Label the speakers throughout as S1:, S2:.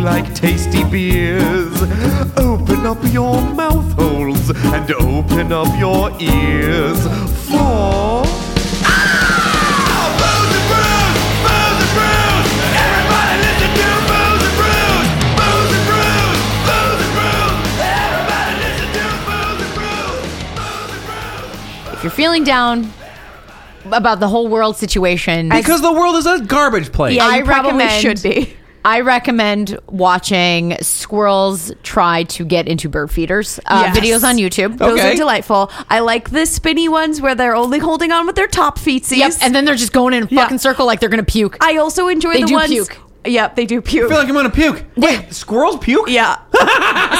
S1: like tasty beers. Open up your mouth holes and open up your ears for.
S2: If you're feeling down about the whole world situation,
S3: Because the world is a garbage place.
S2: Yeah,
S4: I
S2: you probably
S4: recommend-
S2: should be. I recommend watching squirrels try to get into bird feeders. Uh,
S4: Yes.
S2: Videos on YouTube.
S4: Those
S3: Okay.
S4: are delightful. I like the spinny ones where they're only holding on with their top feetsies.
S2: Yep, and then they're just going in a
S4: Yeah.
S2: fucking circle like they're gonna puke.
S4: I also enjoy
S2: They
S4: the
S2: do
S4: ones.
S2: puke.
S4: Yep, they do puke.
S3: I feel like I'm gonna puke. Wait, squirrels puke?
S4: yeah.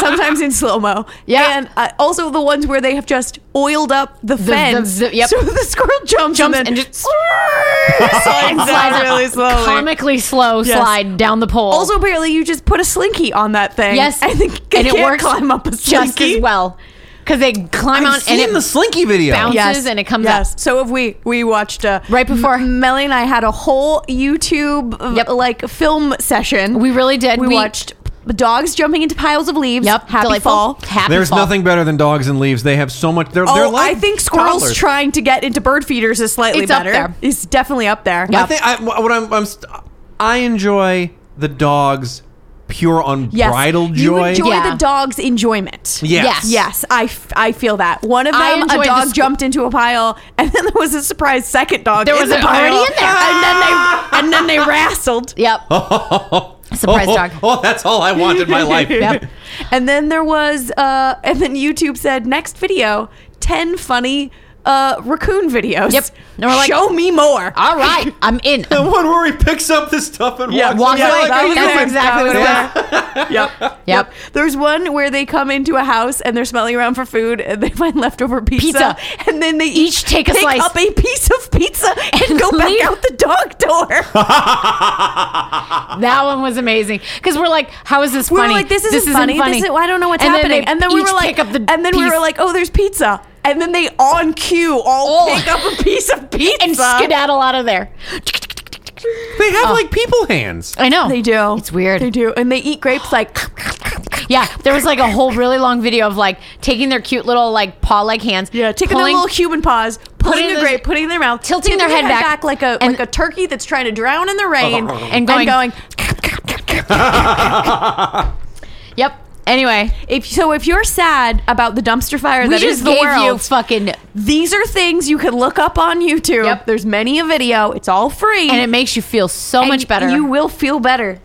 S4: Sometimes in slow mo.
S2: Yeah.
S4: And uh, also the ones where they have just oiled up the,
S2: the-
S4: fence.
S2: the- yep.
S4: So the squirrel jumps,
S2: Jumps
S4: and, then
S2: and just-
S4: slides
S2: Slides
S4: down
S2: up-
S4: really slowly.
S2: Comically slow
S4: Yes.
S2: slide down the pole.
S4: Also, apparently, you just put a slinky on that thing.
S2: yes,
S4: I think
S2: and it
S4: can't
S2: works
S4: climb up a slinky
S2: just as well because they climb
S3: I've
S2: on and
S3: seen
S2: it
S3: the Slinky video.
S2: bounce- bounces and it comes
S4: yes.
S2: up.
S4: So if we we watched uh,
S2: Right before-
S4: M- Melly and I had a whole YouTube uh,
S2: Yep.
S4: like film session.
S2: We really did.
S4: We,
S2: We-
S4: watched dogs jumping into piles of leaves.
S2: Yep,
S4: happy
S2: delightful.
S4: fall.
S2: Happy
S3: There's
S2: fall.
S3: nothing better than dogs and leaves. They have so much. They're, they're
S4: Oh,
S3: like
S4: I think squirrels
S3: toddlers.
S4: trying to get into bird feeders is slightly
S2: It's up
S4: better.
S2: there.
S4: It's definitely up there.
S2: Yep.
S3: I think I, what I'm, I'm st- I enjoy the dogs pure
S4: Yes.
S3: unbridled
S4: You
S3: joy.
S4: enjoy
S2: Yeah.
S4: the dog's enjoyment.
S3: yes.
S2: Yes.
S4: Yes, I, f- I feel that. One of
S2: I
S4: them,
S2: enjoyed
S4: a
S2: the
S4: dog
S2: squ-
S4: jumped into a pile, and then there was a surprise second dog.
S2: There
S4: in
S2: was
S4: the
S2: an
S4: pile,
S2: already in there.
S4: and then they and then they wrestled.
S2: Yep. Surprise
S3: Oh,
S2: dog.
S3: oh, that's all I want in my life.
S2: Yep.
S4: And then there was, uh, and then YouTube said next video, ten funny uh, raccoon videos.
S2: Yep. And we're like- Ah,
S4: show me more.
S2: All right, I'm in.
S3: The one where he picks up the stuff and
S4: Yeah,
S3: walks
S2: Walk
S4: Yeah,
S3: away.
S2: away.
S4: that was
S2: That's
S4: there.
S2: exactly what it
S4: That
S2: was.
S4: yep.
S2: Yep.
S4: There's one where they come into a house and they're smelling around for food and they find leftover pizza,
S2: Pizza.
S4: and then they each,
S2: take a slice.
S4: up a piece of pizza and,
S2: And
S4: go
S2: leave.
S4: back out the dog door.
S2: That one was amazing because we're like, how is this
S4: We
S2: funny?
S4: were like, this isn't funny. This is, I don't know what's
S2: And then
S4: happening.
S2: they
S4: and then we
S2: each
S4: were like,
S2: pick up the
S4: and then we were
S2: piece
S4: like, oh, there's pizza. And then they on cue all
S2: All-
S4: pick up a piece of pizza
S2: and skedaddle out of there.
S3: They have
S2: Oh.
S3: like people hands.
S2: I know
S4: They do.
S2: Oh, It's weird.
S4: They do, and they eat grapes like.
S2: Yeah, there was like a whole really long video of like taking their cute little like paw like hands.
S4: Yeah, taking
S2: pulling-
S4: their little human paws, pulling
S2: putting
S4: the
S2: those-
S4: grape, putting it in their mouth,
S2: tilting
S4: tipping
S2: their head back,
S4: like a
S2: and- Oh.
S4: like a turkey that's trying to drown in the rain,
S2: And going- Yep. Anyway,
S4: if so, if you're sad about the dumpster fire
S2: we
S4: that is
S2: just
S4: the
S2: gave you
S4: world,
S2: fucking, and
S4: these are things you can look up on YouTube.
S2: Yep.
S4: There's many a video. It's all free,
S2: it makes you feel so
S4: And
S2: much better.
S4: You will feel better.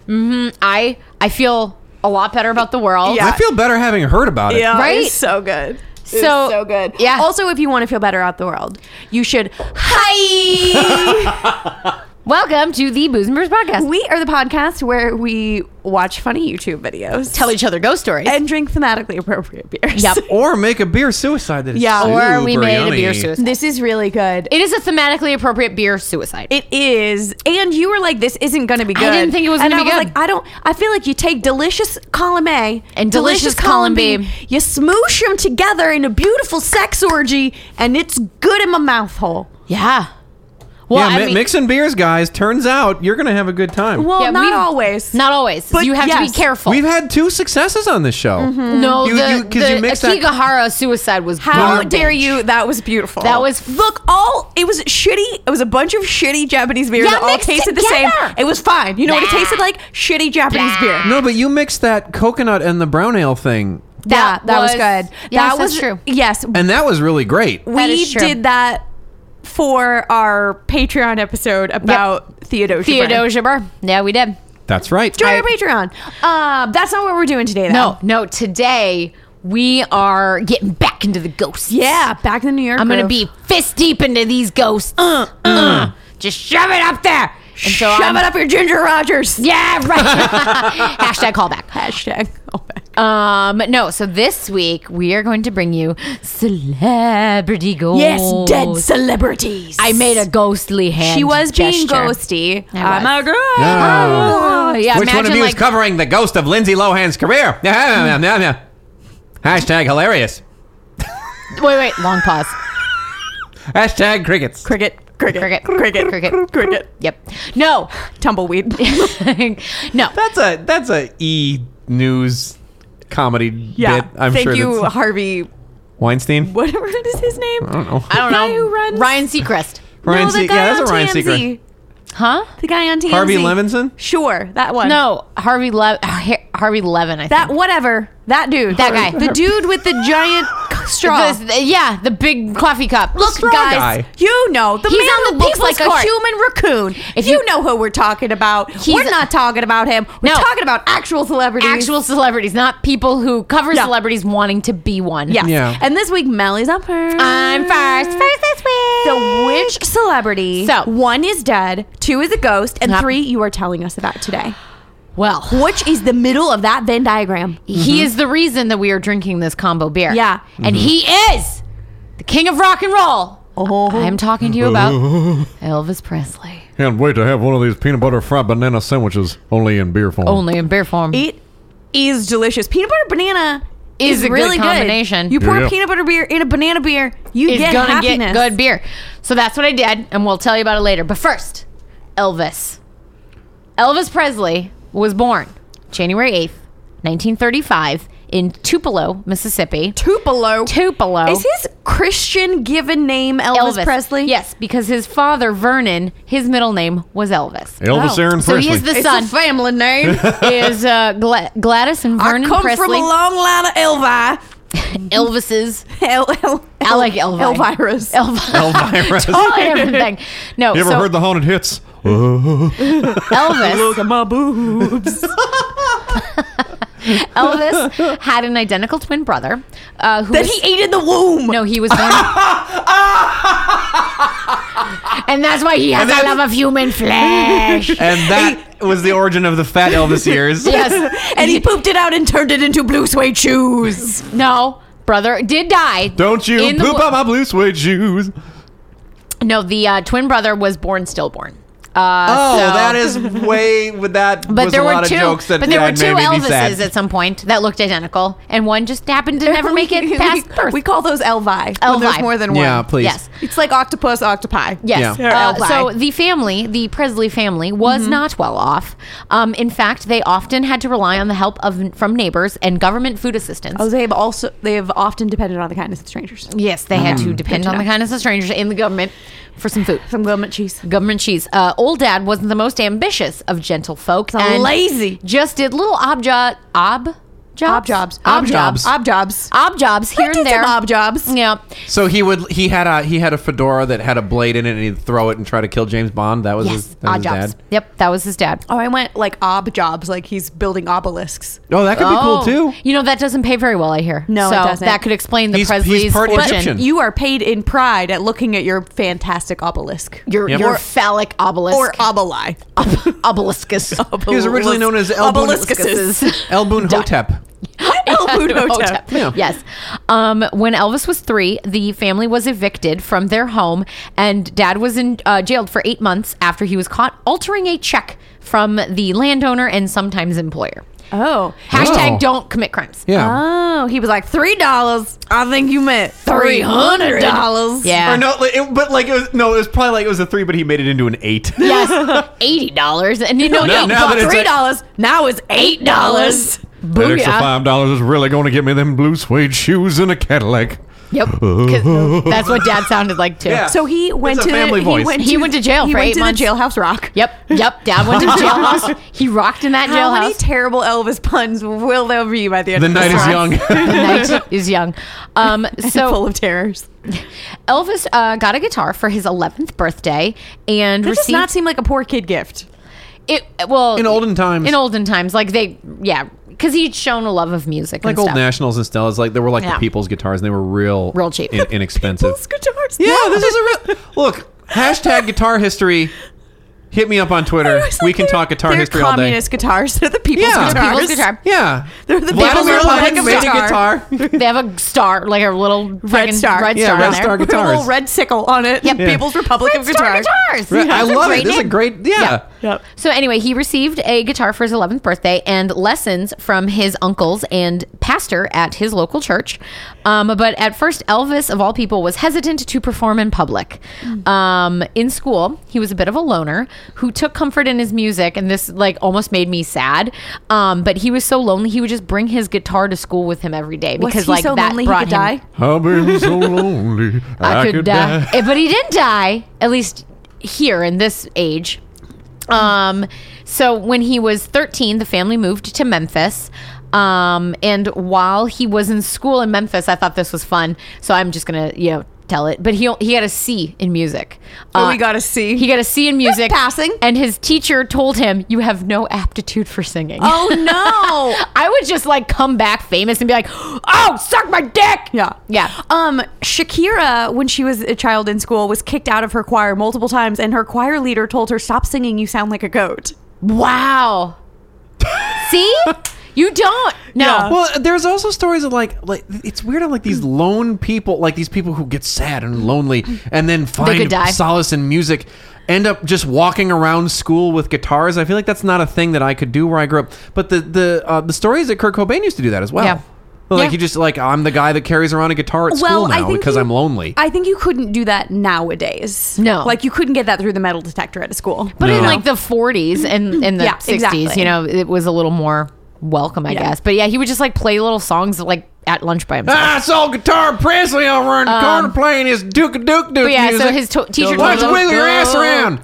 S2: I I feel a lot better about the world.
S4: Yeah.
S3: I feel better having heard about it.
S4: Yeah,
S2: Right?
S4: it's so good. It's
S2: So-
S4: so good.
S2: yeah.
S4: Also, if you want to feel better about the world, you should
S2: Hi. Welcome to the Booze and Brews podcast.
S4: We are the podcast where we watch funny YouTube videos,
S2: tell each other ghost stories.
S4: and drink thematically appropriate beers.
S2: Yep.
S3: Or make a beer suicide that is
S4: Yeah.
S2: or we
S3: super
S2: made a
S3: yummy.
S2: beer suicide.
S4: This is really good. It,
S2: It is a thematically appropriate beer suicide.
S4: it is, and you were like, "This isn't going to be good."
S2: didn't think it was
S4: And
S2: gonna
S4: I
S2: be
S4: was
S2: good.
S4: Like, I don't. I feel like you take delicious column A
S2: And delicious column B.
S4: you smoosh them together in a beautiful sex orgy, and it's good in my mouth hole.
S2: yeah. Well,
S3: yeah,
S2: I
S3: mi-
S2: mean,
S3: mixing beers, guys. Turns out you're gonna have a good time.
S4: Well,
S2: yeah,
S4: not
S2: we've-
S4: always.
S2: Not always.
S4: But
S2: you have to
S4: yes.
S2: be careful. Mm-hmm.
S3: We've had two successes on this show.
S2: no,
S3: You-
S2: the,
S3: you- 'cause
S2: the
S3: you mixed that-
S2: Akigahara suicide was
S4: How
S2: garbage.
S4: dare you? That was beautiful.
S2: That was-
S4: look all. It was shitty. It was a bunch of shitty Japanese beers
S2: Yeah,
S4: that all
S2: mixed
S4: tasted
S2: together.
S4: the same. It was fine. You know what it
S2: Blah.
S4: tasted like? Shitty Japanese
S2: Blah.
S4: beer.
S3: No, but you mixed that coconut and the brown ale thing,
S2: That
S4: yeah, that was,
S2: was-
S4: good.
S2: yes,
S4: that was
S2: that's true.
S4: Yes,
S3: and that was really great.
S2: That
S4: we
S2: is true.
S4: did that for our Patreon episode about Theodosia. Brand.
S2: Theodosia Burr. Yeah, we did.
S3: That's right.
S4: Join our Patreon. Uh, that's not what we're doing today, though.
S2: No, no. Today we are getting back into the ghosts.
S4: Yeah, back in the New York.
S2: I'm gonna
S4: groove.
S2: be fist deep into these ghosts. Uh, uh. Just shove it up there. And so
S4: Shove
S2: I'm-
S4: it up your Ginger Rogers.
S2: Yeah, right. Hashtag callback.
S4: Hashtag. Oh, my God.
S2: Um, no. So this week we are going to bring you celebrity ghosts.
S4: Yes, dead celebrities.
S2: Oh. I made a ghostly hand.
S4: She was being
S2: gesture.
S4: ghosty.
S2: I
S4: I'm
S2: was.
S4: a girl. Ah.
S3: Yeah.
S2: Oh, yeah,
S3: Which one of
S2: imagine,
S3: you
S2: like,
S3: is covering the ghost of Lindsay Lohan's career? Yeah, yeah, yeah, yeah. Hashtag hilarious.
S2: Wait, wait. Long pause.
S3: Hashtag crickets.
S4: Cricket. cricket,
S2: Cricket.
S4: cricket,
S2: Cricket.
S4: cricket,
S2: Yep. No.
S4: tumbleweed.
S2: no.
S3: That's a that's a e news comedy
S4: yeah,
S3: bit. I'm
S4: thank
S3: sure
S4: you,
S3: that's
S4: Harvey.
S3: Weinstein.
S4: Whatever it is his name.
S3: I don't know.
S2: I don't
S4: The guy
S2: know.
S4: who runs-
S2: Ryan Seacrest.
S3: Ryan
S4: no, the
S3: Se-
S4: guy
S3: yeah, that's
S4: on
S3: a Ryan
S4: TMZ.
S3: Seacrest.
S2: Huh?
S4: The guy on TMZ.
S3: Harvey Levinson.
S4: Sure, that one.
S2: No, Harvey Le- Harvey Levin, I think.
S4: that whatever. That dude.
S2: That guy.
S4: The dude with the giant straw.
S2: The- the- yeah, the big coffee cup.
S4: Look,
S3: straw
S4: guys,
S3: guy.
S4: you know the
S2: He's
S4: man
S2: on
S4: who
S2: the books
S4: people's
S2: like a
S4: court.
S2: human
S4: raccoon.
S2: If
S4: you,
S2: you-
S4: know who we're talking about,
S2: He's-
S4: we're not talking about him. We're
S2: No.
S4: talking about actual celebrities.
S2: actual celebrities, not people who cover
S4: Yeah.
S2: celebrities wanting to be one.
S4: Yes.
S3: Yeah.
S4: And this week, Melly's up first.
S2: I'm first. First this week.
S4: So, which celebrity?
S2: So-
S4: one is dead, two is a ghost, and
S2: Yep.
S4: three you are telling us about today.
S2: Well,
S4: Which is the middle of that Venn diagram?
S2: he is the reason that we are drinking this combo beer.
S4: Mm-hmm. Yeah. Mm-hmm.
S2: And he is the king of rock and roll.
S4: Oh.
S2: I'm talking to you about Elvis Presley.
S5: Can't wait to have one of these peanut butter fried banana sandwiches, only in beer form.
S2: Only in beer form.
S4: It is delicious. Peanut butter banana
S2: Is
S4: is
S2: a good
S4: really good.
S2: combination.
S4: You pour
S5: Yeah.
S4: peanut butter beer in a banana beer, you
S2: is
S4: get
S2: gonna
S4: happiness.
S2: get good beer. So that's what I did, and we'll tell you about it later. But first, Elvis. Elvis Presley was born January 8th, 1935, in Tupelo, Mississippi.
S4: Tupelo.
S2: Tupelo.
S4: Is his Christian given name Elvis, Presley?
S2: Yes, because his father, Vernon, his middle name was Elvis.
S5: Elvis
S4: Wow.
S5: Aaron
S2: So
S5: Presley.
S2: he is the
S4: It's a
S2: son.
S4: family name.
S2: is uh, Gla- Gladys and
S4: I
S2: Vernon
S4: come
S2: Presley.
S4: from a long line of Elvi.
S2: Elvis's.
S4: El, el,
S2: I like Elvi.
S4: Elvira's.
S2: Elvis.
S3: Elvira.
S2: Totally everything. No,
S5: you ever
S2: so
S5: heard the haunted hits?
S2: Elvis.
S4: at my boobs.
S2: Elvis had an identical twin brother uh, who
S4: that
S2: was-
S4: he ate in the womb.
S2: No, he was born. and that's why he has
S3: And
S2: a
S3: that's-
S2: love of human flesh.
S3: And that was the origin of the fat Elvis years.
S2: yes.
S4: And he pooped it out and turned it into blue suede shoes.
S2: No, brother did die.
S5: Don't you
S2: In the
S5: poop
S2: wo-
S5: out my blue suede shoes?
S2: No, the uh, twin brother was born stillborn. Uh,
S3: Oh,
S2: so-
S3: that is way. With that,
S2: But
S3: was
S2: there
S3: a
S2: were
S3: lot
S2: two.
S3: of jokes that
S2: but there were
S3: had
S2: two
S3: made me be
S2: Elvises
S3: sad.
S2: at some point that looked identical, and one just happened to never make it past
S4: We-
S2: birth.
S4: We call those Elvi. When there's
S2: Elvi.
S4: more than one.
S3: Yeah, please.
S2: Yes.
S4: It's like octopus, octopi.
S2: Yes.
S3: Yeah.
S2: Uh,
S4: Elvi.
S2: so the family, the Presley family, was not well off. Um, in fact, they often had to rely on the help of from neighbors and government food assistance.
S4: Oh, they have also they have often depended on the kindness of strangers.
S2: Yes, they had
S3: Mm.
S2: to depend
S4: to
S2: on the
S4: know.
S2: kindness of strangers in the government for some food.
S4: Some government cheese.
S2: Government cheese. Uh, old dad wasn't the most ambitious of gentlefolk.
S4: a lazy.
S2: Just did little ob job, ob
S4: Ob
S2: jobs,
S4: jobs.
S2: ob jobs,
S3: jobs.
S4: Ob jobs.
S2: ob jobs here
S4: I
S2: and
S4: did
S2: there.
S4: some ob jobs.
S2: Yeah.
S3: So he would he had a he had a fedora that had a blade in it, and he'd throw it and try to kill James Bond. That was his,
S2: Yes.
S3: that was
S2: Odd
S3: his
S2: jobs.
S3: dad.
S2: Yep. That was his dad.
S4: Oh, I went like ob jobs, like he's building obelisks.
S3: Oh, that could be cool too.
S2: You know that doesn't pay very well. I hear.
S4: No, it
S2: so
S4: doesn't.
S2: that could explain the
S3: He's- he's
S2: Presley's
S3: part
S2: fortune.
S3: Egyptian.
S4: You are paid in pride at looking at your fantastic obelisk.
S2: Your
S3: Yep.
S2: your
S3: Or-
S2: phallic obelisk
S4: or obeli.
S2: Ob- obeliscus.
S3: He was originally known as
S4: Obeliscuses.
S3: Elbun Elbun Hotep.
S2: Oh,
S4: Elbun Hotep.
S2: Hotep. Yes. Um, when Elvis was three, the family was evicted from their home, and Dad was in uh, jailed for eight months after he was caught altering a check from the landowner and sometimes employer.
S4: Oh.
S2: Hashtag
S3: Oh.
S2: don't commit crimes.
S3: Yeah.
S4: Oh, he was like three dollars. I think you meant three hundred dollars.
S2: Yeah.
S3: Or no, like, it, but like it was no, it was probably like it was a three, but he made it into an eight.
S2: Yes. Eighty dollars, and you know
S3: No,
S2: no,
S3: now that it's
S4: Three
S3: like-
S4: dollars. Now it's eight dollars.
S5: That extra five dollars is really going to get me them blue suede shoes and a Cadillac.
S2: Yep. 'Cause That's what Dad sounded like too.
S3: Yeah.
S4: So he went
S3: a
S4: to
S3: family
S4: the,
S3: voice.
S4: He went,
S2: He went to jail
S4: He
S2: for
S4: went
S2: eight
S4: to
S2: months.
S4: the jailhouse rock.
S2: Yep. Yep. Dad went to jailhouse. He rocked in that
S4: How many
S2: jailhouse.
S4: terrible Elvis puns will there be by the end
S3: The
S4: of
S3: night
S4: this
S3: is
S4: rock?
S3: young.
S2: the night is young. Um, so
S4: full of terrors?
S2: Elvis uh, got a guitar for his 11th birthday and
S4: That does
S2: received
S4: not seem like a poor kid gift.
S2: it. Well,
S3: In olden times.
S2: in olden times, like they, yeah, because he'd shown a love of music,
S3: like
S2: and
S3: old
S2: stuff.
S3: nationals and Stella's, like they were like
S2: Yeah.
S3: the people's guitars, and they were real,
S2: Real cheap.
S3: in- inexpensive.
S4: Those guitars.
S3: yeah, this is a real look. Hashtag guitar history Hit me up on Twitter.
S4: It's like
S3: We can
S4: they're-
S3: talk guitar
S4: they're
S3: history all day.
S4: communist guitars. They're the people's
S3: Yeah.
S4: guitars.
S2: People's guitar.
S3: Yeah.
S4: They're the
S3: Vladimir
S4: people's
S3: Lenin
S4: Republic
S3: made a
S4: of guitar.
S3: guitar.
S2: They have a star, like a little fucking
S4: star.
S2: red
S4: Yeah,
S2: star
S3: red
S2: on there.
S3: star.
S4: With a little
S3: guitars.
S4: red sickle on it.
S2: Yep. Yeah.
S4: People's Republic
S2: Red
S4: of
S2: Star
S4: Guitar.
S2: guitars.
S3: Right. I
S2: That's a
S3: love
S2: great
S3: it. This is a
S2: name.
S3: great. Yeah.
S4: Yep.
S2: So anyway, he received a guitar for his 11th birthday and lessons from his uncles and pastor at his local church. Um, but at first, Elvis, of all people, was hesitant to perform in public. Um, in school, he was a bit of a loner who took comfort in his music, and this like almost made me sad. Um, but he was so lonely, he would just bring his guitar to school with him every day
S4: Was
S2: because
S4: he
S2: like
S4: so
S2: that
S4: lonely
S2: brought
S4: he could
S2: him.
S4: die?
S5: I've been so lonely.
S2: I, could, die. Eh, But he didn't die, at least here in this age. Um, so when he was 13, the family moved to Memphis. Um, and while he was in school in Memphis, I thought this was fun. So I'm just going to, you know, tell it. But he he had a C in music. Uh,
S4: Oh, he got a C.
S2: He got a C in music.
S4: passing.
S2: And his teacher told him, You have no aptitude for singing.
S4: Oh no.
S2: I would just like come back famous and be like, Oh, suck my dick.
S4: Yeah.
S2: Yeah.
S4: Um, Shakira, when she was a child in school, was kicked out of her choir multiple times, and her choir leader told her, Stop singing, you sound like a goat.
S2: Wow. See? You don't. No.
S4: Yeah.
S3: Well, there's also stories of like, like it's weird of like these lone people, like these people who get sad and lonely, and then
S2: could
S3: find
S2: die.
S3: solace in music, end up just walking around school with guitars. I feel like that's not a thing that I could do where I grew up. But the the uh, the stories that Kurt Cobain used to do that as well.
S2: Yeah.
S3: Like
S2: Yeah.
S3: you just like I'm the guy that carries around a guitar at school now because
S4: you-
S3: I'm lonely.
S4: I think you couldn't do that nowadays.
S2: No.
S4: Like you couldn't get that through the metal detector at a school.
S2: But in
S3: No.
S2: like the 40s and in the
S4: Yeah,
S2: 60s,
S4: exactly.
S2: you know, it was a little more welcome, I
S4: Yeah.
S2: guess. But yeah, he would just like play little songs like at lunch by himself.
S3: I saw Ah, guitar Presley over in the corner playing his Duke Duke Duke
S4: Ah,
S2: But Um, yeah, so
S3: music.
S2: his to- teacher
S3: Why don't
S2: told
S3: you
S2: him
S3: wiggle your ass around?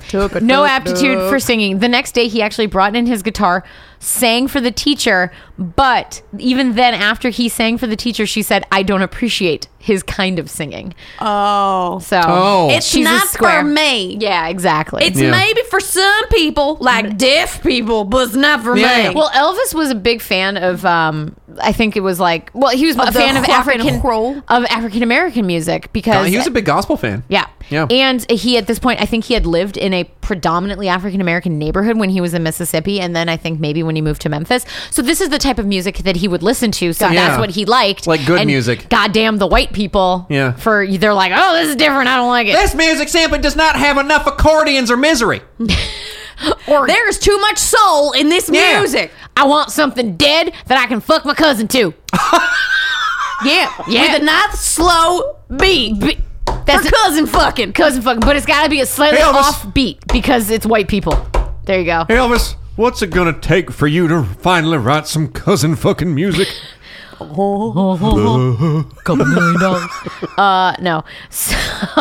S2: no aptitude for singing. The next day, he actually brought in his guitar, sang for the teacher. But even then, after he sang for the teacher, she said, "I don't appreciate his kind of singing."
S4: Oh.
S2: So
S3: Oh. It's
S2: she's a square.
S4: me.
S2: Yeah, exactly.
S3: Yeah.
S4: for some people, like deaf people, but it's not for
S3: Yeah.
S2: Well, Elvis was a big fan of. Um, I think it was like. Well, he was a
S4: the
S2: fan of
S4: rock and
S2: African
S4: roll.
S2: of African American music
S3: Uh,
S2: because
S3: he was a big gospel fan.
S2: yeah.
S3: Yeah.
S2: And he, at this point, I think he had lived in a predominantly African American neighborhood when he was in Mississippi. And then I think maybe when he moved to Memphis. So this is the type of music that he would listen to. So
S3: Yeah.
S2: that's what he liked.
S3: Like good
S2: And
S3: music.
S2: Goddamn the white people.
S3: Yeah.
S2: For they're like, oh, this is different. I don't like it.
S3: This music simply does not have enough accordions or misery.
S2: Or
S4: There's too much soul in this
S3: Yeah.
S4: music.
S2: I want something dead that I can fuck my cousin to. yeah. Yeah.
S4: With a nice slow beat.
S2: B-
S4: That's
S2: that's
S4: for
S2: a
S4: cousin fucking.
S2: cousin fucking, but it's got to be a slightly
S3: Hey, Elvis.
S2: off beat because it's white people. There you go.
S5: Elvis, what's it gonna take for you to finally write some cousin fucking music?
S2: Uh, no. So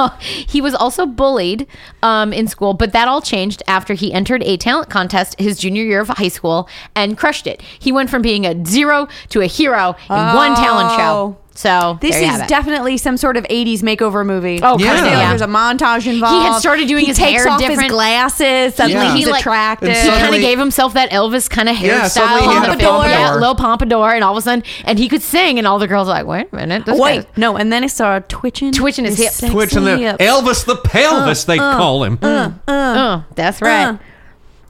S2: he was also bullied um, in school, but that all changed after he entered a talent contest his junior year of high school and crushed it. He went from being a zero to a hero in one talent show. So
S4: Oh. This
S2: there you
S4: is
S2: have it.
S4: definitely some sort of 80s makeover movie.
S2: Oh,
S4: I
S3: Yeah.
S4: feel like
S3: yeah.
S4: there's a montage involved.
S2: started doing
S4: he
S2: his
S4: takes
S2: hair
S4: off
S2: different.
S4: His glasses. Suddenly
S3: Yeah.
S4: he's
S2: He, like-
S4: attractive.
S3: And
S2: he kind
S3: suddenly-
S2: of gave himself that Elvis kind of hairstyle,
S3: Yeah, suddenly he
S4: had a pompadour.
S2: Yeah, low pompadour, and all of a sudden, and he could sing, and all the girls were like, wait a minute, this
S4: Wait,
S2: guy's-
S4: no, and then he started twitching,
S2: Twitching his hips.
S4: sexy
S5: Twitching the
S4: hips.
S5: Elvis the pelvis, they call him.
S2: Uh, that's right.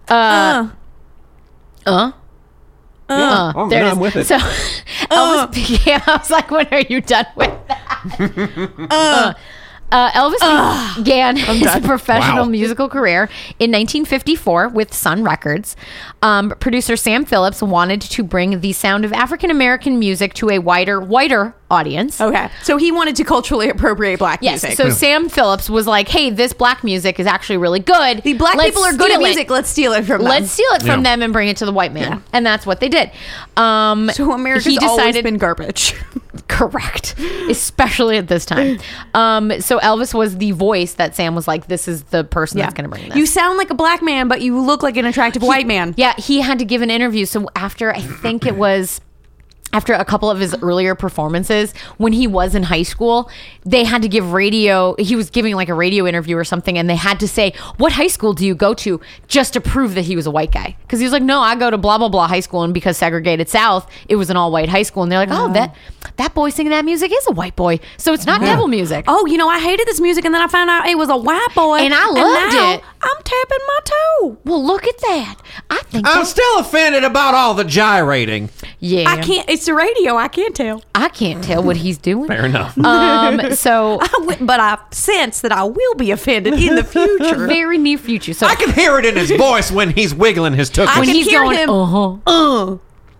S2: Uh, uh, uh.
S5: Oh,
S2: there it
S5: now
S2: is.
S5: I'm with it.
S2: So
S4: Uh.
S2: Elvis began. I was like, "When are you done with that?" Uh, Elvis began his professional
S5: Wow.
S2: musical career in 1954 with Sun Records. Um, producer Sam Phillips wanted to bring the sound of African American music to a wider, whiter audience.
S4: Okay, so he wanted to culturally appropriate black
S2: Yes.
S4: music.
S2: So Sam Phillips was like, "Hey, this black music is actually really good.
S4: the black
S2: Let's
S4: people are good at
S2: steal it.
S4: music. Let's steal it from them.
S2: Let's steal it from
S5: Yeah.
S2: them and bring it to the white man.
S4: Yeah.
S2: And that's what they did. Um,
S4: so America's
S2: he
S4: always
S2: decided,
S4: been garbage.
S2: correct, especially at this time. Um, so Elvis was the voice that Sam was like, this is the person that's going to bring this.
S4: You sound like a black man, but you look like an attractive white man.
S2: yeah, he had to give an interview. So after, I think it was. After a couple of his earlier performances, when he was in high school, they had to give radio. He was giving like a radio interview or something, and they had to say, "What high school do you go to?" just to prove that he was a white guy. Because he was like, "No, I go to blah blah blah high school," and because segregated South, it was an all white high school, and they're like, "Oh, that that boy singing that music is a white boy, so it's not devil music."
S4: Oh, you know, I hated this music, and then I found out it was a white boy,
S2: And I loved
S4: now
S2: it.
S4: I'm tapping my toe.
S2: Well, look at that. I think
S4: Oh.
S3: I'm
S2: that-
S3: still offended about all the gyrating.
S2: yeah.
S4: I can't. It's the radio. I can't tell.
S2: I can't tell what he's doing.
S3: Fair enough.
S2: Um, so
S4: I w- but I sense that I will be offended in the future.
S2: very near future. So
S3: I can hear it in his voice when he's wiggling his tuchus.
S2: when
S4: can
S2: he's
S4: hear
S2: going,
S4: him.
S2: uh huh,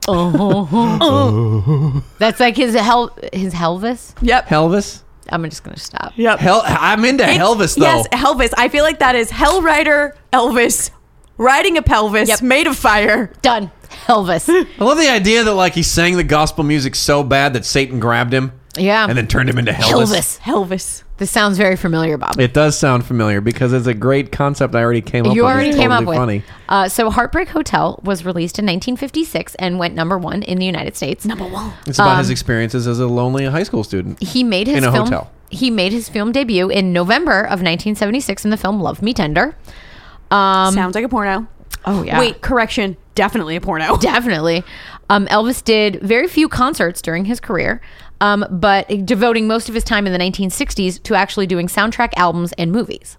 S4: Uh,
S2: uh huh, that's like his hel- his Helvis.
S4: yep.
S3: Helvis?
S2: I'm just gonna stop.
S4: Yep.
S3: Hel- I'm into Helvis, though.
S4: Yes, Elvis. I feel like that is Hell Rider Elvis riding a pelvis
S2: Yep.
S4: made of fire.
S2: Done. Helvis.
S3: I love the idea that like he sang the gospel music so bad that Satan grabbed him.
S2: Yeah.
S3: And then turned him into Helvis.
S2: Helvis.
S4: Elvis.
S2: This sounds very familiar, Bob.
S3: It does sound familiar because it's a great concept I already came up
S2: you
S3: with.
S2: already
S3: It's
S2: came up
S3: totally
S2: with.
S3: funny.
S2: Uh, so, Heartbreak Hotel was released in 1956 and went number one in the United States. Number one.
S3: It's about his experiences as a lonely high school student.
S2: Um, He made his
S3: In a
S2: film.
S3: hotel.
S2: He made his film debut in November of 1976 in the film Love Me Tender. Um,
S4: Sounds like a porno.
S2: oh yeah.
S4: Wait, correction. Definitely a porno.
S2: Definitely. Um, Elvis did very few concerts during his career, um, but devoting most of his time in the 1960s to actually doing soundtrack albums and movies.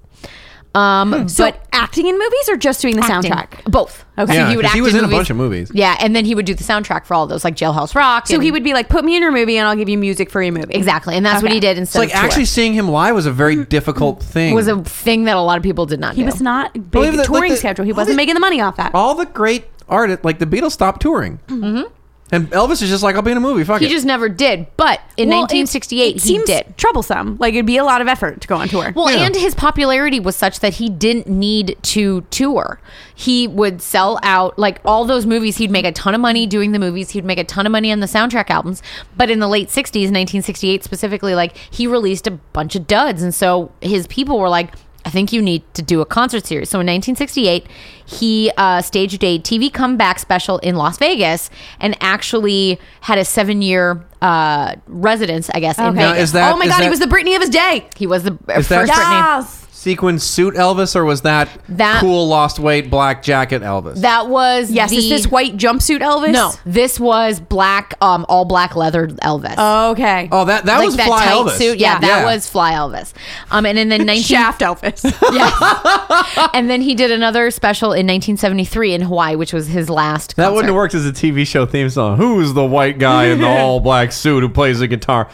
S2: Um,
S4: Hmm. so
S2: but
S4: acting in movies or just doing the
S2: acting-
S4: soundtrack?
S2: both.
S4: Okay.
S2: So
S4: Yeah,
S2: he would
S3: 'cause
S2: act
S3: he was in a
S2: movies.
S3: bunch of movies.
S2: Yeah, and then he would do the soundtrack for all those, like Jailhouse Rock.
S4: So
S2: and-
S4: he would be like, put me in your movie and I'll give you music for your movie.
S2: exactly, and that's what
S4: Okay.
S2: he did
S3: It's
S2: instead
S3: like
S2: of tour.
S3: actually seeing him live was a very difficult thing.
S2: It was a thing that a lot of people did not
S4: He
S2: do.
S4: was not
S3: Believe
S4: big
S3: that, like,
S4: touring
S3: the-
S4: schedule. He
S3: all
S4: wasn't
S3: the-
S4: making the money off that.
S3: all the great artists like the Beatles stopped touring. Mm-hmm. And Elvis is just like I'll be in a movie. Fuck
S2: He
S3: it.
S2: just never did. But in
S4: Well, it-
S2: 1968,
S4: it
S2: he
S4: seems
S2: did.
S4: troublesome. Like it'd be a lot of effort to go on tour.
S2: Well,
S3: Yeah.
S2: and his popularity was such that he didn't need to tour. He would sell out like all those movies. He'd make a ton of money doing the movies. He'd make a ton of money on the soundtrack albums. But in the late '60s, 1968 specifically, like he released a bunch of duds, and so his people were like. I think you need to do a concert series. So in 1968, he uh, staged a TV comeback special in Las Vegas and actually had a seven year uh, residence, I guess, in
S4: Okay.
S3: Now,
S2: Vegas.
S3: is that-
S4: oh my
S3: is
S4: god, he
S3: that-
S4: was the Britney of his day.
S2: he was the uh,
S3: Is that-
S2: first Britney.
S4: Yes.
S3: sequence suit Elvis or was that,
S2: That-
S3: cool lost weight black jacket Elvis?
S2: That was
S4: Yes,
S2: The,
S4: is this white jumpsuit Elvis?
S2: No, this was black, um, all black leather Elvis.
S4: Okay.
S3: oh, that that
S2: like
S3: was
S2: that
S3: Fly
S2: tight
S3: Elvis.
S2: suit. Yeah,
S4: Yeah.
S2: that
S3: Yeah.
S2: was Fly Elvis. Um, and in the 19
S4: Shaft Elvis.
S2: Yeah. and then he did another special in 1973 in Hawaii, which was his last.
S3: That
S2: concert.
S3: wouldn't have worked as a TV show theme song.
S5: Who's the white guy in the all black suit who plays the guitar?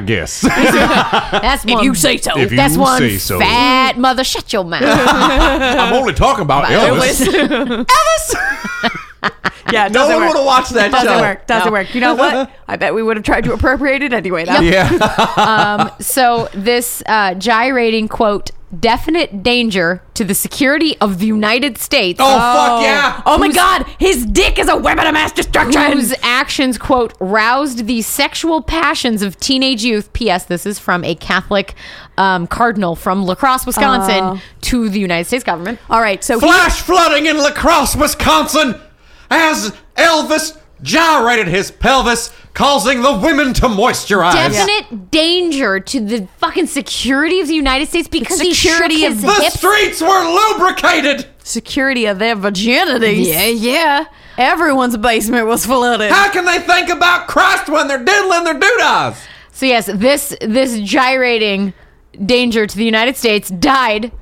S5: guess.
S2: That's one.
S4: you say so.
S5: If you
S2: that's one
S5: say so.
S2: fat mother. Shut your mouth.
S5: I'm only talking about Elvis.
S4: yeah,
S3: No
S4: it doesn't
S3: one
S4: work.
S3: would have watched that
S4: Doesn't
S3: show.
S4: work. Doesn't work. You know what? I bet we would have tried to appropriate it anyway. Though.
S3: Yeah.
S2: so this uh, gyrating quote, definite danger to the security of the United States.
S3: Oh, fuck yeah.
S4: Oh my God, his dick is a weapon of mass destruction.
S2: whose actions, quote, roused the sexual passions of teenage youth. P.S. This is from a Catholic um, cardinal from La Crosse, Wisconsin,
S4: Oh.
S2: to the United States government.
S4: All right, so he-
S3: Flash flooding in La Crosse, Wisconsin, as Elvis gyrated his pelvis, causing the women to moisturize.
S2: Definite danger to the fucking security of the United States because he shook
S4: security of
S2: his
S3: The
S2: hips.
S3: streets were lubricated.
S4: security of their virginity.
S2: Yeah, yeah.
S4: Everyone's basement was flooded.
S3: How can they think about Christ when they're diddling their doodahs?
S2: So yes, this this gyrating danger to the United States died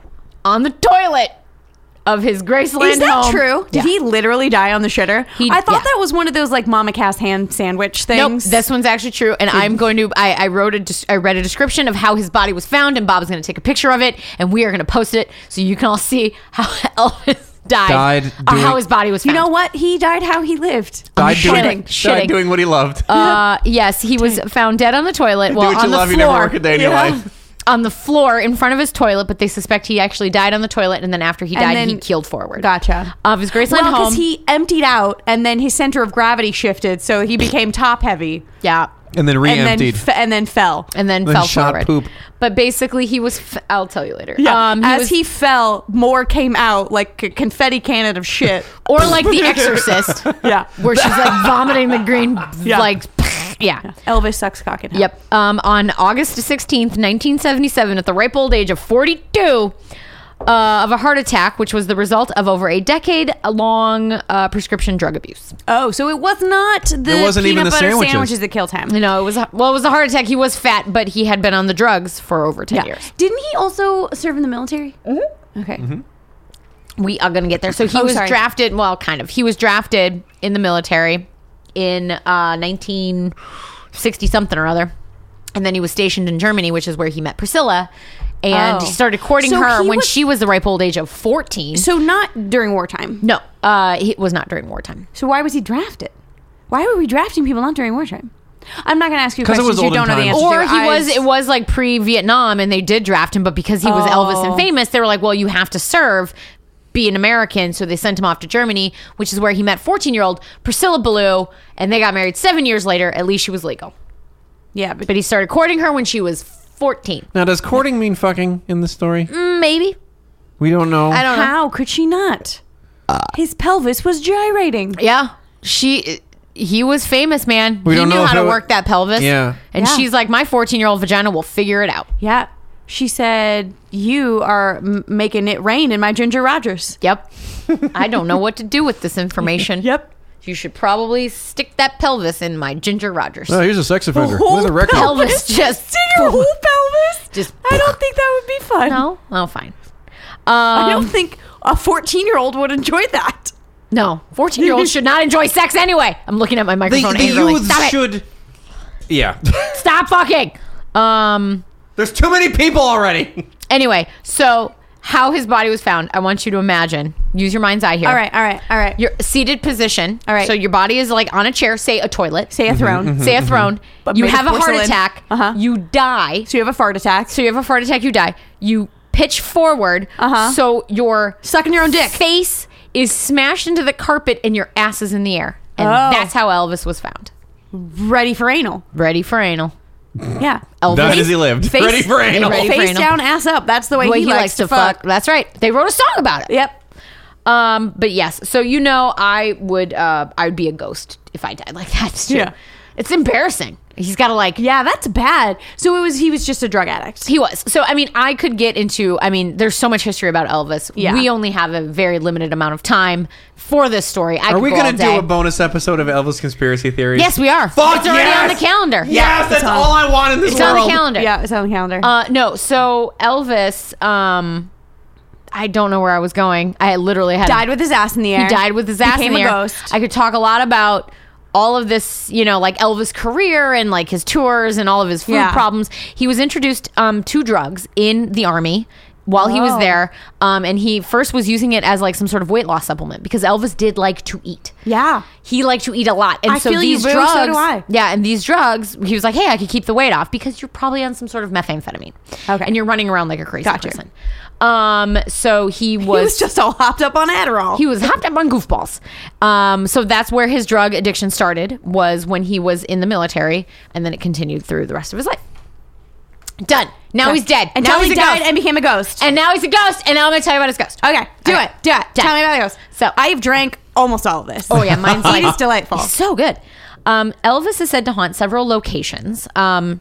S2: on the toilet of his Graceland
S4: Is that
S2: home.
S4: true? Did
S2: Yeah.
S4: he literally die on the shitter?
S2: He-
S4: I thought
S2: yeah.
S4: that was one of those like Mama Cass hand sandwich things.
S2: Nope, this one's actually true, and I'm going to. I, I wrote a. des- I read a description of how his body was found, and Bob's going to take a picture of it, and we are going to post it so you can all see how Elvis died,
S3: Died
S2: or
S3: doing-
S2: how his body was.
S4: you
S2: Found.
S4: know what? He died how he lived.
S2: I'm
S3: Died doing-
S2: shitting,
S3: Died
S2: shitting.
S3: doing what he loved.
S2: Uh, yes, he was found dead on the toilet. Well,
S3: what you
S2: on the
S3: love, you
S2: floor.
S3: never work a day in your
S2: Yeah.
S3: life.
S2: On the floor in front of his toilet, but they suspect he actually died on the toilet, and then after he
S4: And
S2: died,
S4: then-
S2: he keeled forward.
S4: Gotcha.
S2: Of his Graceland
S4: well,
S2: home.
S4: because he emptied out, and then his center of gravity shifted, so he became top heavy,
S2: yeah.
S3: and then
S4: and then
S3: re-emptied.
S4: f- and then fell.
S2: And then,
S3: Then
S2: fell
S3: shot
S2: forward.
S3: poop.
S2: But basically, he was. F- I'll tell you later.
S4: Yeah.
S2: Um,
S4: Uh, As
S2: was-
S4: he fell, more came out like a confetti cannon of shit.
S2: or like The Exorcist.
S4: yeah.
S2: where she's like vomiting the green
S4: Yeah.
S2: like yeah
S4: Elvis sucks cock and hell.
S2: yep um, on august 16th 1977 at the ripe old age of 42 uh, of a heart attack, which was the result of over a decade long uh, prescription drug abuse.
S4: Oh, so it was not the
S3: It wasn't
S4: peanut
S3: even the
S4: butter
S3: sandwiches.
S4: sandwiches. that killed him.
S2: You know, it was a- well, it was a heart attack. He was fat, but he had been on the drugs for over ten years.
S4: Didn't he also serve in the military? Mm-hmm. Okay.
S2: We are going to get there. So he
S4: Oh,
S2: was
S4: sorry.
S2: drafted. Well, kind of. He was drafted in the military in uh, 1960 something or other, and then he was stationed in Germany, which is where he met Priscilla, and
S4: Oh.
S2: he started courting
S4: So
S2: her
S4: he
S2: when
S4: was-
S2: she was the ripe old age of 14.
S4: So not during wartime.
S2: no, uh, it was not during wartime.
S4: So why was he drafted? Why were we drafting people not during wartime? I'm not going to ask you
S3: 'Cause it
S4: questions
S3: was
S4: you
S3: olden
S4: don't know the
S3: times.
S4: answer.
S2: or
S4: to.
S2: he was
S4: I-
S2: it was like pre-vietnam and they did draft him but because he was elvis and
S4: Oh.
S2: famous they were like well you have to serve be an american so they sent him off to germany which is where he met 14 year old priscilla Ballou, and they got married seven years later at least she was legal
S4: Yeah, but,
S2: but he started courting her when she was 14
S3: Now, does courting mean fucking in this story?
S2: maybe
S3: We don't know.
S2: Mm, i don't know
S4: Mm,
S2: Uh.
S4: how could she not? His pelvis was gyrating.
S2: yeah she he was famous man
S3: We
S2: he
S3: don't
S2: knew
S3: know if
S2: how
S3: it
S2: to
S3: wa-
S2: work that pelvis
S3: Yeah.
S2: and
S4: Yeah.
S2: she's like my 14 year old vagina will figure it out
S4: Yeah. She said, "You are m- making it rain in my Ginger Rogers."
S2: yep i don't know what to do with this information
S4: Yep.
S2: You should probably stick that pelvis in my Ginger Rogers.
S3: Oh, he's a sex offender
S4: whole
S3: with a record.
S4: pelvis.
S2: pelvis just.
S4: Did your whole pelvis?
S2: Just-
S4: I don't think that would be fun.
S2: No? Oh, fine.
S4: I don't
S2: Um,
S4: think a 14 year old would enjoy that.
S2: no. 14 year olds should not enjoy sex anyway. I'm looking at my
S3: The,
S2: microphone
S3: the
S2: angrily.
S3: youth
S2: Stop
S3: should. Yeah.
S2: it. Stop fucking. Um,
S3: There's too many people already.
S2: anyway, so how his body was found, I want you to imagine. Use your mind's eye here.
S4: All right, all right, all right.
S2: Your seated position.
S4: All right.
S2: So your body is like on a chair, say a toilet, say,
S4: Say a
S3: Mm-hmm,
S4: throne.
S2: a throne.
S4: But
S2: you
S4: made of
S2: have a heart
S4: porcelain.
S2: attack.
S4: Uh-huh.
S2: You die.
S4: So you have a fart attack.
S2: So you have a heart attack, you die. You pitch forward.
S4: Uh-huh.
S2: So your
S4: Sucking your own dick.
S2: face is smashed into the carpet and your ass is in the air. And
S4: Oh.
S2: that's how Elvis was found.
S4: ready for anal.
S2: Ready for anal.
S4: Yeah.
S2: Elvis.
S5: That is he lived.
S2: Face-
S5: Ready for anal.
S2: Ready for
S4: Face
S2: anal.
S4: down, ass up. That's the way,
S2: The way
S4: he, likes, to fuck.
S2: That's right. They wrote a song about it.
S4: Yep.
S2: Um, but yes, so you know, I would, uh, I would be a ghost if I died like that. Too.
S4: Yeah.
S2: It's embarrassing. He's got to like,
S4: Yeah, that's bad. So it was he was just a drug addict.
S2: He was. So I mean, I could get into. I mean, there's so much history about Elvis.
S4: Yeah.
S2: We only have a very limited amount of time for this story. I
S3: Are we
S2: going
S3: going to do a bonus episode of Elvis Conspiracy Theory?
S2: Yes, we are.
S3: Fuck
S2: it's already
S3: yes!
S2: on the calendar.
S3: Yes, that's
S4: on.
S3: all I want in this
S2: It's
S3: world.
S2: on the calendar.
S4: Yeah, it's on the calendar.
S2: Uh, no. So Elvis. Um, I don't know where I was going. I literally had
S4: died with his ass in the air.
S2: He died with his ass
S4: Became
S2: in the
S4: a
S2: air.
S4: ghost.
S2: I could talk a lot about all of this, you know, like Elvis' career and like his tours and all of his food
S4: Yeah.
S2: problems. He was introduced um, to drugs in the army while he was
S4: Whoa.
S2: there, um, and he first was using it as like some sort of weight loss supplement because Elvis did like to eat.
S4: yeah.
S2: He liked to eat a lot, and
S4: I
S2: so
S4: feel you,
S2: these
S4: boo, so
S2: drugs.
S4: do I.
S2: Yeah, and these drugs. He was like, "Hey, I could keep the weight off because you're probably on some sort of methamphetamine,
S4: Okay.
S2: and you're running around like a crazy
S4: Gotcha.
S2: person." Um, so he was,
S4: he was just all hopped up on Adderall.
S2: he was hopped up on goofballs. Um, so that's where his drug addiction started was when he was in the military, and then it continued through the rest of his life. Done. Now he's dead.
S4: Until
S2: now
S4: he
S2: he's a
S4: died
S2: ghost.
S4: and became a ghost.
S2: And now he's a ghost. And now I'm gonna tell you about his ghost.
S4: okay, do
S2: Okay.
S4: it. Do it.
S2: Done.
S4: Tell me about the ghost.
S2: So-
S4: I have drank almost all of this.
S2: Oh yeah, mine's
S4: It
S2: like
S4: is delightful.
S2: He's so good. Um, Elvis is said to haunt several locations. Um,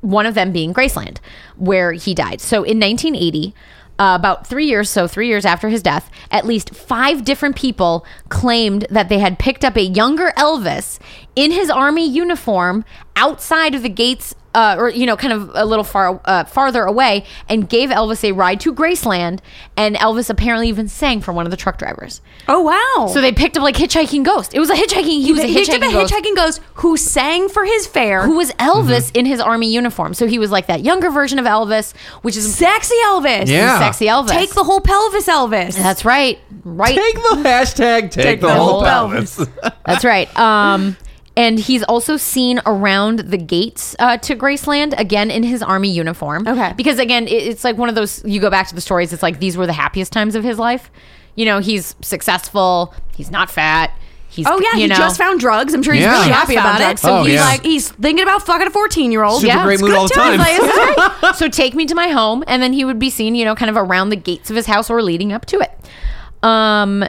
S2: one of them being Graceland, where he died. So in 1980. Uh, about three years, so three years after his death, at least five different people claimed that they had picked up a younger Elvis in his army uniform outside of the gates, uh, or you know, kind of a little far uh, farther away, and gave Elvis a ride to Graceland. And Elvis apparently even sang for one of the truck drivers.
S4: oh wow.
S2: So they picked up like hitchhiking ghost. It was a hitchhiking. He, was a
S4: He picked
S2: hitchhiking,
S4: up a
S2: ghost
S4: hitchhiking ghost who sang for his fare.
S2: who was Elvis in his army uniform. So he was like that younger version of Elvis, which is
S4: sexy Elvis.
S3: Yeah.
S2: sexy Elvis.
S4: Take the whole pelvis, Elvis.
S2: That's right. Right.
S3: Take the hashtag. Take, the,
S2: the
S3: whole
S2: whole
S3: pelvis.
S2: That's right. Um, and he's also seen around the gates uh, to Graceland again in his army uniform.
S4: Okay.
S2: Because again, it, it's like one of those. You go back to the stories. It's like these were the happiest times of his life. You know, he's successful. He's not fat. He's
S4: Oh yeah,
S2: you
S4: he
S2: know,
S4: just found drugs. I'm sure he's
S3: Yeah.
S4: really
S3: Just
S4: happy
S2: found
S4: about it.
S2: drugs.
S4: So
S3: Oh,
S4: he's
S3: yeah.
S4: like, he's thinking about fucking a 14 year old.
S3: Super
S2: Yeah,
S3: great
S2: it's
S3: mood
S4: good
S3: all the
S4: times,
S3: time.
S4: like, it's
S2: so take me to my home and then he would be seen you know kind of around the gates of his house or leading up to it um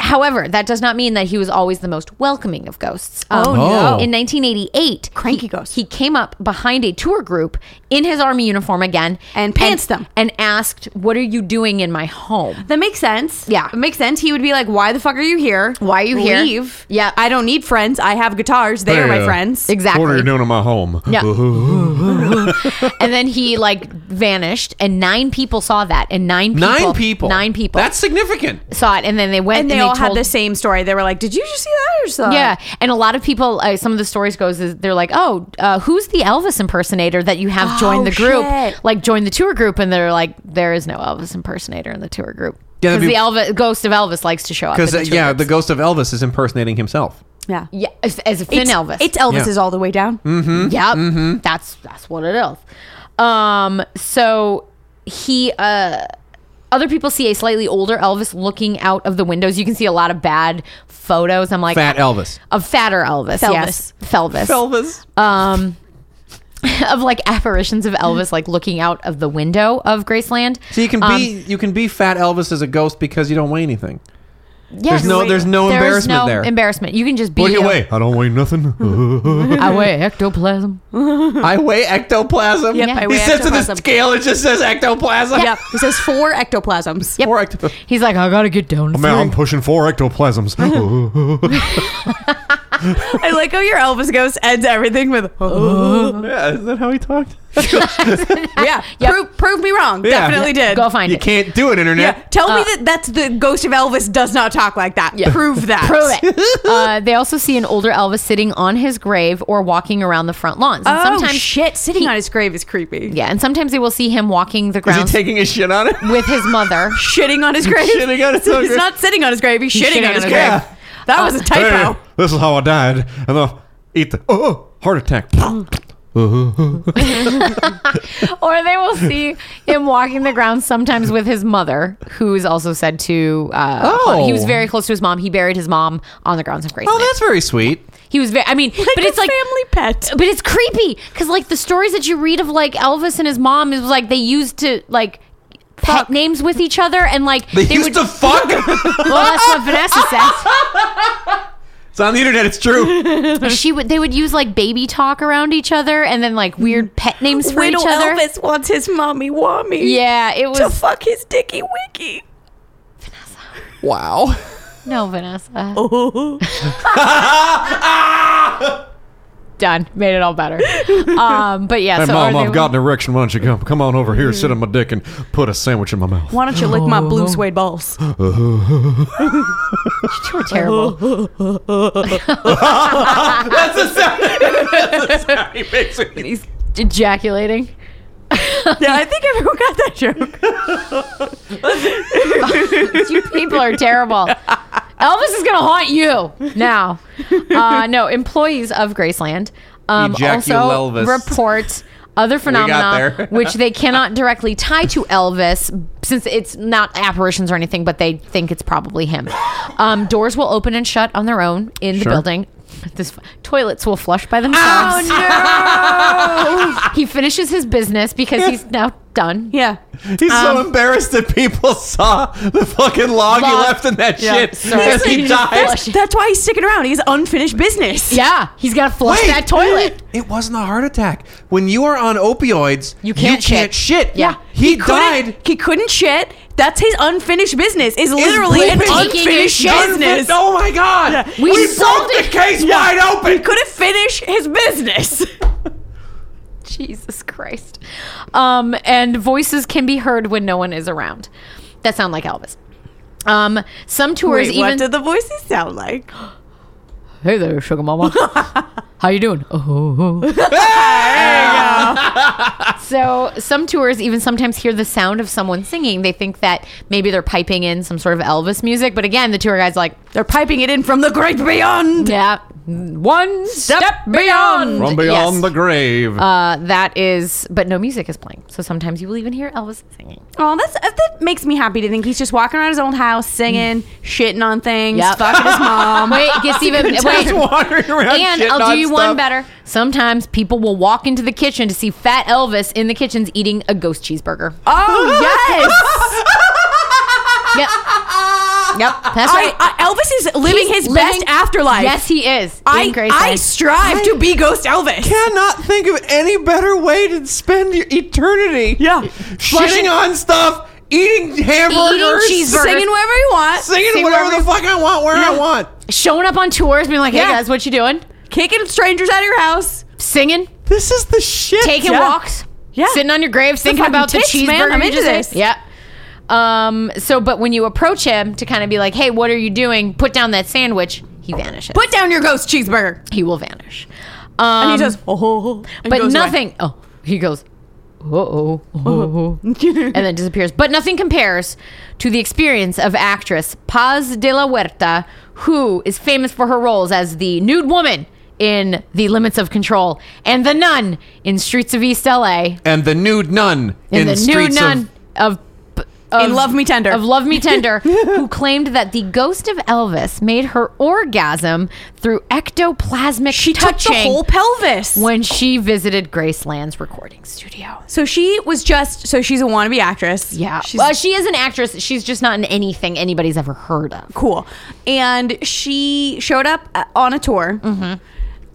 S2: However, that does not mean that he was always the most welcoming of ghosts. Um,
S4: Oh, no.
S3: Oh.
S2: In 1988,
S4: Cranky
S2: he-
S4: ghost.
S2: He came up behind a tour group in his army uniform again
S4: And pantsed them.
S2: and asked, "What are you doing in my home?"
S4: That makes sense.
S2: Yeah.
S4: It makes sense. He would be like, Why the fuck are you here?
S2: Why are you here?
S4: Leave.
S2: Yeah.
S4: I don't need friends. I have guitars. They are my
S5: Yeah.
S4: friends.
S2: Exactly.
S5: What are you doing in my home?
S2: Yeah. and then he like vanished, and nine people saw that, and nine people,
S3: Nine people.
S2: nine people
S3: That's significant.
S2: saw it, and then they went
S4: And they all had
S2: told-
S4: the same story. They were like, Did you just see that? Or just saw
S2: Yeah,
S4: that?"
S2: and a lot of people. Uh, some of the stories goes is they're like, "Oh, uh, who's the Elvis impersonator that you have join
S4: Oh,
S2: the group?
S4: shit.
S2: Like join the tour group?" And they're like, "There is no Elvis impersonator in the tour group
S3: Yeah, that'd
S2: because the
S3: be-
S2: Elvis ghost of Elvis likes to show up."
S3: Because
S2: in
S3: uh,
S2: the tour
S3: yeah, the
S2: groups.
S3: ghost of Elvis is impersonating himself.
S4: Yeah.
S2: yeah, as, as a thin
S4: It's,
S2: Elvis.
S4: It's Elvis
S3: Yeah. Mm.
S4: is all the way down.
S3: Mm-hmm.
S2: Yep. That's that's what it is. Um so he uh other people see a slightly older Elvis looking out of the windows. You can see a lot of bad photos. I'm like
S3: Fat Elvis.
S2: of fatter Elvis. Yes. Felvis.
S3: Elvis.
S2: Um of like apparitions of
S3: Mm.
S2: Elvis like looking out of the window of Graceland.
S3: So you can
S2: Um,
S3: be you can be fat Elvis as a ghost because you don't weigh anything.
S2: yes.
S3: there's no- there's no embarrassment there.
S2: Embarrassment. You can just be
S5: Look
S2: a-
S5: away. I don't weigh nothing.
S2: I weigh ectoplasm.
S3: I weigh ectoplasm.
S4: Yep,
S2: Yeah.
S4: I
S2: He
S4: weigh
S3: He says to the
S4: ectoplasm.
S3: scale, it just says ectoplasm.
S4: Yep. He says four ectoplasms.
S3: Or ecto-
S2: He's like, I gotta get down. To
S5: Man, I'm
S2: three."
S5: pushing four ectoplasms.
S4: I like how your Elvis ghost ends everything with, "Oh."
S3: yeah, is that how he talked?
S4: Yeah. Prove, prove me wrong.
S3: Yeah.
S4: Definitely did.
S2: Go find
S3: you
S2: it.
S3: can't do it,
S4: Yeah.
S3: internet.
S4: Tell me that that's the ghost of Elvis does not talk like that.
S2: Yeah.
S4: Prove that.
S2: Prove it. uh, they also see an older Elvis sitting on his grave or walking around the front lawns. And
S4: Oh,
S2: sometimes,
S4: shit. Sitting on his grave is creepy.
S2: yeah, and sometimes they will see him walking the
S3: Is he
S2: grounds
S3: taking his shit on it?
S2: with his mother.
S4: Shitting on his grave.
S3: Shitting on his
S4: he's
S3: own grave. Uh,
S4: not sitting on his grave. He's, shitting, on his grave.
S3: grave.
S4: That was a
S5: hey,
S4: typo.
S5: this is how I died. And I'll eat the. Oh, heart attack.
S2: or they will see him walking the grounds sometimes with his mother, who is also said to. Uh,
S3: Oh.
S2: he was very close to his mom. He buried his mom on the grounds of Graceland.
S3: Oh, that's very sweet.
S2: he was very. I mean, but it's like
S4: family pet.
S2: but it's creepy because like the stories that you read of like Elvis and his mom is like they used to like pet names with each other and like
S3: They, used to fuck.
S2: well that's what Vanessa says
S3: it's on the internet. It's true.
S2: she would they would use like baby talk around each other and then like weird pet names for
S4: Widow
S2: each other
S4: Elvis wants his mommy wommy
S2: yeah it
S4: to
S2: was
S4: fuck his dicky wicky.
S3: wow.
S2: no Vanessa done made it all better um but yeah
S5: Hey,
S2: so
S5: mom,
S2: are
S5: I've
S2: they- Mm-hmm.
S5: got an erection. Why don't you come? Come on over here, sit on my dick, and put a sandwich in my mouth.
S4: Why don't you lick my
S3: Oh.
S4: blue suede balls?
S2: terrible
S3: That's the sound. That's the sound he makes. when he-
S2: he's ejaculating
S4: yeah, I think everyone got that joke.
S2: You people are terrible. Elvis is gonna haunt you now. Uh, no, employees of Graceland um, also
S3: Ejaculelvis.
S2: report other
S3: there.
S2: phenomena which they cannot directly tie to Elvis since it's not apparitions or anything, but they think it's probably him. Um, doors will open and shut on their own in the
S5: Sure.
S2: building. This toilets will flush by themselves. Oh no! he finishes his business because he's now done.
S4: Yeah.
S3: He's so embarrassed that people saw the fucking log, he
S2: Log.
S3: left in that
S2: Yeah,
S3: shit
S2: sorry.
S3: as he
S2: He's
S3: died.
S2: flushed.
S4: That's, that's why he's sticking around. He has unfinished business.
S2: Yeah, he's got to flush that toilet.
S3: It wasn't a heart attack. When you are on opioids,
S2: You can't
S3: shit.
S2: Yeah.
S3: He,
S4: couldn't-
S3: died.
S4: He couldn't shit. That's his unfinished business. Is literally an
S3: bleeping
S2: taking
S4: unfinished
S2: his
S3: Unfit-
S4: business.
S3: Oh my god.
S2: We
S3: We,
S2: solved
S3: broke the
S2: it.
S3: case wide
S4: He
S3: open.
S4: couldn't finish his business.
S2: Jesus Christ. Um, and voices can be heard when no one is around. That sound like Elvis. Um, some tours
S4: Wait,
S2: even
S4: what did the voices sound like?
S2: Hey there, sugar mama. How you doing? Oh. so some tours even sometimes hear the sound of someone singing. They think that maybe they're piping in some sort of Elvis music, but again, the tour guide's like,
S4: They're piping it in from the great beyond.
S2: yeah, one step, beyond.
S5: From beyond
S2: Yes.
S5: the grave.
S2: Uh, that is, but no music is playing. So sometimes you will even hear Elvis singing.
S4: Oh, that's uh, that makes me happy to think he's just walking around his old house singing, shitting on things,
S2: Yep.
S4: fucking his mom.
S2: Wait, it gets even.
S3: Just
S2: Wait.
S3: wandering around
S2: And
S3: shitting
S2: I'll
S3: on
S2: do you
S3: stuff.
S2: one better. Sometimes people will walk into the kitchen to see fat Elvis in the kitchens eating a ghost cheeseburger.
S4: Oh yes.
S2: Yep. Yep, that's
S4: I-
S2: right.
S4: I- Elvis is living
S2: He's
S4: his
S2: living-
S4: best afterlife.
S2: Yes, he is.
S4: I,
S2: in Graceland.
S4: I strive to be Ghost Elvis.
S3: cannot think of any better way to spend your eternity.
S4: Yeah.
S3: Shitting on stuff, eating hamburgers,
S2: cheeseburgers.
S4: Singing wherever you want,
S3: singing
S2: Sing
S3: whatever
S2: wherever-
S3: the fuck I want, where I
S4: Yeah.
S3: want.
S2: showing up on tours, being like, "Hey
S4: Yeah.
S2: guys, what you doing?
S4: kicking strangers out of your house.
S2: Singing,
S3: This is the shit.
S2: taking
S4: Yeah.
S2: walks,
S4: Yeah.
S2: sitting on your grave, thinking
S4: fucking
S2: about the
S4: tits,
S2: cheeseburger.
S4: man. I'm
S2: you
S4: into
S2: just ate."
S4: this.
S2: Yeah. Um. So, but when you approach him to kind of be like, "Hey, what are you doing? Put down that sandwich." He vanishes.
S4: Put down your ghost cheeseburger.
S2: he will vanish.
S4: And
S2: Um,
S4: he says, oh, and
S2: but
S4: goes away. Uh-huh.
S2: nothing. Oh, he goes, oh, oh, and then disappears. But nothing compares to the experience of actress Paz de la Huerta, who is famous for her roles as the nude woman in The Limits of Control and the nun in Streets of East LA
S3: And the nude nun in,
S2: and the nude
S3: streets
S2: nun
S3: of
S2: of. of
S4: In Love Me Tender.
S2: Of Love Me Tender, who claimed that the ghost of Elvis made her orgasm through ectoplasmic
S4: she touched
S2: touching
S4: the whole pelvis.
S2: when she visited Graceland's recording studio.
S4: so she was just, so she's a wannabe actress.
S2: Yeah.
S4: She's
S2: well, she is an actress. She's just not in anything anybody's ever heard of.
S4: cool. And she showed up uh, on a tour. Mm-hmm.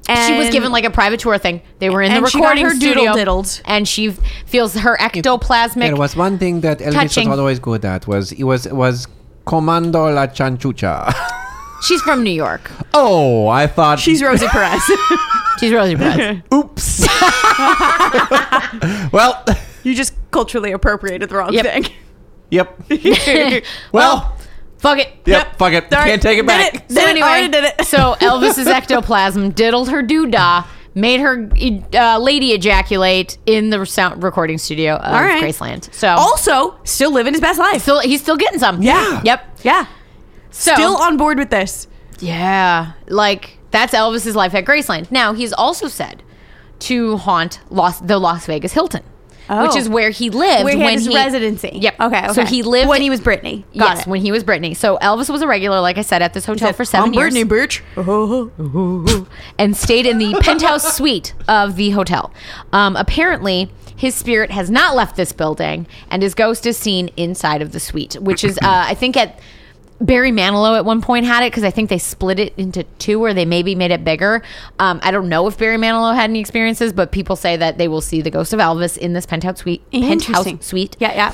S4: And
S2: she was given like a private tour thing. They were in the
S4: And she got
S2: recording
S4: her doodle
S2: studio,
S4: diddled.
S2: and she feels her ectoplasmic.
S6: There was one thing that Elvis
S2: touching.
S6: was always good at was it was was Comando la Chanchucha.
S2: She's from New York.
S6: oh, I thought
S4: She's Rosie Perez.
S2: She's Rosie Perez.
S3: Oops. well,
S4: you just culturally appropriated the wrong
S2: Yep.
S4: thing.
S3: yep. well,
S2: Fuck it.
S3: yep. Fuck it.
S4: Sorry.
S3: Can't take it
S4: Did
S3: back.
S4: it.
S2: So
S4: Did it.
S2: anyway,
S4: Already did it.
S2: so Elvis's ectoplasm diddled her doodah, made her uh, lady ejaculate in the sound recording studio of
S4: All right.
S2: Graceland. So
S4: Also, still living his best life.
S2: still, he's still getting some.
S3: Yeah.
S2: Yep.
S4: yeah.
S2: So
S4: Still on board with this.
S2: Yeah. Like that's Elvis's life at Graceland. Now, he's also said to haunt Las, the Las Vegas Hilton,
S4: Oh.
S2: which is where he lived
S4: Where he had
S2: when
S4: his residency.
S2: Yep.
S4: Okay, okay.
S2: So he lived
S4: When he was Britney. Got
S2: yes,
S4: it.
S2: when he was Britney. So Elvis was a regular, like I said, at this hotel for seven
S4: I'm
S2: years
S4: Britney, bitch.
S2: and stayed in the penthouse suite of the hotel. Um, apparently, his spirit has not left this building, and his ghost is seen inside of the suite, which is, uh, I think, at Barry Manilow at one point had it because I think they split it into two, or they maybe made it bigger. Um, I don't know if Barry Manilow had any experiences, but people say that they will see the ghost of Elvis in this penthouse suite. Penthouse
S4: Interesting.
S2: suite.
S4: Yeah, yeah.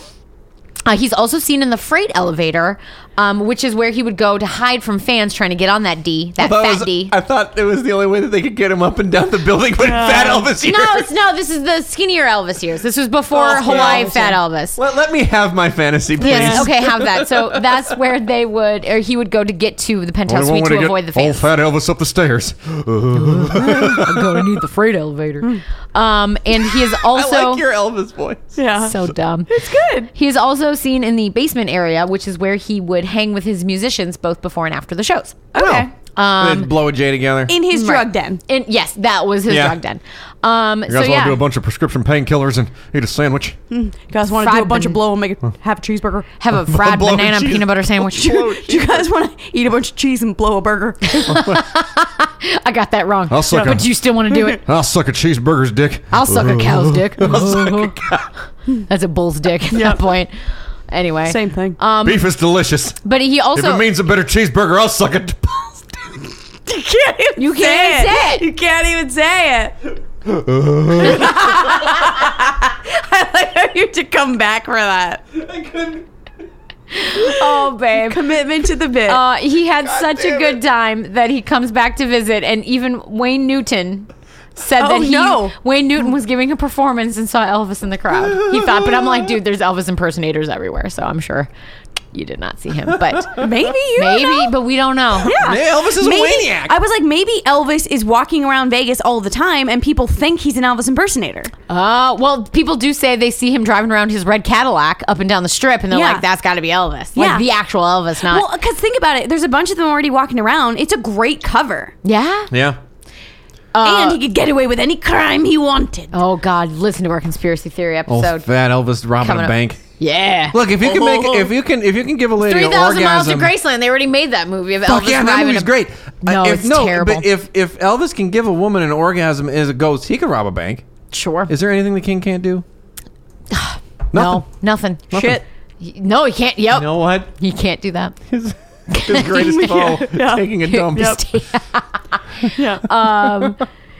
S2: Uh, he's also seen in the freight elevator, um, which is where he would go to hide from fans trying to get on that D, that
S3: That
S2: fat
S3: was-
S2: D.
S3: I thought it was the only way that they could get him up and down the building with Fat Elvis here.
S2: No, it's no. This is the skinnier Elvis years. This was before
S3: Oh,
S2: Hawaii
S3: yeah.
S2: Fat Elvis.
S3: Let, let me have my fantasy, please.
S2: Yes. Okay, have that. So that's where they would, or he would go to get to the penthouse
S5: Only one
S2: suite
S5: way
S2: to
S5: to
S2: avoid the
S5: get old
S2: fans.
S5: fat Elvis up the stairs.
S2: I'm gonna need the freight elevator. Um, and he is also
S3: I like your Elvis voice.
S4: Yeah.
S2: so dumb.
S4: it's good.
S2: He is also seen in the basement area, which is where he would hang with his musicians both before and after the shows.
S4: Okay.
S2: Um,
S3: They'd blow a J together.
S4: In his
S2: Right.
S4: drug den.
S2: And yes, that was his
S3: Yeah.
S2: drug den. Um,
S5: You guys
S2: so
S5: want to do
S2: yeah, Mm-hmm.
S5: a bunch of prescription painkillers and eat a sandwich?
S4: You guys want to do
S2: Fried
S4: a bunch
S2: ban-
S4: of blow and make a, have a cheeseburger?
S2: have a fried
S3: blow
S2: banana and
S3: cheese-
S2: peanut butter sandwich.
S3: blow
S4: Do you guys want to eat a bunch of cheese and blow a burger?
S2: I got that wrong.
S5: I'll suck
S2: but
S5: a-
S2: you still want to do it?
S5: I'll suck a cheeseburger's dick.
S2: I'll suck a cow's dick. That's a bull's dick at that point. Anyway, Um,
S4: Same thing.
S5: Beef is delicious.
S2: But he
S5: If
S2: also
S5: it means a better cheeseburger, I'll suck it.
S4: you can't even
S2: You can't even say it.
S4: You can't even say it. I like how you had to come back for that.
S2: oh babe.
S4: Commitment to the bit.
S2: Uh, he had such a good time that he comes back to visit, and even Wayne Newton said
S4: Oh,
S2: that he
S4: no.
S2: Wayne Newton was giving a performance and saw Elvis in the crowd. He thought, but I'm like, dude, there's Elvis impersonators everywhere, so I'm sure you did not see him, but
S4: maybe you don't know.
S2: maybe, but we don't know.
S4: Yeah.
S3: Yeah, Elvis is a
S4: Maybe-
S3: maniac.
S4: I was like, maybe Elvis is walking around Vegas all the time and people think he's an Elvis impersonator.
S2: Uh, well, people do say they see him driving around his red Cadillac up and down the strip, and they're
S4: Yeah.
S2: like, "That's got to be Elvis, like
S4: Yeah.
S2: the actual Elvis, not."
S4: Well, because think about it. There's a bunch of them already walking around. It's a great cover.
S2: yeah.
S3: Yeah.
S4: and he could get away with any crime he wanted.
S2: Uh, Oh God, listen to our conspiracy theory
S3: Old
S2: episode
S3: fat Elvis robbing
S2: coming
S3: a
S2: up.
S3: bank.
S2: Yeah.
S3: Oh, Look, if you can make, if you can, if you can give a lady
S2: Three
S3: an
S2: thousand miles to
S3: orgasm.
S2: Graceland. They already made that movie of
S3: Fuck
S2: Elvis.
S3: yeah, that
S2: driving
S3: movie's
S2: a-
S3: great.
S2: No,
S3: Uh, if,
S2: it's terrible.
S3: But if if Elvis can give a woman an orgasm as a ghost, he can rob a bank.
S2: sure.
S3: Is there anything the king can't do?
S2: no, nothing.
S3: Nothing.
S2: He- No, he can't. Yep.
S3: You know what?
S2: He can't do that.
S3: His greatest foe, taking a dump.
S4: Yeah.
S2: Um,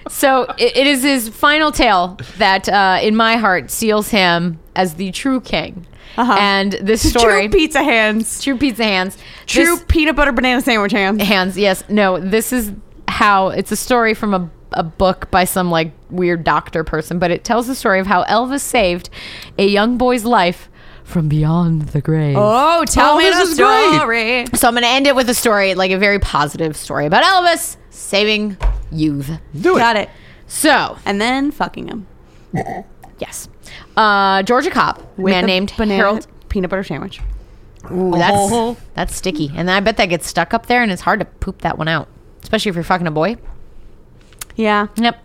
S2: So it, it is his final tale that, uh, in my heart, seals him as the true king.
S4: Uh-huh.
S2: And this story,
S4: True pizza hands.
S2: True pizza hands,
S4: True
S2: This-
S4: peanut butter banana sandwich hands.
S2: hands. Yes, no. This is how it's a story from a a book by some like weird doctor person, but it tells the story of how Elvis saved a young boy's life from beyond the grave.
S4: Oh, tell
S3: Oh,
S4: me
S3: this
S4: the
S3: is great.
S4: story.
S2: So I'm going to end it with a story, like a very positive story about Elvis saving youth.
S3: Do it.
S4: Got it.
S2: So
S4: And then fucking him.
S2: yes, uh, Georgia Cop, man
S4: the
S2: named
S4: banana Oh.
S2: Harold.
S4: peanut butter sandwich.
S2: Ooh, that's that's sticky, and I bet that gets stuck up there, and it's hard to poop that one out, especially if you're fucking a boy.
S4: Yeah.
S2: Yep,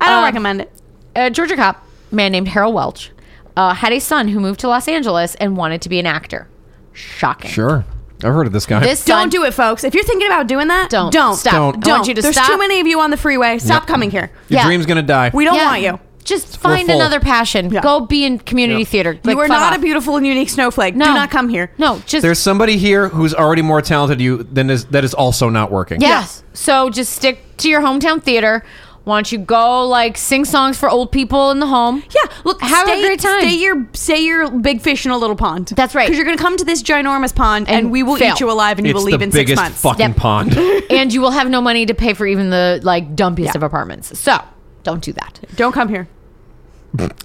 S4: I don't
S2: Um,
S4: recommend it.
S2: a Georgia cop, man named Harold Welch, uh, had a son who moved to Los Angeles and wanted to be an actor. Shocking.
S3: Sure. I've heard of this guy.
S2: This
S4: Don't
S2: son-
S4: do it, folks. If you're thinking about doing that,
S2: Don't.
S4: Don't.
S2: Stop. I
S4: Don't.
S2: want you to
S4: There's
S2: stop.
S4: too many of you on the freeway. Stop
S3: Yep.
S4: coming here.
S3: Your
S2: yeah.
S3: dream's gonna die.
S4: We don't
S2: Yeah.
S4: want you.
S2: Just find
S3: full.
S2: another passion.
S4: Yeah.
S2: Go be in community
S3: Yep.
S2: theater.
S4: you
S2: Like,
S4: are
S2: fuck
S4: not
S2: off.
S4: a beautiful and unique snowflake.
S2: No.
S4: Do not come here.
S2: No, just
S3: There's somebody here who's already more talented than you than is that is also not working.
S2: yes. So just stick to your hometown theater. Why don't you go like sing songs for old people in the home?
S4: Yeah, look,
S2: Have a
S4: stay,
S2: great time.
S4: Stay your stay your big fish in a little pond.
S2: That's right.
S4: Because you're going to come to this ginormous pond, and,
S2: And
S4: we will
S2: fail.
S4: eat you alive, and you
S3: It's
S4: will
S3: the
S4: leave in six
S3: biggest
S4: months.
S3: fucking
S2: Yep.
S3: pond.
S2: and you will have no money to pay for even the like dumpiest
S4: Yeah.
S2: of apartments. So don't do that.
S4: don't come here.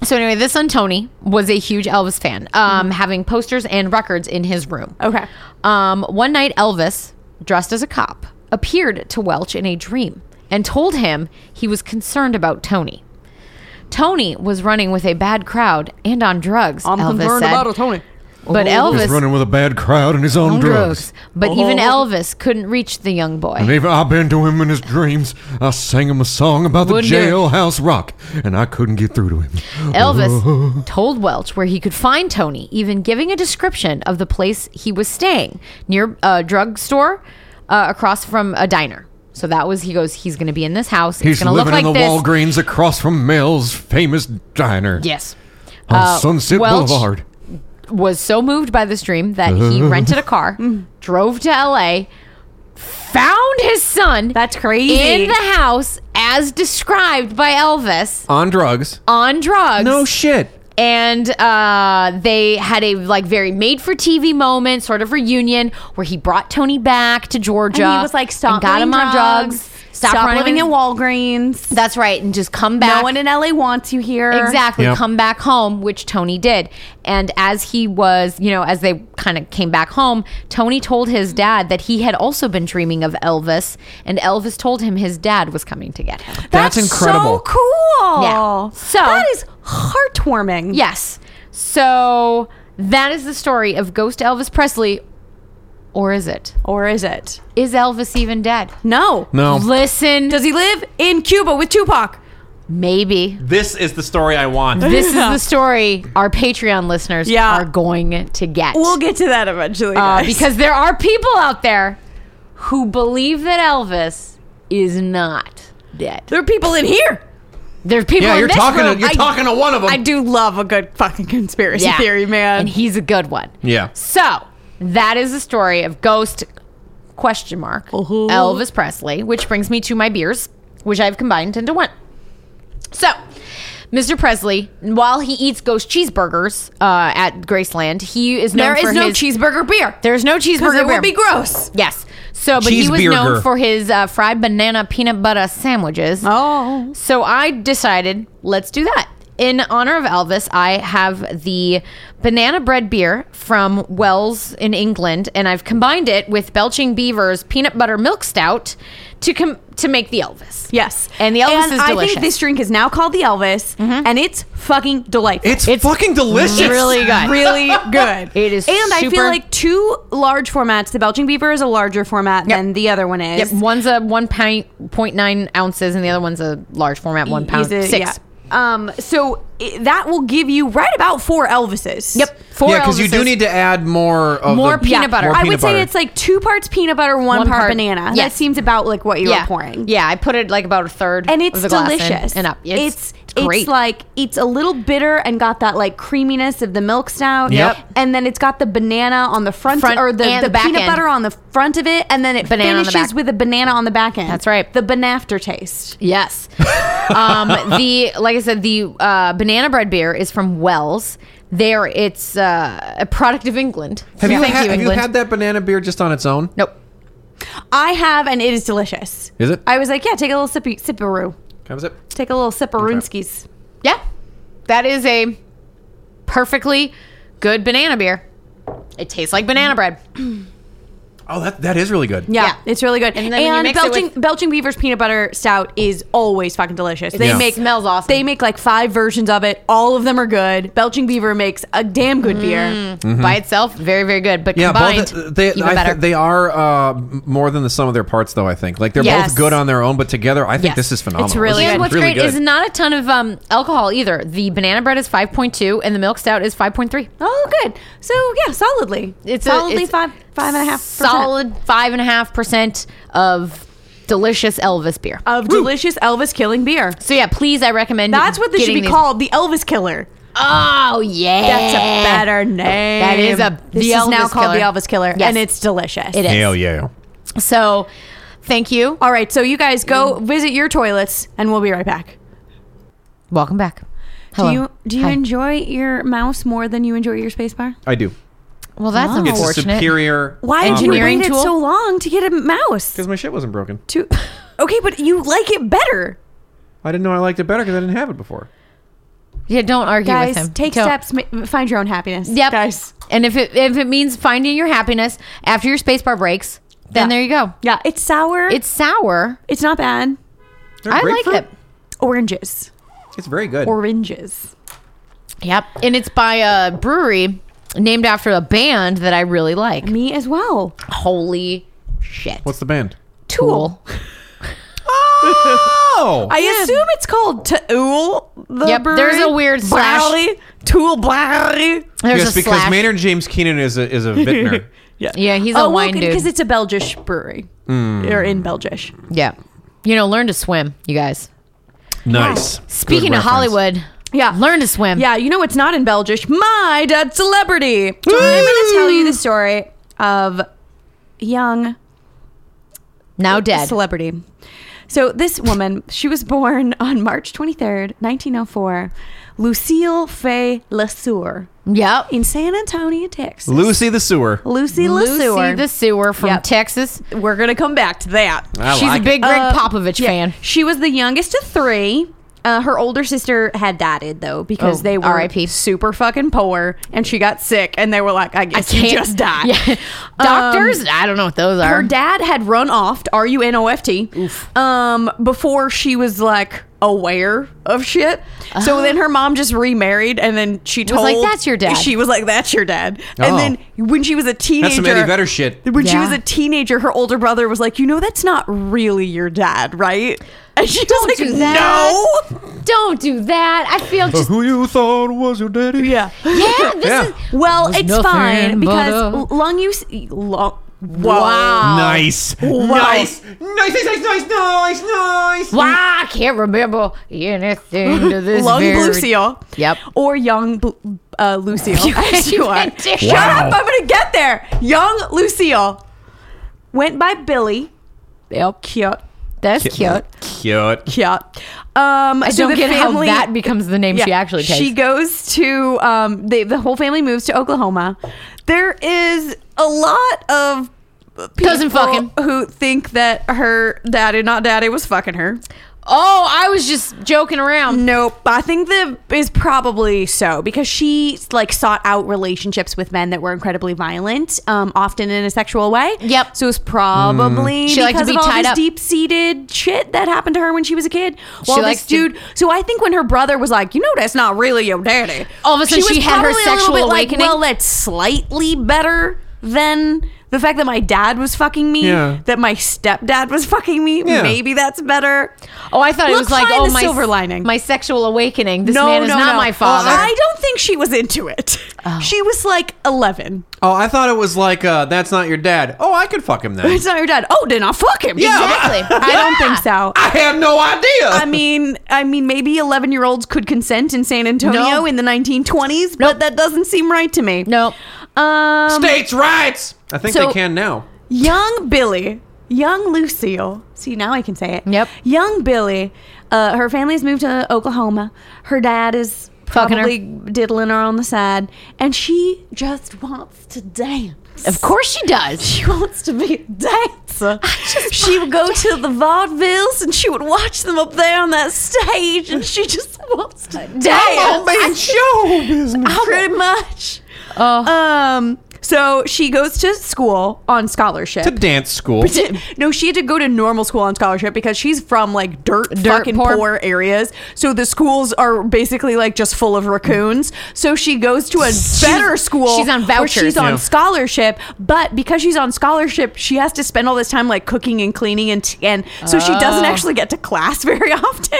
S2: So anyway, this son Tony was a huge Elvis fan, um, having posters and records in his room.
S4: Mm-hmm. Okay.
S2: Um, one night, Elvis, dressed as a cop, appeared to Welch in a dream and told him he was concerned about Tony. Tony was running with a bad crowd and on drugs.
S4: I'm
S2: Elvis
S4: concerned
S2: said.
S4: about it, Tony.
S2: But
S5: Oh, He's
S2: Elvis
S5: running with a bad crowd and he's on,
S2: on
S5: drugs.
S2: drugs. But even
S4: Oh.
S2: Elvis couldn't reach the young boy.
S5: And even I've been to him in his dreams. I sang him a song about the
S2: Wouldn't do.
S5: jailhouse rock, and I couldn't get through to him.
S2: Elvis told Welch where he could find Tony, even giving a description of the place he was staying near a drugstore uh, across from a diner. So that was he goes. He's going to be in this house.
S5: He's
S2: it's going to look like
S5: living in the
S2: this.
S5: Walgreens across from Mel's famous diner
S2: Yes.
S5: on
S2: Uh,
S5: Sunset
S2: Welch
S5: Boulevard.
S2: was so moved by this dream that he rented a car,
S4: Mm.
S2: drove to LA, found his son.
S4: That's crazy.
S2: In the house as described by Elvis
S3: on drugs.
S2: on drugs.
S3: No shit.
S2: and uh, they had a like very made for TV moment, sort of reunion where he brought Tony back to Georgia.
S4: And he was like, stop.
S2: and got him
S4: doing
S2: on drugs.
S4: Stop,
S2: running
S4: living
S2: his-
S4: in Walgreens.
S2: That's right, and just come back.
S4: No one in LA wants you here.
S2: Exactly.
S3: Yep.
S2: Come back home, which Tony did. And as he was, you know, as they kind of came back home, Tony told his dad that he had also been dreaming of Elvis, and Elvis told him his dad was coming to get him.
S3: That's, incredible.
S4: So cool.
S2: Yeah. So-
S4: that is heartwarming.
S2: Yes. So that is the story of Ghost Elvis Presley. Or is it?
S4: Or is it?
S2: Is Elvis even dead?
S4: No.
S3: No.
S2: Listen,
S4: Does he live in Cuba with Tupac?
S2: maybe.
S3: This is the story I want.
S2: This is the story our Patreon listeners
S4: Yeah.
S2: are going to get.
S4: We'll get to that eventually.
S2: Uh,
S4: guys.
S2: because there are people out there who believe that Elvis is not dead.
S4: there are people in here.
S2: There's people
S3: Yeah,
S2: in
S3: you're
S2: this
S3: talking.
S2: room.
S3: to, you're
S2: I-
S3: talking to one of them.
S4: I do love a good fucking conspiracy
S2: Yeah.
S4: theory, man.
S2: And he's a good one.
S3: yeah.
S2: So that is the story of Ghost question mark
S4: Uh-huh.
S2: Elvis Presley, which brings me to my beers, which I've combined into one. So, Mr. Presley, while he eats ghost cheeseburgers uh, at Graceland, he is known
S4: there
S2: for
S4: is no
S2: his-
S4: cheeseburger beer.
S2: There's no
S4: Because
S2: cheeseburger. beer.
S4: it would be gross.
S2: Yes. So, but he was
S3: Cheeseburger.
S2: known for his uh, fried banana peanut butter sandwiches.
S4: Oh.
S2: So I decided, let's do that. In honor of Elvis, I have the banana bread beer from Wells in England, and I've combined it with Belching Beaver's peanut butter milk stout to com- to make the Elvis.
S4: Yes.
S2: And the Elvis
S4: And
S2: is delicious.
S4: I
S2: Mm-hmm.
S4: think this drink is now called the Elvis, and it's fucking delightful.
S3: It's, fucking delicious.
S2: really good.
S4: really good.
S2: It is
S4: And I feel
S2: super-
S4: like two large formats. The Belching Beaver is a larger format
S2: Yep.
S4: than the other one
S2: Yep,
S4: is.
S2: one's a one pint point nine ounces, and the other one's a large format one pound
S4: Is it-
S2: six.
S4: yeah. Um, so i that will give you right about four Elvises.
S2: Yep, four.
S3: yeah, because you do
S2: Elvises.
S3: need to add more of
S2: More
S3: the,
S2: peanut butter.
S3: More
S4: I
S3: peanut
S4: would
S3: butter.
S4: say it's like two parts peanut butter, one,
S2: One
S4: part,
S2: part-
S4: banana.
S2: yes.
S4: That seems about like what you
S2: yeah.
S4: were pouring.
S2: Yeah, I put it like about a third
S4: And
S2: of
S4: it's
S2: the glass in
S4: delicious.
S2: and up.
S4: It's,
S2: Great.
S4: It's like it's a little bitter and got that like creaminess of the milk stout.
S3: Yep.
S4: And then it's got the banana on the front,
S2: Front
S4: or the,
S2: and
S4: the
S2: the back
S4: peanut
S2: end.
S4: butter on the front of it, and then it
S2: Banana on the
S4: finishes
S2: back.
S4: with a banana on the back end.
S2: That's right.
S4: The banafter taste.
S2: Yes. um, the like I said, the uh, banana bread beer is from Wells. There, it's uh, a product of England.
S3: Have,
S2: So
S3: you,
S2: thank
S3: had,
S2: you,
S3: have you
S2: England.
S3: had that banana beer just on its own?
S2: nope.
S4: I have, and it is delicious.
S3: Is it?
S4: I was like, yeah, take a little sippy sipperoo.
S3: That was it.
S4: Take a little sipperunskis.
S2: Yeah, that is a perfectly good banana beer. It tastes like banana bread.
S4: Mm.
S3: Oh, that, that is really good.
S4: Yeah,
S2: Yeah.
S4: it's really good.
S2: And
S4: And,
S2: then when you mix it
S4: Belching
S2: with-
S4: Belching Beaver's peanut butter stout is always fucking delicious. They
S3: Yeah.
S4: make
S2: smells awesome.
S4: They make like five versions of it. All of them are good. Belching Beaver makes a damn good beer.
S2: By itself, very very good, but
S3: Mm-hmm. Yeah,
S2: combined,
S3: both they
S2: even
S3: I
S2: better.
S3: th- they are uh, m- more than the sum of their parts, though. I think like they're
S4: Yes.
S3: both good on their own, but together, I think
S2: Yes.
S3: this is phenomenal.
S4: It's really
S3: This is
S2: and what's
S3: really
S2: great is not a ton of um, alcohol either. The banana bread is 5.2 and the milk stout is 5.3.
S4: Oh, good. So yeah, solidly.
S2: It's a-
S4: solidly
S2: it's
S4: five five and a half percent
S2: solid five and a half percent of delicious Elvis beer.
S4: of delicious Elvis killing beer.
S2: so yeah, please, I recommend.
S4: That's what this should
S2: getting
S4: be
S2: these-
S4: called, the Elvis Killer.
S2: Oh yeah,
S4: That's a better name.
S2: That is a-
S4: This
S2: the
S4: is now
S2: Elvis
S4: called the
S2: Killer.
S4: Elvis Killer,
S2: Yes.
S4: and it's delicious.
S2: It is.
S3: Hell yeah!
S2: So, thank you.
S4: All right, so you guys go
S2: Mm.
S4: visit your toilets, and we'll be right back.
S2: Welcome back.
S4: Do you do you
S2: Hi.
S4: enjoy your mouse more than you enjoy your space bar?
S3: I do.
S2: Well, that's
S4: Wow.
S3: It's
S4: It's
S3: a
S2: unfortunate.
S3: superior.
S4: Why did you
S2: Engineering
S4: wait it
S2: tool?
S4: so long to get a mouse?
S3: Because my shit wasn't broken.
S4: To okay, but you like it better,
S3: I didn't know I liked it better because I didn't have it before.
S2: yeah, don't argue
S4: guys.
S2: with him.
S4: Take
S2: Don't.
S4: steps, ma- find your own happiness.
S2: Yep.
S4: guys.
S2: And if it if it means finding your happiness after your space bar breaks, then
S4: Yeah.
S2: there you go.
S4: Yeah, it's sour.
S2: It's sour.
S4: it's not bad.
S3: They're
S2: I
S3: grapefruit.
S2: like it.
S4: Oranges,
S3: It's very good.
S4: oranges.
S2: Yep. And it's by a brewery named after a band that I really like.
S4: Me as well.
S2: Holy shit.
S3: What's the band?
S2: Tool?
S3: Oh,
S4: I assume it's called Tool. The
S2: Yep,
S4: brewery.
S2: there's a weird slash.
S4: Blally, Tool Blally.
S2: There's
S3: yes,
S2: a
S3: because
S2: slash.
S3: Maynard James Keenan is a is a vintner.
S2: yeah, he's a
S4: Oh, well,
S2: wine
S4: because
S2: dude.
S4: it's a Belgish brewery. Or in Belgish.
S2: Yeah. You know, learn to swim, you guys.
S3: nice.
S2: Speaking
S3: Good reference.
S2: of Hollywood,
S4: Yeah.
S2: learn to swim.
S4: Yeah, you know what's not in Belgish? My dead celebrity. So I'm going to tell you the story of young
S2: Now dead.
S4: celebrity. So this woman, she was born on March 23rd, 1904, Lucille Fay LeSueur
S2: Yep.
S4: in San Antonio, Texas.
S3: Lucy the Sewer.
S4: Lucy
S2: Lucy
S4: LeSueur.
S2: the sewer from
S4: Yep.
S2: Texas.
S4: We're going to come back to that.
S3: I
S2: She's
S3: like
S2: a
S3: it.
S2: big Greg
S4: Uh,
S2: Popovich
S4: yeah.
S2: fan.
S4: She was the youngest of three. Uh, her older sister had died though because
S2: Oh,
S4: they were
S2: R.I.P..
S4: super fucking poor, and she got sick, and they were like, "I guess you just died."
S2: Yeah.
S4: Um,
S2: Doctors, I don't know what those are.
S4: her dad had run off, R U N O F T, um, before she was like aware of shit. So then her mom just remarried, and then she
S2: Was
S4: told
S2: like, "That's your dad."
S4: She was like, "That's your dad."
S3: Oh.
S4: And then when she was a teenager,
S3: That's some Eddie Vedder shit.
S4: When she
S2: Yeah.
S4: was a teenager, her older brother was like, "You know, that's not really your dad, right?" And she
S2: Don't
S4: was like,
S2: do that.
S4: "No."
S2: Don't do that. I feel just
S5: Who you thought was your daddy?
S4: Yeah.
S2: yeah. This
S3: Oh. Yeah.
S2: is
S4: Well, it's
S2: nothing
S4: fine
S2: but
S4: because
S2: a-
S4: l- lung use. Lung- Whoa.
S2: wow.
S3: Nice. Nice. Nice. Nice. Nice. Nice. Nice. Nice.
S2: Wow, I can't remember anything to this.
S4: Lung
S2: very-
S4: Lucille.
S2: Yep.
S4: Or young Bl- uh, Lucille. as you are.
S2: Wow.
S4: Shut up. I'm going to get there. Young Lucille went by Billy. Yep. Cute.
S2: That's cute.
S3: Cute.
S4: Cute. Um,
S2: I
S4: so
S2: don't
S4: the
S2: get
S4: family-
S2: how that becomes the name she
S4: Yeah.
S2: actually takes.
S4: She goes to um, the the whole family moves to Oklahoma. There is a lot of people
S2: Cousin fucking.
S4: who think that her daddy, not daddy, was fucking her.
S2: oh, I was just joking around.
S4: Nope, I think that is probably so because she like sought out relationships with men that were incredibly violent, um, often in a sexual way.
S2: Yep. Mm.
S4: So it's probably
S2: She liked
S4: because
S2: to be
S4: of all
S2: tied
S4: this
S2: up.
S4: deep seated shit that happened to her when she was a kid. Well,
S2: She likes
S4: this
S2: to-
S4: dude. so I think when her brother was like, you know, that's not really your daddy.
S2: All of a sudden she
S4: was
S2: had her
S4: probably a little
S2: sexual
S4: bit like,
S2: awakening?
S4: well, that's slightly better than. The fact that my dad was fucking me,
S3: Yeah.
S4: that my stepdad was fucking me,
S3: Yeah.
S4: maybe that's better.
S2: Oh, I thought it
S4: Look,
S2: was like
S4: find
S2: oh
S4: the
S2: my
S4: silver lining.
S2: my sexual awakening. This man is not my father. Oh.
S4: I don't think think she was into it. She was like 11.
S3: Oh, I thought it was like, uh, that's not your dad. Oh, I could fuck him then.
S4: It's not your dad. Oh, then I fuck him.
S3: Yeah.
S2: Exactly.
S4: I don't think so.
S3: I have no idea.
S4: I mean, I mean, maybe eleven-year-olds could consent in San Antonio
S2: No.
S4: in the 1920s, but that doesn't seem right to me.
S2: No.
S4: Um,
S3: States' rights. I think
S4: so-
S3: they can now.
S4: young Billy, young Lucille. See, now I can say it.
S2: Yep.
S4: Young Billy. Uh, her family's moved to Oklahoma. Her dad is
S2: Fucking her.
S4: probably diddling her on the side, and she just wants to dance.
S2: Of course she does.
S4: She wants to be a dancer. She would go to the vaudevilles and she would watch them up there on that stage and she just wants to dance. Oh,
S3: man, show business.
S4: Pretty much.
S2: Oh.
S4: Um, so she goes to school on scholarship.
S3: To dance school.
S4: no, she had to go to normal school on scholarship because she's from like dirt,
S2: Dirt
S4: fucking
S2: poor.
S4: poor. areas. So the schools are basically like just full of raccoons. So she goes to a better school.
S2: she's on
S4: where
S2: vouchers.
S4: She's on
S3: Yeah.
S4: scholarship, but because she's on scholarship, she has to spend all this time like cooking and cleaning, and and so she doesn't actually get to class very often.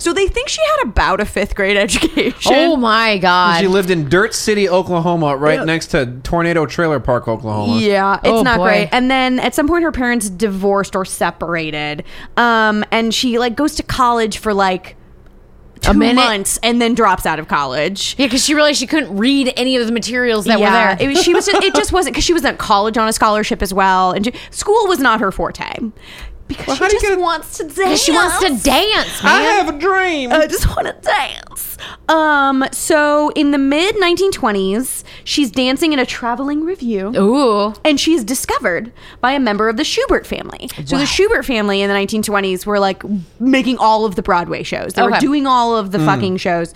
S4: So they think she had about a fifth grade education.
S2: Oh my god.
S3: She lived in Dirt City, Oklahoma, right
S4: Yeah.
S3: next to Tornado Trailer Park, Oklahoma.
S4: Yeah, it's
S2: Oh,
S4: not
S2: boy.
S4: great. And then at some point, her parents divorced or separated, um, and she like goes to college for like two
S2: minute.
S4: months and then drops out of college.
S2: yeah, because she realized she couldn't read any of the materials that were
S4: it
S2: there.
S4: was, she was. Just, it just wasn't because she was at college on a scholarship as well, and she, school was not her forte because
S3: how
S4: she
S3: do you
S4: just
S3: get a-
S4: wants to
S2: Because
S4: dance.
S2: she wants to dance, man.
S3: I have a dream.
S4: I just want to dance. Um, so in the mid 1920s, she's dancing in a traveling review.
S2: Ooh.
S4: and she's discovered by a member of the Schubert family. So
S2: Wow.
S4: the Schubert family in the 1920s were like making all of the Broadway shows. They were
S2: Okay. Mm.
S4: doing all of the fucking shows.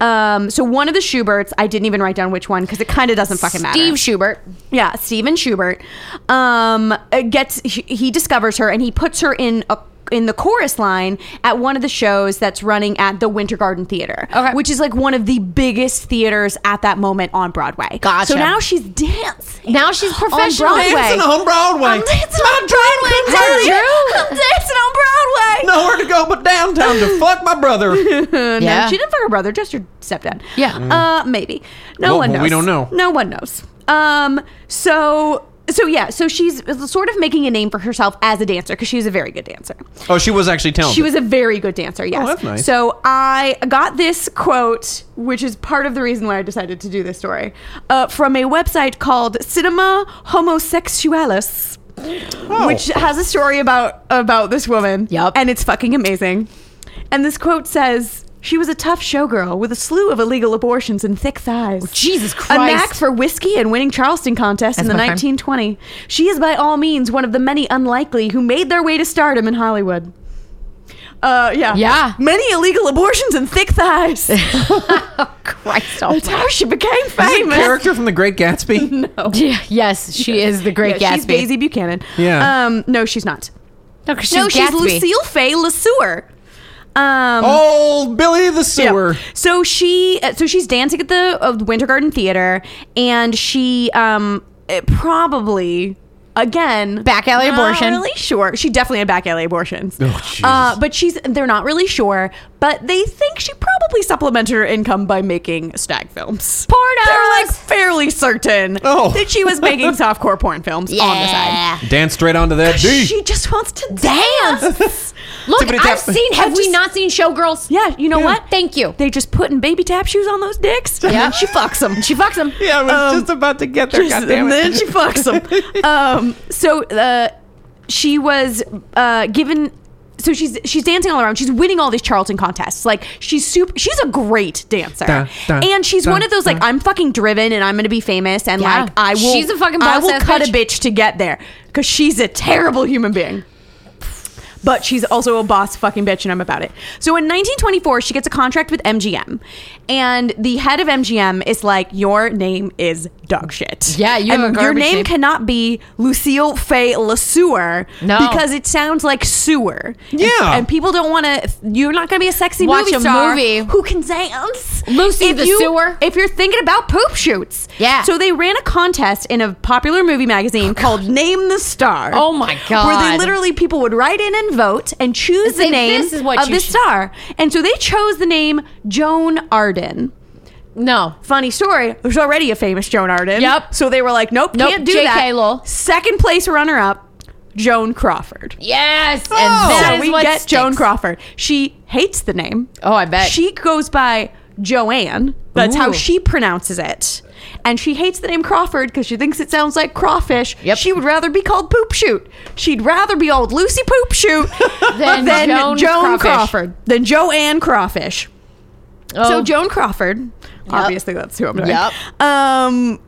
S4: Um, so one of the Schuberts, I didn't even write down which one because it kind of doesn't fucking matter.
S2: Steve Schubert.
S4: yeah, Steven Schubert um, uh, gets he, he discovers her and he puts her in a in the chorus line at one of the shows that's running at the Winter Garden Theater,
S2: Okay.
S4: which is like one of the biggest theaters at that moment on Broadway.
S2: Gotcha.
S4: So now she's dancing.
S2: Now she's professional.
S4: On Broadway.
S3: Dancing on Broadway.
S4: I'm dancing
S3: My
S4: on
S3: dream
S4: Broadway,
S3: come
S4: Daddy.
S3: true.
S4: I'm dancing on Broadway.
S3: Nowhere to go but downtown to fuck my brother.
S2: yeah.
S4: She didn't fuck her brother, just her stepdad.
S2: Yeah.
S4: Uh, maybe.
S3: Well,
S4: No one
S3: well,
S4: knows.
S3: we don't know.
S4: No one knows. Um, so. So yeah, so she's sort of making a name for herself as a dancer because she's a very good dancer.
S3: Oh, she was actually talented. Oh,
S4: She was a very good dancer. Yes.
S3: that's nice.
S4: So I got this quote, which is part of the reason why I decided to do this story, uh, from a website called Cinema Homosexualis.
S3: Oh.
S4: Which has a story about about this woman.
S2: Yup.
S4: And it's fucking amazing. And this quote says, "She was a tough showgirl with a slew of illegal abortions and thick thighs.
S2: Jesus
S4: A knack
S2: Christ.
S4: for whiskey and winning Charleston contests in
S2: That's
S4: the
S2: my friend.
S4: 1920. She is by all means one of the many unlikely who made their way to stardom in Hollywood." Uh, yeah.
S2: Yeah.
S4: Many illegal abortions and thick thighs. That's
S2: Christ almighty.
S4: how she became
S3: Is
S4: famous.
S3: that a character from The Great Gatsby.
S2: Yeah, yes, she is the great
S4: Yeah,
S2: Gatsby.
S4: she's Daisy Buchanan.
S3: Yeah.
S4: Um, no, she's not.
S2: No, 'cause she's
S4: no, she's
S2: Gatsby.
S4: Lucille Fay LeSueur.
S3: Oh,
S4: Um,
S3: Old Billy the
S4: Yeah.
S3: Sewer.
S4: So she, uh, so she's dancing at the uh, Winter Garden Theater, and she, um, it probably. Again,
S2: Back alley
S4: not
S2: abortion.
S4: Really sure. She definitely had back alley abortions.
S5: Oh, Jesus.
S4: uh, but she's they're not really sure. But they think she probably supplemented her income by making stag films.
S2: Pornos!
S4: They're like fairly certain
S3: Oh.
S4: that she was making softcore porn films on the side.
S2: Yeah.
S3: Dance straight onto that D.
S4: She just wants to dance.
S2: Dance. Look,
S3: Tippity
S2: I've
S3: tap.
S2: seen. Have we not seen Showgirls?
S4: Yeah, you know what?
S2: Thank you.
S4: They just putting baby tap shoes on those dicks. Yeah,
S2: Yeah.
S4: she fucks them.
S2: She fucks him.
S3: Yeah, I was
S4: Um,
S3: just about to get there.
S4: Just-
S3: goddamn
S4: and
S3: it.
S4: then she fucks him. um, so uh, she was uh, given. So she's she's dancing all around. She's winning all these Charlton contests. Like she's super. She's a great dancer,
S3: Da, da,
S4: and she's
S3: da,
S4: one of those like
S3: da.
S4: I'm fucking driven and I'm gonna be famous and
S2: Yeah.
S4: like I will.
S2: She's a fucking
S4: I
S2: boss
S4: will
S2: ass
S4: cut a
S2: bitch.
S4: bitch to get there because she's a terrible human being. But she's also a boss fucking bitch, and I'm about it. So in 1924, she gets a contract with MGM, and the head of MGM is like, "Your name is dog shit.
S2: Yeah, you have
S4: and
S2: a
S4: your
S2: garbage
S4: name,
S2: name.
S4: cannot be Lucille Fay LeSueur,
S2: No.
S4: because it sounds like sewer.
S3: Yeah.
S4: and, and people don't want to. You're not going to be a sexy
S2: Watch
S4: movie
S2: a
S4: star
S2: movie.
S4: who can dance.
S2: Lucy
S4: If
S2: the
S4: you-
S2: sewer.
S4: If you're thinking about poop shoots,
S2: Yeah.
S4: So they ran a contest in a popular movie magazine called Name the Star.
S2: Oh my god.
S4: Where they literally people would write in and vote and choose the
S2: Say,
S4: name
S2: "This is what
S4: of
S2: you
S4: the
S2: should-"
S4: star. And so they chose the name Joan Arden.
S2: No.
S4: Funny story. There's already a famous Joan Arden.
S2: Yep.
S4: So they were like, nope,
S2: Nope,
S4: can't do
S2: J.K.
S4: that.
S2: Lowell.
S4: Second place runner up, Joan Crawford.
S2: Yes. And
S4: Oh. so
S2: that is
S4: we
S2: what
S4: get
S2: sticks.
S4: Joan Crawford. She hates the name.
S2: Oh, I bet.
S4: She goes by Joanne. That's how
S2: Ooh.
S4: she pronounces it. And she hates the name Crawford because she thinks it sounds like crawfish.
S2: Yep.
S4: She would rather be called Poop Shoot. She'd rather be old Lucy Poop Shoot
S2: Than Joan Crawfish.
S4: Than Joanne Crawfish.
S2: Oh.
S4: So Joan Crawford, obviously that's who I'm doing.
S2: Yep.
S4: Um,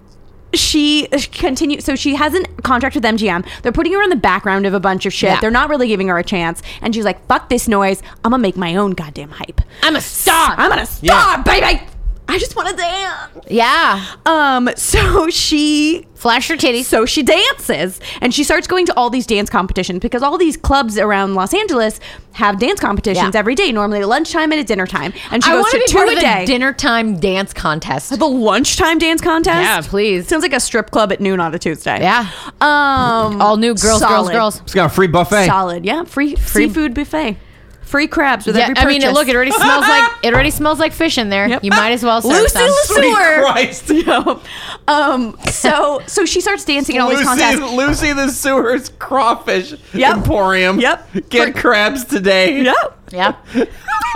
S4: she continues. So she has a contract with MGM. They're putting her in the background of a bunch of shit.
S2: Yeah.
S4: They're not really giving her a chance. And she's like, "Fuck this noise. I'm gonna make my own goddamn hype.
S2: I'm a star.
S4: I'm gonna star, baby. I just want to dance."
S2: yeah.
S4: Um. So she
S2: Flash your titties.
S4: so she dances and she starts going to all these dance competitions because all these clubs around Los Angeles have dance competitions
S2: Yeah.
S4: every day, normally at lunchtime and at dinner time. And she
S2: I
S4: goes
S2: want to
S4: to
S2: be
S4: two
S2: part
S4: a
S2: of
S4: day.
S2: the dinner time dance contest.
S4: the lunchtime dance contest.
S2: Yeah, please.
S4: Sounds like a strip club at noon on a Tuesday.
S2: Yeah.
S4: Um,
S2: All new girls,
S4: solid.
S2: girls, girls.
S3: It's got a free buffet.
S4: Solid. Yeah. Free, seafood buffet. Free crabs with
S2: Yeah,
S4: every
S2: I
S4: purchase.
S2: mean, look, it already smells like it already smells like fish in there.
S4: Yep.
S2: You might as well serve
S4: Lucy
S2: some.
S4: Lesueur. Yep. Um, so so she starts dancing in all these
S3: Lucy,
S4: contests.
S3: Lucy the Sewer's crawfish
S4: Yep.
S3: emporium.
S4: Yep.
S3: Get crabs today.
S4: Yep.
S2: Yeah,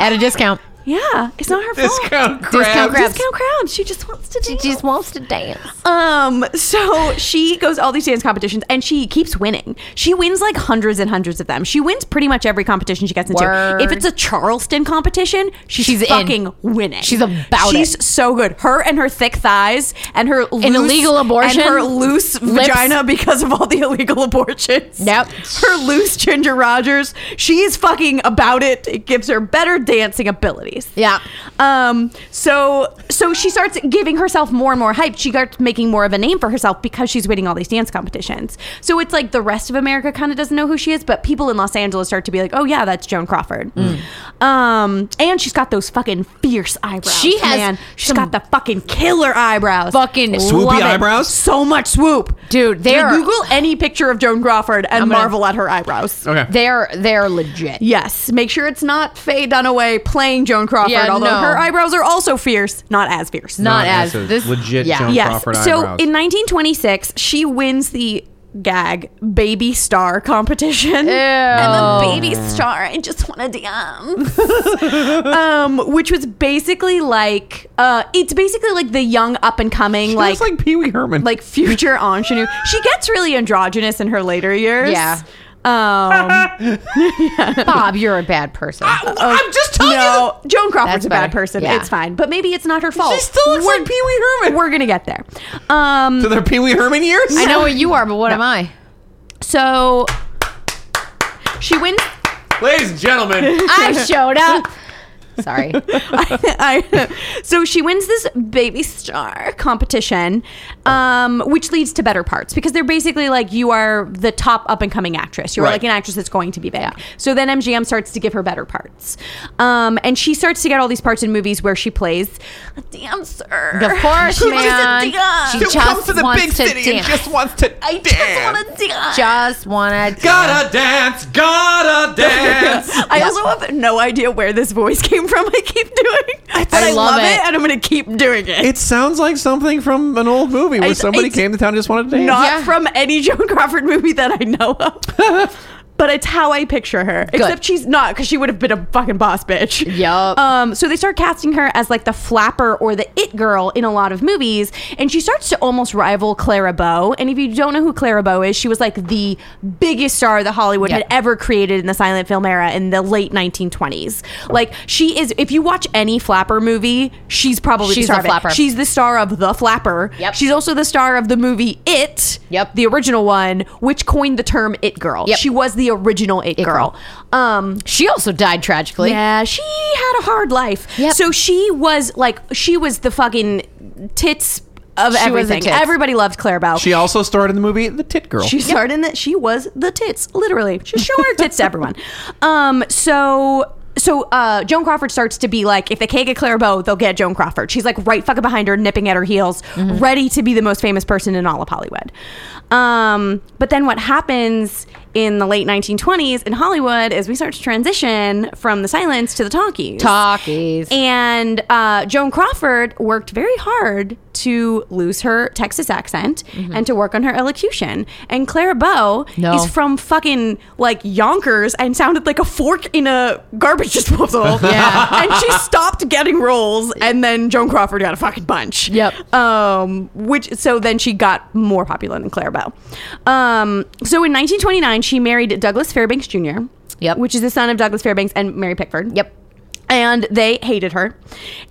S2: at a discount.
S4: Yeah. It's not her fault.
S3: Discount crabs.
S2: Discount crabs.
S4: Discount crabs. She just wants to
S2: She
S4: dance.
S2: just wants to dance.
S4: Um, so she goes to all these dance competitions and she keeps winning. She wins like hundreds and hundreds of them. She wins pretty much every competition she gets into.
S2: Word.
S4: If it's a Charleston competition, she's,
S2: She's in.
S4: fucking winning.
S2: She's about
S4: She's so good. Her and her thick thighs and her loose,
S2: illegal abortion.
S4: and her loose
S2: Lips.
S4: vagina because of all the illegal abortions.
S2: Yep.
S4: Her loose Ginger Rogers. She's fucking about it. It gives her better dancing abilities.
S2: Yeah.
S4: Um, so so she starts giving herself more and more hype. She starts making more of a name for herself because she's winning all these dance competitions. So it's like the rest of America kind of doesn't know who she is, but people in Los Angeles start to be like, "Oh yeah, that's Joan Crawford."
S2: Mm.
S4: Um, and she's got those fucking fierce eyebrows.
S2: She has
S4: man. She's
S2: some
S4: got the fucking killer eyebrows.
S2: Fucking
S3: Swoopy
S2: love it.
S3: eyebrows?
S4: so much swoop.
S2: dude. They
S4: You
S2: are
S4: Google any picture of Joan Crawford and
S2: I'm gonna-
S4: marvel at her eyebrows.
S3: Okay.
S2: they're they're legit.
S4: Yes, make sure it's not Faye Dunaway playing Joan Crawford,
S2: Yeah,
S4: although
S2: no.
S4: her eyebrows are also fierce, not as fierce.
S3: Not
S2: Not, as
S3: as a
S2: this
S3: legit
S2: Yeah,
S3: Joan
S2: yeah.
S4: yes.
S3: Crawford
S4: so
S3: eyebrows.
S4: in 1926, she wins the gag baby star competition. I'm a baby star. I just want to dance. um, which was basically like uh, it's basically like the young up and coming like
S3: Looks like Pee Wee Herman.
S4: like future ingenue. She gets really androgynous in her later years.
S2: Yeah.
S4: Um,
S2: Bob. You're a bad person.
S3: I'm just telling
S4: no, Joan Crawford's
S2: Oh, That's
S4: a bad
S2: better.
S4: person.
S2: Yeah.
S4: It's fine, but maybe it's not her fault.
S3: She still looks
S4: we're,
S3: like Pee Wee Herman.
S4: we're gonna get there. Um,
S3: to their Pee Wee Herman years.
S2: I know what you are, but what am I?
S4: so she wins.
S3: Ladies and gentlemen,
S2: I showed up. Sorry.
S4: I, so she wins this baby star competition, um, which leads to better parts because they're basically like you are the top up and coming actress. You're
S3: Right.
S4: like an actress that's going to be big. So then MGM starts to give her better parts, um, and she starts to get all these parts in movies where she plays a dancer.
S2: The forest
S4: She
S2: man.
S4: wants to dance.
S2: She
S3: who
S2: just
S3: comes to the
S2: wants
S3: big
S2: to
S3: city
S2: dance.
S3: and just wants to
S4: I
S3: dance.
S4: just want to dance.
S2: just wanna
S3: Gotta dance, gotta dance.
S4: I also have no idea where this voice came from. I keep doing, but I, love,
S2: love
S4: it.
S2: it.
S4: and I'm gonna keep doing it.
S3: it sounds like something from an old movie where
S4: It's-
S3: somebody
S4: it's
S3: came to town and just wanted to dance.
S4: Not
S2: Yeah.
S4: from any Joan Crawford movie that I know of. But it's how I picture her. Except she's not, because she would have been a fucking boss bitch.
S2: Yup.
S4: Um, so they start casting her as like the flapper or the it girl in a lot of movies, and she starts to almost rival Clara Bow. And if you don't know who Clara Bow is, she was like the biggest star that Hollywood
S2: Yeah.
S4: had ever created in the silent film era in the late 1920s. Like she is, if you watch any flapper movie, she's probably
S2: She's
S4: the star
S2: a
S4: of it.
S2: flapper.
S4: She's the star of the flapper.
S2: Yep.
S4: She's also the star of the movie It.
S2: Yep.
S4: The original one, which coined the term It Girl.
S2: Yep.
S4: She was the original It, girl. Um
S2: She also died tragically.
S4: yeah, she had a hard life.
S2: Yep.
S4: So she was like she was the fucking tits of
S2: She was the
S4: everything.
S2: tits.
S4: Everybody loved Claire Bell.
S3: She also starred in the movie The Tit Girl.
S4: She starred in that. She was the tits, literally. She's showing her tits to everyone. Um, so. So uh, Joan Crawford starts to be like, if they can't get Claire Bow, they'll get Joan Crawford. She's like right fucking behind her, nipping at her heels, ready to be the most famous person in all of Hollywood. Um, but then what happens in the late 1920s in Hollywood as we start to transition from the silence to the talkies.
S2: Talkies.
S4: And uh, Joan Crawford worked very hard to lose her Texas accent and to work on her elocution. And Clara Bow
S2: Mm-hmm. No.
S4: is from fucking like Yonkers and sounded like a fork in a garbage disposal.
S2: Yeah.
S4: and she stopped getting roles, and then Joan Crawford got a fucking bunch.
S2: Yep.
S4: Um, which so then she got more popular than Claire Bow. Um, so in 1929, she married Douglas Fairbanks Jr.
S2: Yep.
S4: Which is the son of Douglas Fairbanks and Mary Pickford.
S2: Yep.
S4: And they hated her.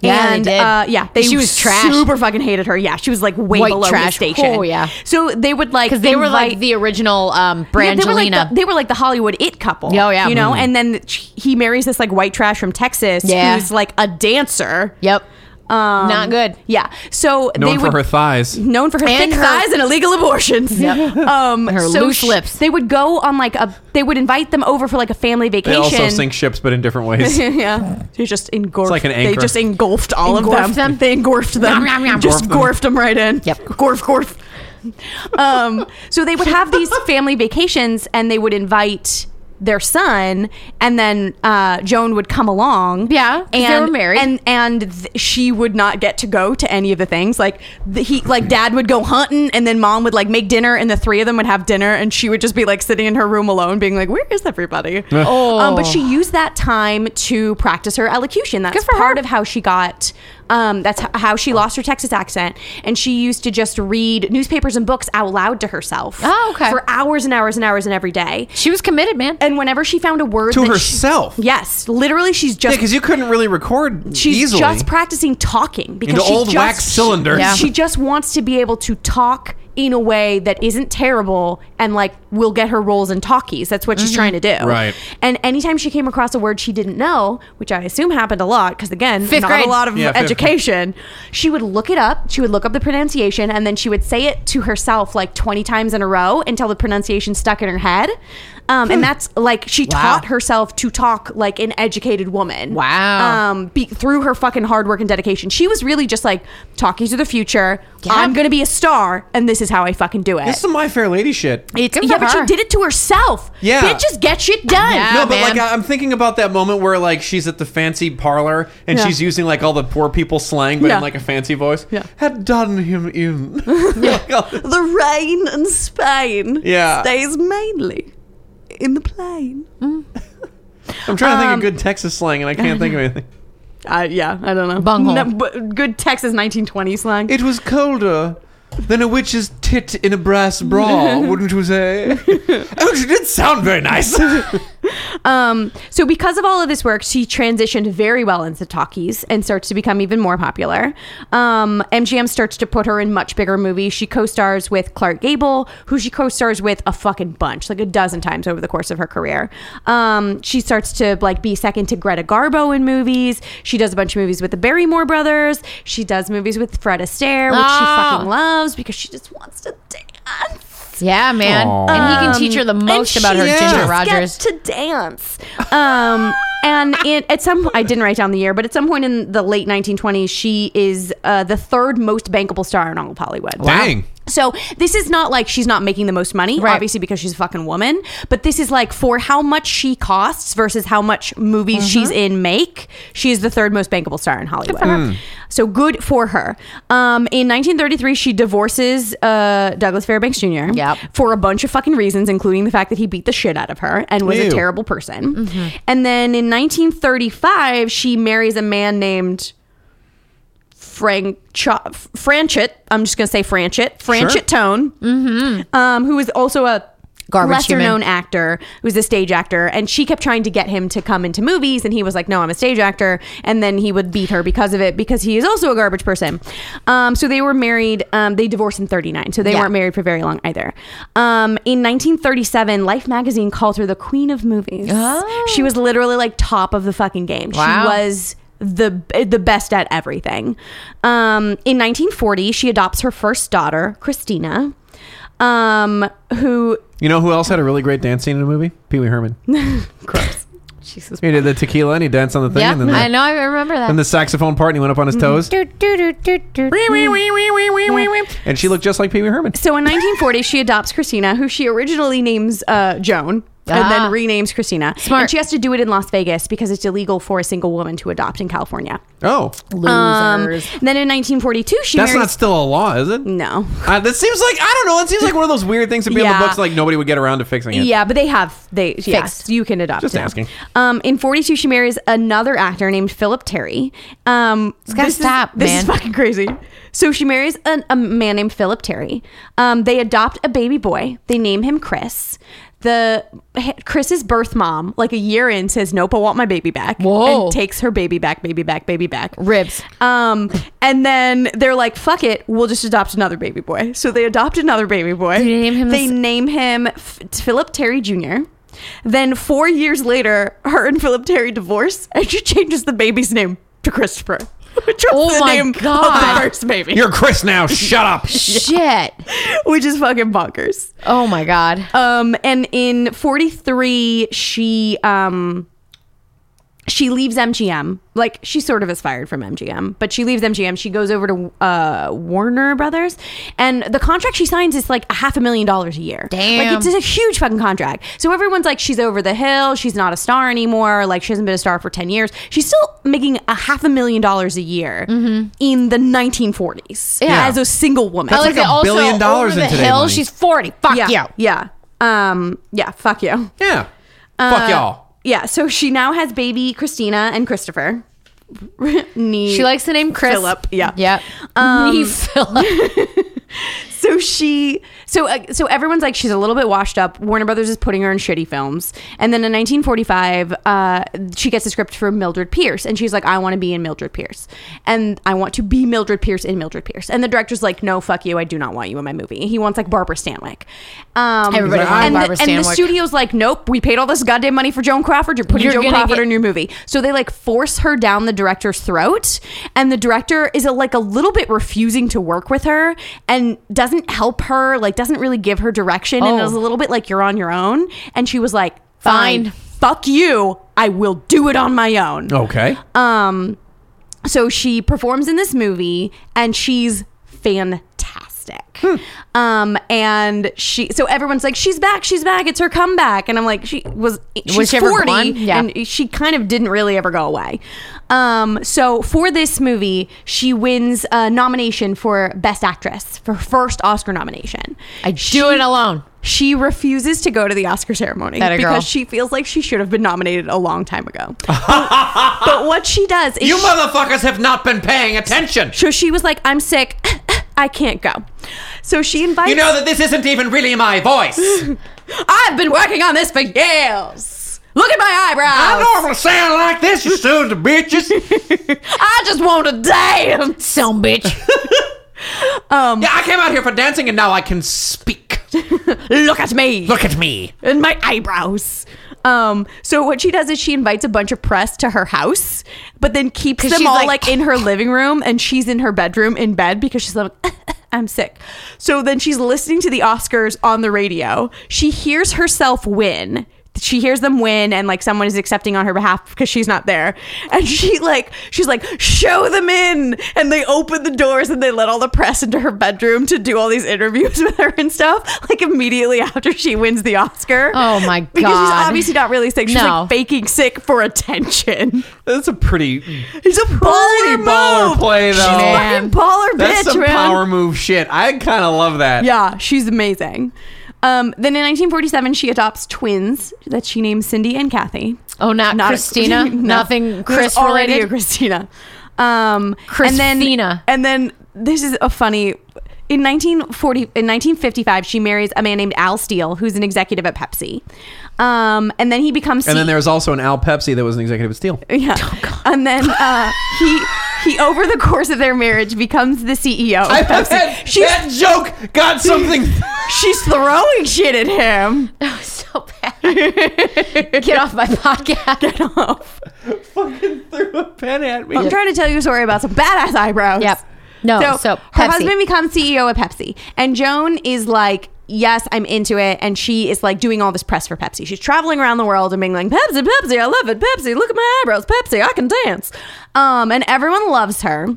S2: Yeah, they
S4: and
S2: did.
S4: Uh, yeah, they
S2: She was trash.
S4: Super fucking hated her. Yeah, she was like way
S2: White
S4: below
S2: trash.
S4: the station.
S2: Oh, yeah.
S4: So they would like
S2: Because they were like
S4: invite-
S2: the original um,
S4: yeah,
S2: Brangelina.
S4: they were like the, they were like the Hollywood it couple.
S2: Oh, yeah.
S4: you know.
S2: Mm.
S4: And then sh- he marries this like white trash from Texas,
S2: Yeah.
S4: who's like a dancer.
S2: yep.
S4: Um,
S2: Not good.
S4: Yeah. So
S3: known
S4: they
S3: for
S4: would,
S3: her thighs.
S4: known for her
S2: And
S4: thick
S2: her-
S4: thighs and illegal abortions.
S2: Yep.
S4: Um,
S2: Her
S4: so
S2: loose lips.
S4: They would go on like a. They would invite them over for like a family
S3: They
S4: vacation.
S3: also sink ships, but in different ways.
S4: yeah, they just engulfed.
S3: like an
S4: they
S3: anchor.
S4: just engulfed all
S2: Engulfed
S4: of them.
S2: them?
S4: They engulfed them.
S2: Yum, yum, yum.
S4: Just
S3: Gorfed them.
S4: gorfed them right in.
S2: Yep.
S4: Gorf, gorf. um, so they would have these family vacations, and they would invite their son, and then uh, Joan would come along.
S2: Yeah, 'cause
S4: and
S2: they were married.
S4: and and th- she would not get to go to any of the things. Like the, he, like dad would go hunting, and then mom would like make dinner, and the three of them would have dinner, and she would just be like sitting in her room alone, being like, "Where is everybody?"
S2: Oh.
S4: Um, but she used that time to practice her elocution. That's
S2: Good for
S4: part
S2: her.
S4: of how she got. Um, that's h- how she lost her Texas accent, and she used to just read newspapers and books out loud to herself.
S2: Oh, okay.
S4: For hours and hours and hours and every day.
S2: She was committed, man.
S4: And whenever she found a word
S3: To
S4: that she-
S3: herself?
S4: yes, literally, she's
S3: Yeah,
S4: just
S3: because you couldn't really record
S4: she's
S3: easily.
S4: just practicing talking because
S3: Into
S4: she
S3: old
S4: just,
S3: wax cylinders.
S2: Yeah.
S4: She just wants to be able to talk in a way that isn't terrible and like will get her roles in talkies. That's what
S2: Mm-hmm.
S4: she's trying to do.
S3: Right.
S4: And anytime she came across a word she didn't know, which I assume happened a lot, because again,
S2: Fifth
S4: not
S2: grade.
S4: a lot of
S3: Yeah, fifth
S4: education, she would look it up. She would look up the pronunciation and then she would say it to herself like 20 times in a row until the pronunciation stuck in her head. Um,
S2: Hmm.
S4: and that's like she taught herself to talk like an educated woman
S2: Wow.
S4: um, be, through her fucking hard work and dedication. She was really just like talking to the future.
S2: Yeah.
S4: I'm gonna be a star, and this is how I fucking do it.
S3: This is some My Fair Lady shit.
S2: It's good
S4: yeah,
S2: for
S4: but
S2: her.
S4: she did it to herself.
S3: Yeah.
S4: bitches get shit done.
S2: Yeah.
S3: no, but
S2: man.
S3: like I- I'm thinking about that moment where like she's at the fancy parlor and
S4: Yeah.
S3: she's using like all the poor people slang, but
S4: Yeah.
S3: in like a fancy voice.
S4: Yeah.
S3: had done him in. yeah.
S4: The rain and Spain
S3: Yeah.
S4: stays mainly in the plain.
S3: I'm trying to think
S4: Um,
S3: of good Texas slang, and I can't think of anything.
S4: Uh, yeah, I don't know.
S2: Bunghole.
S4: but good Texas 1920 slang.
S3: It was colder than a witch's tit in a brass bra, wouldn't you say? oh, she did sound very nice.
S4: Um, so because of all of this work, she transitioned very well into talkies and starts to become even more popular. Um, MGM starts to put her in much bigger movies. She co-stars with Clark Gable, who she co-stars with a fucking bunch, like a dozen times over the course of her career. Um, she starts to like be second to Greta Garbo in movies. She does a bunch of movies with the Barrymore brothers. She does movies with Fred Astaire, which she
S2: Oh.
S4: fucking loves because she just wants to dance.
S2: Yeah, man. And he can teach her the most
S4: Um, And
S2: about her
S4: she
S2: Ginger
S4: just
S2: Rogers.
S4: gets to dance. Um, and in, at some, I didn't write down the year, but at some point in the late 1920s, she is uh, the third most bankable star in all of Hollywood.
S5: Dang.
S4: So this is not like she's not making the most money,
S2: Right.
S4: obviously because she's a fucking woman. But this is like for how much she costs versus how much movies
S2: Mm-hmm.
S4: she's in make. She is the third most bankable star in Hollywood. Mm. So good for her. Um, in 1933, she divorces uh, Douglas Fairbanks Jr.
S2: Yep.
S4: for a bunch of fucking reasons, including the fact that he beat the shit out of her and was a
S3: Ew.
S4: terrible person.
S2: Mm-hmm.
S4: And then in 1935, she marries a man named Frank Franchit. I'm just gonna say Franchit. Franchit Tone, um, who is also a
S2: Mm-hmm. Garbage
S4: lesser
S2: human.
S4: known actor, who's a stage actor, and she kept trying to get him to come into movies, and he was like, "No, I'm a stage actor," and then he would beat her because of it because he is also a garbage person. Um, so they were married. Um, they divorced in '39, so they
S2: Yeah.
S4: weren't married for very long either. Um, in 1937, Life magazine called her the queen of movies.
S2: Oh.
S4: She was literally like top of the fucking game.
S2: Wow.
S4: She was the the best at everything. Um, in 1940, she adopts her first daughter, Christina, um, who
S3: You know who else had a really great dance scene in a movie? Pee Wee Herman.
S2: Jesus.
S3: He did the tequila and he danced on the thing.
S2: Yeah,
S3: and then the,
S2: I know. Mm-hmm. I remember that.
S3: Then the saxophone part and he went up on his toes. and she looked just like Pee Wee Herman.
S4: So in 1940, she adopts Christina, who she originally names uh, Joan. And
S2: Ah.
S4: then renames Christina.
S2: Smart.
S4: And she has to do it in Las Vegas because it's illegal for a single woman to adopt in California.
S3: Oh,
S4: Um,
S2: Losers.
S4: then in 1942, she
S3: that's not
S4: marries.
S3: still a law, is it?
S4: no.
S3: Uh, that seems like I don't know. It seems like one of those weird things to be on
S4: Yeah.
S3: the books. Like nobody would get around to fixing it.
S4: Yeah, but they have they yes,
S2: Fixed.
S4: you can adopt.
S3: Just
S4: now.
S3: asking.
S4: Um, in 42, she marries another actor named Philip Terry. Um, it's
S2: gotta stop,
S4: This
S2: man.
S4: is fucking crazy. So she marries an, a man named Philip Terry. Um, they adopt a baby boy. They name him Chris. The Chris's birth mom, like a year in, says, "Nope, I want my baby back."
S2: Whoa.
S4: And takes her baby back, baby back, baby back.
S2: Ribs.
S4: Um, and then they're like, "Fuck it, we'll just adopt another baby boy." So they adopt another baby boy.
S2: They name him
S4: They
S2: this-
S4: name him F- Philip Terry Jr. Then four years later, her and Philip Terry divorce, and she changes the baby's name to Christopher, which was
S2: Oh
S4: the
S2: my
S4: name of
S2: God.
S4: the first baby,
S3: You're Chris now. Shut up.
S2: Shit.
S4: which is fucking bonkers.
S2: Oh my god.
S4: Um, and in 43, she um, she leaves MGM. Like she sort of is fired from MGM, but she leaves MGM. She goes over to uh, Warner Brothers, and the contract she signs is like a half a million dollars a year.
S2: Damn.
S4: like it's a huge fucking contract. So everyone's like, she's over the hill. She's not a star anymore. Like she hasn't been a star for ten years. She's still making a half a million dollars a year in the 1940s
S2: Mm-hmm. Yeah.
S4: as a single woman.
S2: I like that also
S3: billion dollars
S2: over
S3: in
S2: the
S3: today
S2: hill.
S3: money.
S2: She's forty. Fuck
S4: yeah,
S2: you.
S4: yeah, um, yeah. Fuck you.
S3: Yeah.
S2: Uh,
S3: Fuck y'all.
S4: Yeah, so she now has baby Christina and Christopher. Nee-
S2: She likes the name Chris.
S4: Philip, yeah.
S2: Yeah.
S4: Um,
S2: Me Philip.
S4: so she so uh, so everyone's like she's a little bit washed up. Warner Brothers is putting her in shitty films. And then in 1945, uh, she gets a script for Mildred Pierce and she's like I want to be in Mildred Pierce. And I want to be Mildred Pierce in Mildred Pierce. And the director's like no fuck you, I do not want you in my movie. He wants like Barbara Stanwyck. Um
S2: Everybody
S4: and
S2: wanted
S4: the-
S2: Barbara
S4: And the
S2: Stanwyck.
S4: studio's like nope, we paid all this goddamn money for Joan Crawford. You're putting
S2: You're
S4: Joan
S2: gonna
S4: Crawford
S2: get-
S4: in your movie. So they like force her down the director's throat, and the director is a, like a little bit refusing to work with her and doesn't help her, like doesn't really give her direction, and
S2: Oh.
S4: is a little bit like you're on your own. And she was like,
S2: Fine.
S4: "Fine, fuck you, I will do it on my own."
S3: Okay.
S4: Um, so she performs in this movie, and she's fantastic.
S2: Hmm.
S4: Um, and she, so everyone's like, she's back, she's back, it's her comeback. And I'm like, she was, she's
S2: Was she ever
S4: 40,
S2: gone? Yeah.
S4: and she kind of didn't really ever go away. Um, so for this movie, she wins a nomination for Best Actress for her first Oscar nomination.
S2: I do it alone.
S4: She refuses to go to the Oscar ceremony
S2: That a girl.
S4: because she feels like she should have been nominated a long time ago. but, but what she does is
S3: You
S4: she-
S3: motherfuckers have not been paying attention.
S4: so she was like, I'm sick. I can't go. So she invites.
S3: You know that this isn't even really my voice.
S4: I've been working on this for years. Look at my
S5: I
S4: eyebrows.
S5: normally sound like this, you sons of bitches.
S4: I just want a dance.
S2: Some bitch.
S3: yeah, I came out here for dancing and now I can speak.
S4: Look at me.
S3: Look at me.
S4: and my eyebrows. Um, so what she does is she invites a bunch of press to her house, but then keeps
S2: 'Cause
S4: them
S2: she's
S4: all
S2: like-
S4: like, in her living room and she's in her bedroom in bed because she's like, I'm sick. So then she's listening to the Oscars on the radio. She hears herself win. She hears them win and like someone is accepting on her behalf because she's not there. And she like she's like, show them in. And they open the doors and they let all the press into her bedroom to do all these interviews with her and stuff. Like immediately after she wins the Oscar.
S2: Oh, my
S4: Because
S2: God.
S4: she's obviously not really sick. She's
S2: No.
S4: like faking sick for attention.
S3: That's a pretty
S4: He's a baller
S3: Pretty baller
S4: move.
S3: play,
S4: She's
S3: though.
S4: fucking baller bitch,
S3: That's some
S4: man.
S3: power move shit. I kind of love that.
S4: Yeah, she's amazing. Um, then in 1947, she adopts twins that she names Cindy and Kathy.
S2: Oh, not,
S4: Not a-
S2: Christina.
S4: No.
S2: Nothing.
S4: There's
S2: Chris
S4: already
S2: related.
S4: a Christina. Um, and then
S2: Christina.
S4: and then this is a funny. In 1940, in 1955, she marries a man named Al Steele, who's an executive at Pepsi. Um, and then he becomes.
S3: And then
S4: CEO
S3: there was also an Al Pepsi that was an executive at Steel.
S4: Yeah.
S2: Oh,
S4: and then uh, he he over the course of their marriage becomes the E CEO. of Pepsi. she's
S3: that joke got something.
S4: she's throwing shit at him.
S2: That was Oh, so bad. Get off my podcast. Get off.
S3: fucking threw a pen at me.
S4: I'm trying to tell you a story about some badass eyebrows.
S2: Yep. No, so,
S4: her
S2: Pepsi.
S4: E husband becomes CEO of Pepsi, and Joan is like yes, I'm into it. And she is like doing all this press for Pepsi. She's traveling around the world and being like, Pepsi, Pepsi, I love it. Pepsi, look at my eyebrows. Pepsi, I can dance. Um, and everyone loves her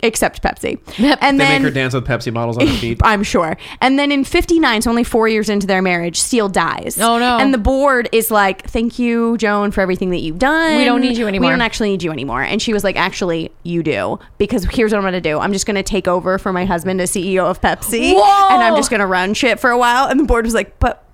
S4: except Pepsi. And
S3: They
S4: then
S3: make her dance with Pepsi bottles on her feet.
S4: I'm sure. And then in 59, so only four years into their marriage, Steele dies.
S2: Oh, no.
S4: And the board is like, "Thank you, Joan, for everything that you've done.
S2: We don't need you anymore."
S4: We don't actually need you anymore." And she was like, "Actually, you do because here's what I'm going to do. I'm just going to take over for my husband as CEO of Pepsi,
S2: Whoa!
S4: and I'm just going to run shit for a while." And the board was like, "But,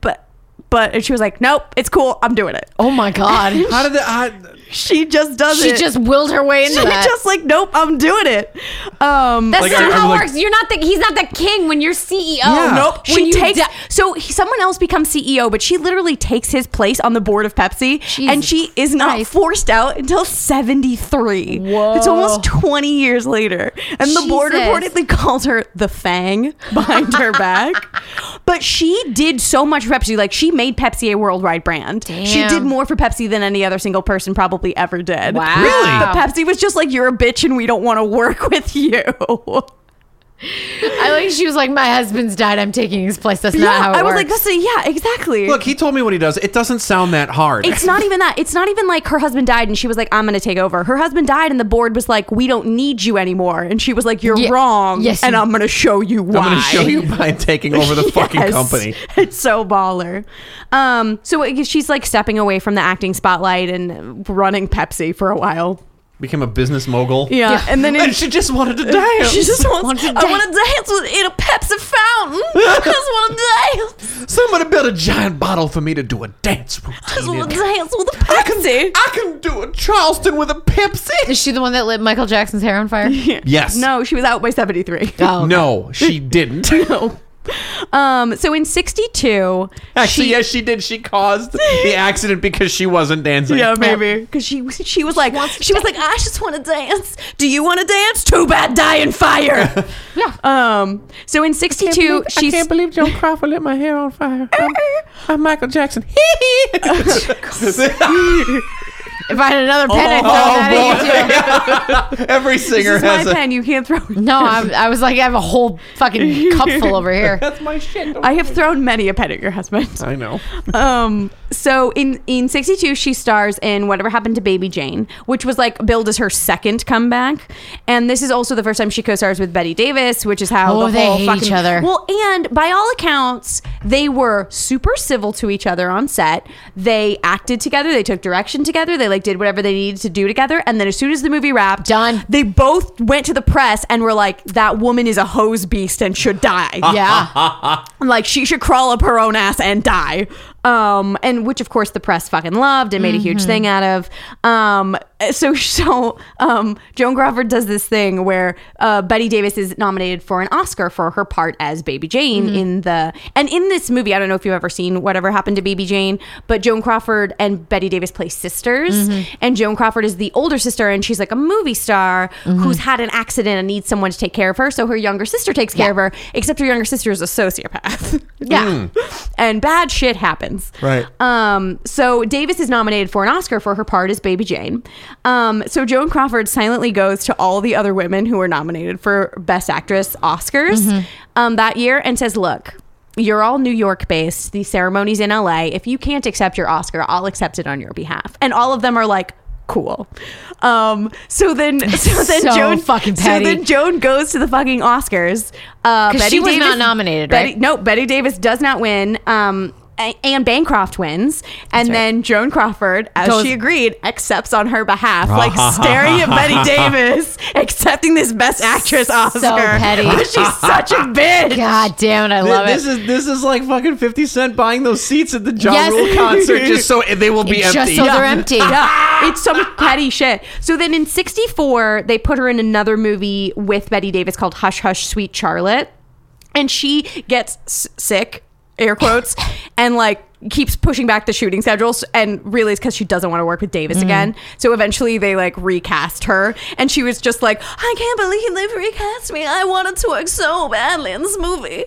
S4: but." But and she was like, "Nope, it's cool. I'm doing it."
S2: Oh my god.
S3: How did that? I,
S4: She just does
S2: she
S4: it.
S2: just willed her way into
S4: she
S2: that.
S4: just like, "Nope, I'm doing it." Um,
S2: That's
S3: Like,
S2: not
S3: I-
S2: how
S3: I'm
S2: it
S3: like-
S2: works. You're not the he's not the king when you're E CEO.
S3: Yeah.
S4: Nope.
S2: When
S4: She
S2: you
S4: takes
S2: di-
S4: so he- someone else becomes CEO, but she literally takes his place on the board of Pepsi, and
S2: Jesus
S4: she is not
S2: Christ.
S4: forced out until seventy three.
S2: Whoa.
S4: It's almost twenty years later, and the board
S2: Jesus.
S4: reportedly calls her the Fang behind her back. But she did so much for Pepsi. Like she made Pepsi a worldwide brand. She
S2: Damn.
S4: did more for Pepsi than any other single person probably ever did.
S2: Wow. Really?
S4: But Pepsi was just like, "You're a bitch, and we don't want to work with you."
S2: I like she was like, My husband's died, I'm taking his place. That's not how it
S4: I was
S2: works.
S4: like, "This is yeah, exactly."
S3: look, he told me what he does. It doesn't sound that hard.
S4: It's not even that. It's not even like her husband died and she was like, I'm going to take over. Her husband died and the board was like, we don't need you anymore. And she was like, you're
S2: Ye-
S4: wrong.
S2: yes,
S4: and
S2: you-
S4: I'm going to show you why.
S3: I'm going to show you by taking over the fucking
S4: Yes.
S3: company.
S4: It's so baller. Um, so it- she's like stepping away from the acting spotlight and running Pepsi for a while.
S3: Became a business mogul.
S4: Yeah. And then in,
S3: And she just wanted to dance.
S4: she just wants,
S2: Wants to
S4: I
S2: dance.
S4: want to dance with, in a Pepsi fountain. I just want to dance.
S3: Somebody built a giant bottle for me to do a dance
S4: I just
S3: routine.
S4: want
S3: in.
S4: to dance with a Pepsi.
S3: I can do a Charleston with a Pepsi.
S2: Is she the one that lit Michael Jackson's hair on fire?
S3: Yes.
S4: No, she was out by 73.
S2: Oh,
S3: No, she didn't.
S4: Um, so in 62,
S3: Actually,
S4: she-
S3: yes, she did. She caused the accident because she wasn't dancing.
S4: Yeah, maybe. Because she she was like
S2: wants to
S4: she was like I just want to dance. Do you want to dance? Too bad, die in fire. yeah. Um. So in '62,
S6: I
S4: she's
S6: can't believe Joan Crawford lit my hair on fire. I'm, I'm Michael Jackson.
S2: If I had another
S4: Oh,
S2: pen, I'd throw that at you.
S3: Every singer
S4: this is my
S3: has a.
S4: pen. You can't throw. it.
S2: No, I, I was like, I have a whole fucking cupful over here.
S6: That's my shit.
S4: I have thrown many a pen at your husband.
S3: I know.
S4: Um. So in in '62, she stars in Whatever Happened to Baby Jane, which was like billed as her second comeback, and this is also the first time she co-stars with Betty Davis, which is how
S2: Oh,
S4: the
S2: they
S4: whole
S2: hate each
S4: fucking,
S2: other.
S4: Well, and by all accounts, they were super civil to each other on set. They acted together. They took direction together. They like did whatever they needed to do together. And then as soon as the movie wrapped,
S2: Done.
S4: They both went to the press and were like, "That woman is a hose beast and should die."
S2: Yeah.
S4: like she should crawl up her own ass and die um and which of course the press fucking loved and made a huge thing out of um so so um joan crawford does this thing where uh betty davis is nominated for an oscar for her part as baby jane in the and in this movie i don't know if you've ever seen whatever happened to baby jane but joan crawford and betty davis play sisters and joan crawford is the older sister and she's like a movie star who's had an accident and needs someone to take care of her so her younger sister takes care of her except her younger sister is a sociopath
S2: Yeah.
S4: and bad shit happens.
S3: Right.
S4: Um, so Davis is nominated for an Oscar for her part as Baby Jane. Um, so Joan Crawford silently goes to all the other women who were nominated for Best Actress Oscars
S2: Mm-hmm.
S4: um, that year and says, "Look." You're all New York based. The ceremony's in LA. If you can't accept your Oscar, I'll accept it on your behalf. And all of them are like, cool. Um, so then, so then
S2: So
S4: Joan
S2: fucking
S4: So
S2: petty.
S4: then Joan goes to the fucking Oscars. Uh,
S2: 'Cause she was not nominated,
S4: Betty-
S2: right?
S4: No, Betty Davis does not win. Um, A- Anne Bancroft wins, and then Joan Crawford, as
S2: Goes-
S4: she agreed, accepts on her behalf, like staring at Betty Davis, accepting this Best Actress Oscar.
S2: petty.
S4: She's such a bitch.
S2: God damn it. I love
S3: this
S2: it.
S3: is this is like fucking Fifty Cent buying those seats at the John
S2: Yes.
S3: Rule concert just so they will be
S2: Just
S3: empty.
S2: so they're empty.
S4: yeah, Ah, it's some petty shit. So then in '64, they put her in another movie with Betty Davis called Hush Hush Sweet Charlotte, and she gets s- sick, air quotes, and like keeps pushing back the shooting schedules and really it's because she doesn't want to work with Davis again. So eventually they like recast her and she was just like, I can't believe they've recast me. I wanted to work so badly in this movie.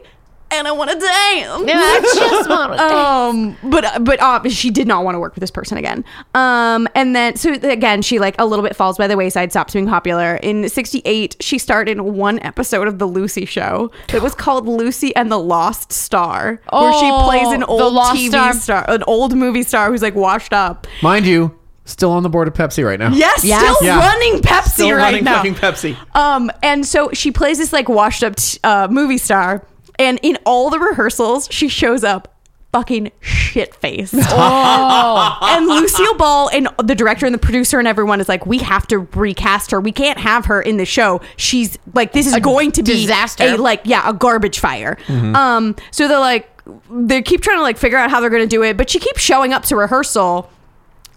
S4: and I want to dance.
S2: Yeah, I just want to.
S4: Um, but but um, she did not want to work with this person again. Um, and then so again, she like a little bit falls by the wayside, stops being popular. In '68, she starred in one episode of the Lucy Show that was called Lucy and the Lost Star, where
S2: Oh,
S4: she plays an
S2: the
S4: old
S2: Lost
S4: TV
S2: Star.
S4: star. an old movie star who's like washed up.
S3: Mind you, still on the board of Pepsi right now.
S4: Yes,
S2: Yes.
S4: still
S3: Yeah.
S4: running Pepsi
S3: Still
S4: right
S3: running
S4: now.
S3: fucking Pepsi.
S4: Um, and so she plays this like washed up t- uh, movie star, and in all the rehearsals, she shows up fucking shit faced.
S2: Oh.
S4: and Lucille Ball and the director and the producer and everyone is like, we have to recast her. We can't have her in the show. She's like, this is going to be
S2: disaster. Mm-hmm.
S4: A, like, yeah, a garbage fire. Um, so they're like, they keep trying to like figure out how they're going to do it, but she keeps showing up to rehearsal.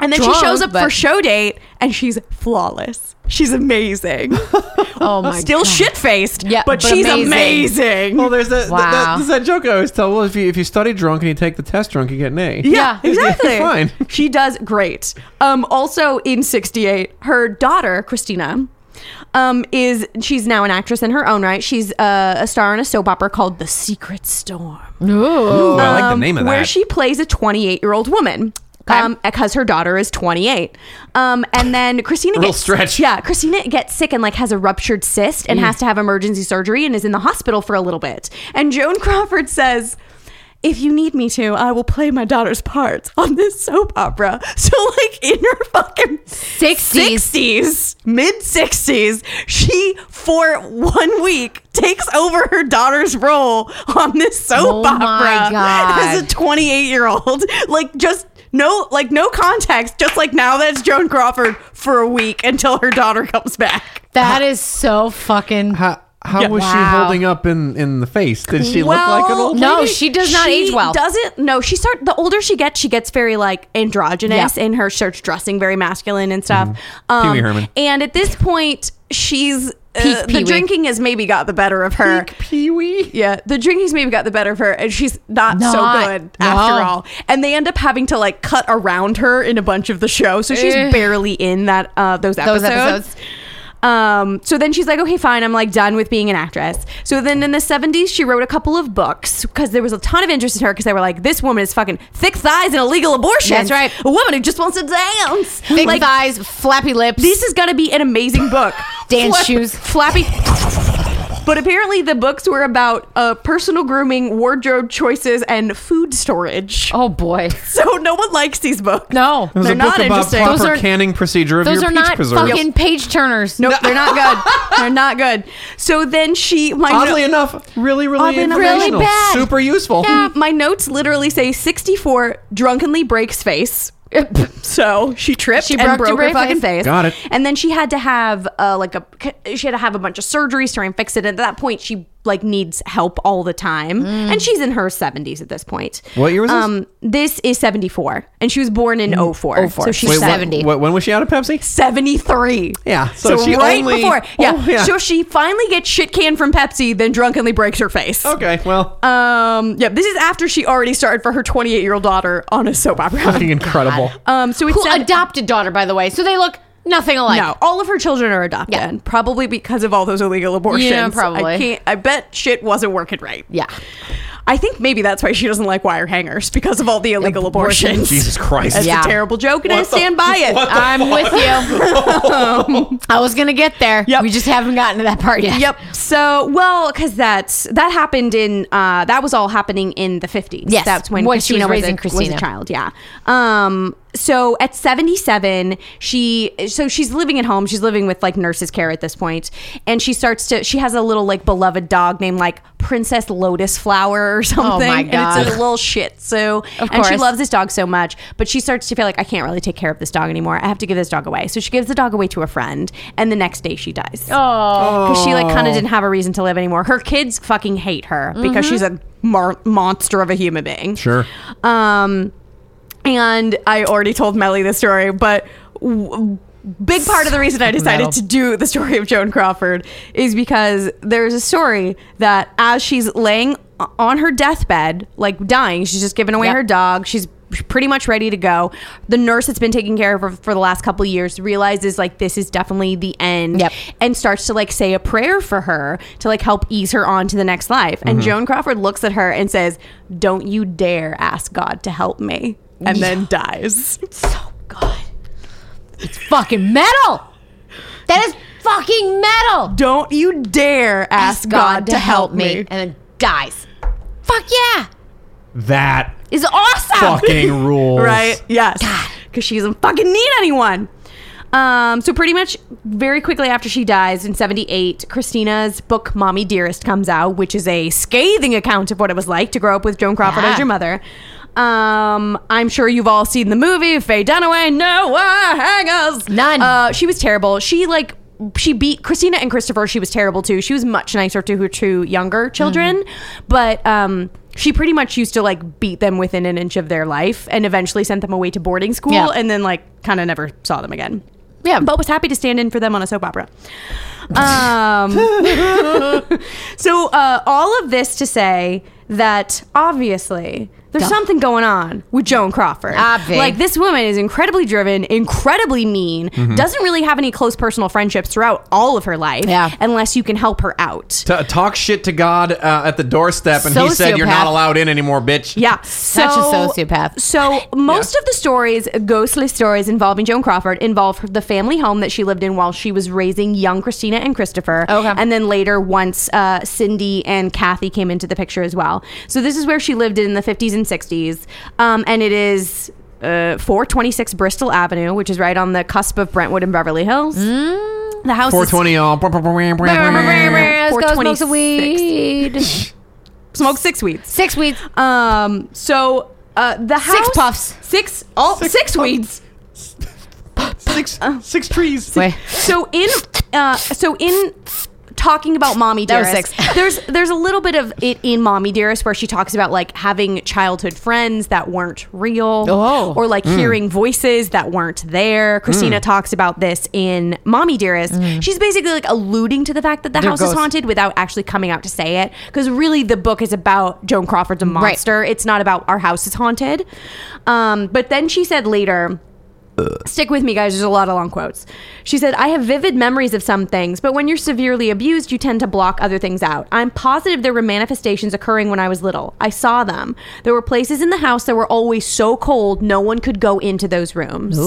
S4: And then she
S2: Drunk,
S4: shows up for
S2: but-
S4: show date and she's flawless. She's amazing.
S2: Oh my
S4: Still
S2: God.
S4: shit faced,
S2: Yeah, but
S4: but, she's
S2: amazing.
S4: amazing.
S3: Well, there's that,
S2: Wow.
S3: that, there's that joke I always tell. Well, if you if you study drunk and you take the test drunk, you get an A.
S4: Yeah,
S2: Yeah.
S4: exactly.
S3: You're fine.
S4: She does great. Um, also in '68, her daughter Christina um, is she's now an actress in her own right. She's uh, a star in a soap opera called The Secret Storm,
S5: Ooh, I like the name of
S4: Um, where
S5: that.
S4: she plays a 28 year old woman. Um, because her daughter is 28, um, and then Christina
S3: Real
S4: gets
S3: stretch.
S4: yeah, Christina gets sick and like has a ruptured cyst
S5: Mm.
S4: and has to have emergency surgery and is in the hospital for a little bit. And Joan Crawford says, if you need me to, I will play my daughter's parts on this soap opera. So, like in her fucking
S2: 60s.
S4: 60s, mid 60s, she for one week takes over her daughter's role on this soap
S2: Oh my
S4: opera
S2: God.
S4: as a 28 year old. Like, just no, like, no context. Just like now that's Joan Crawford for a week until her daughter comes back.
S2: That is so fucking.
S3: How, how
S4: Yeah.
S3: was she
S2: Wow.
S3: holding up in in the face? Did she look like an old?
S2: no,
S4: lady?
S2: she does not age well.
S4: Doesn't no. She start the older she gets, she gets very like androgynous
S2: Yeah. Mm-hmm.
S4: in her church dressing, very masculine and stuff. Um,
S5: Pee Wee Herman.
S4: And at this point, she's
S2: Peak
S4: uh,
S2: Pee
S4: the
S2: Wee.
S4: drinking has maybe got the better of her.
S3: Pee wee.
S4: Yeah, the drinking's maybe got the better of her, and she's not,
S2: Not-
S4: so good
S2: no.
S4: after all. And they end up having to like cut around her in a bunch of the show, so she's
S2: Ugh.
S4: barely in that uh, those episodes.
S2: episodes.
S4: Um, so then she's like, okay, fine, I'm like done with being an actress. So then in the 70s, she wrote a couple of books because there was a ton of interest in her because they were like, this woman is fucking thick thighs and illegal abortion.
S2: That's right.
S4: A woman who just wants to dance.
S2: Big
S4: like,
S2: thighs, flappy lips,
S4: This is gonna be an amazing book.
S2: dance
S4: Flip-
S2: shoes.
S4: flappy. But apparently, the books were about uh, personal grooming, wardrobe choices, and food storage.
S2: Oh boy.
S4: So no one likes these books.
S2: No.
S3: There's
S4: They're
S3: a book
S4: not
S3: about
S4: interesting.
S3: proper
S2: Those are-
S3: canning procedure of
S2: Those
S3: your
S2: are
S3: peach
S2: not
S3: preserve.
S2: fucking page turners.
S4: Nope, they're not good. they're not good. So then she, my
S3: Oddly
S4: no-
S3: enough, really, really,
S4: Oddly enough,
S2: really
S3: informational.
S2: bad.
S3: super useful.
S4: Yeah, my notes literally say 64 drunkenly breaks face. so she tripped
S2: She
S4: and
S2: broke
S4: broke
S2: her
S4: her
S2: brave
S4: fucking
S2: face.
S4: face.
S3: Got it.
S4: And then she had to have uh, like a she had to have a bunch of surgeries to try and fix it. And at that point, she like needs help all the time,
S2: Mm.
S4: and she's in her 70s at this point.
S3: What year was this?
S4: Um, this is 74, and she was born
S2: Mm.
S4: in 04.
S2: 04.
S4: So she's
S2: Wait, what-
S4: 70.
S2: Andy.
S3: What, when was she out of Pepsi?
S4: 73.
S3: Yeah,
S4: So,
S3: so she
S4: right
S3: only-
S4: before. Yeah.
S3: Oh, yeah.
S4: So she finally gets shit canned from Pepsi, then drunkenly breaks her face.
S2: Oh,
S3: Okay, well,
S4: Um, yeah, this is after she already started for her 28 year old daughter on a soap opera.
S3: fucking incredible.
S4: Um, so it's
S2: Who
S4: not-
S2: adopted daughter, by the way. So they look nothing alike.
S4: No, all of her children are adopted,
S2: Yeah.
S4: probably because of all those illegal abortions.
S2: Yeah, probably.
S4: I, can't, I bet shit wasn't working right.
S2: Yeah.
S4: I think maybe that's why she doesn't like wire hangers because of all the illegal
S2: Abortion.
S4: abortions.
S5: Jesus Christ.
S4: That's
S2: Yeah.
S4: a terrible joke, and I stand by it.
S2: I'm with you. I was gonna get there.
S4: Yep.
S2: We just haven't gotten to that part yet.
S4: Yep. So, well, because that's that happened in uh, that was all happening in the fifties.
S2: Yes,
S4: that's when,
S2: when she
S4: Christina
S2: was raising
S4: was a, was
S2: Christina.
S4: a child. Yeah. Um. So at seventy seven, she so she's living at home. She's living with like nurses' care at this point, and she starts to she has a little like beloved dog named like Princess Lotus Flower or something.
S2: Oh my
S4: And it's
S2: God.
S4: a little Shih Tzu, and she
S2: course.
S4: loves this dog so much, but she starts to feel like I can't really take care of this dog anymore. I have to give this dog away. So she gives the dog away to a friend, and the next day she dies
S2: Oh,
S4: because she like kind of didn't have a reason to live anymore. Her kids fucking hate her because she's a mar- monster of a human being.
S3: sure.
S4: Um, and I already told Melly the story, but. W- Big part of the reason I decided
S2: Metal.
S4: to do the story of Joan Crawford is because there's a story that as she's laying o- on her deathbed, like dying, she's just given away
S2: Yep.
S4: her dog. She's pretty much ready to go. The nurse that's been taking care of her for the last couple years realizes like this is definitely the end
S2: Yep.
S4: and starts to like say a prayer for her to like help ease her on to the next life.
S2: Mm-hmm.
S4: And Joan Crawford looks at her and says, "Don't you dare ask God to help me." And then dies.
S2: so good. It's fucking metal. That is fucking metal.
S4: Don't you dare ask, God, to help me.
S2: and then dies. Fuck yeah,
S3: That
S2: is awesome.
S3: fucking rules.
S4: Right? Yes. Because she doesn't fucking need anyone. Um, so pretty much very quickly after she dies in 78, Christina's book Mommy Dearest comes out, which is a scathing account of what it was like to grow up with Joan Crawford
S2: Yeah.
S4: as your mother. Um, I'm sure you've all seen the movie Faye Dunaway, no uh, hangers.
S2: None.
S4: Uh, she was terrible. She like she beat Christina and Christopher. She was terrible too. She was much nicer to her two younger children, but um, she pretty much used to like beat them within an inch of their life, and eventually sent them away to boarding school,
S2: Yeah.
S4: and then like kind of never saw them again.
S2: Yeah.
S4: but was happy to stand in for them on a soap opera. Um, so uh, all of this to say that obviously. There's
S2: Duh.
S4: something going on with Joan Crawford.
S2: Obvi.
S4: Like this woman is incredibly driven, incredibly mean,
S2: Mm-hmm.
S4: doesn't really have any close personal friendships throughout all of her life
S2: Yeah.
S4: unless you can help her out.
S3: T- talk shit to God uh, at the doorstep, and he said, "You're
S2: Sociopath.
S3: not allowed in anymore, bitch."
S4: Yeah. So,
S2: Such a sociopath.
S4: So most of the stories, ghostly stories involving Joan Crawford, involve her- the family home that she lived in while she was raising young Christina and Christopher.
S2: Okay.
S4: And then later, once uh, Cindy and Kathy came into the picture as well. So this is where she lived in the 50s and 60s. Um, and it is. Uh, 426 Bristol Avenue, which is right on the cusp of Brentwood and Beverly Hills.
S2: Mm.
S4: The house is
S3: 420 all.
S2: Let's go smoke some
S4: 426.
S2: weed.
S4: smoked six weeds.
S2: Six weeds.
S4: Um, so uh, the house
S2: puffs.
S4: six all six, weeds.
S3: Six, six trees.
S2: Wait.
S4: So in uh, so in talking about mommy
S2: That was
S4: dearest,
S2: six.
S4: there's there's a little bit of it in mommy dearest where she talks about like having childhood friends that weren't real,
S2: Oh.
S4: or like hearing voices that weren't there. Christina talks about this in mommy dearest. She's basically like alluding to the fact that the house is
S2: ghosts.
S4: haunted without actually coming out to say it, because really the book is about Joan Crawford's a
S2: Right.
S4: monster. It's not about our house is haunted. Um, but then she said later. Stick with me, guys. There's a lot of long quotes. She said, I have vivid memories of some things, but when you're severely abused, you tend to block other things out. I'm positive there were manifestations occurring when I was little. I saw them. There were places in the house that were always so cold, no one could go into those rooms.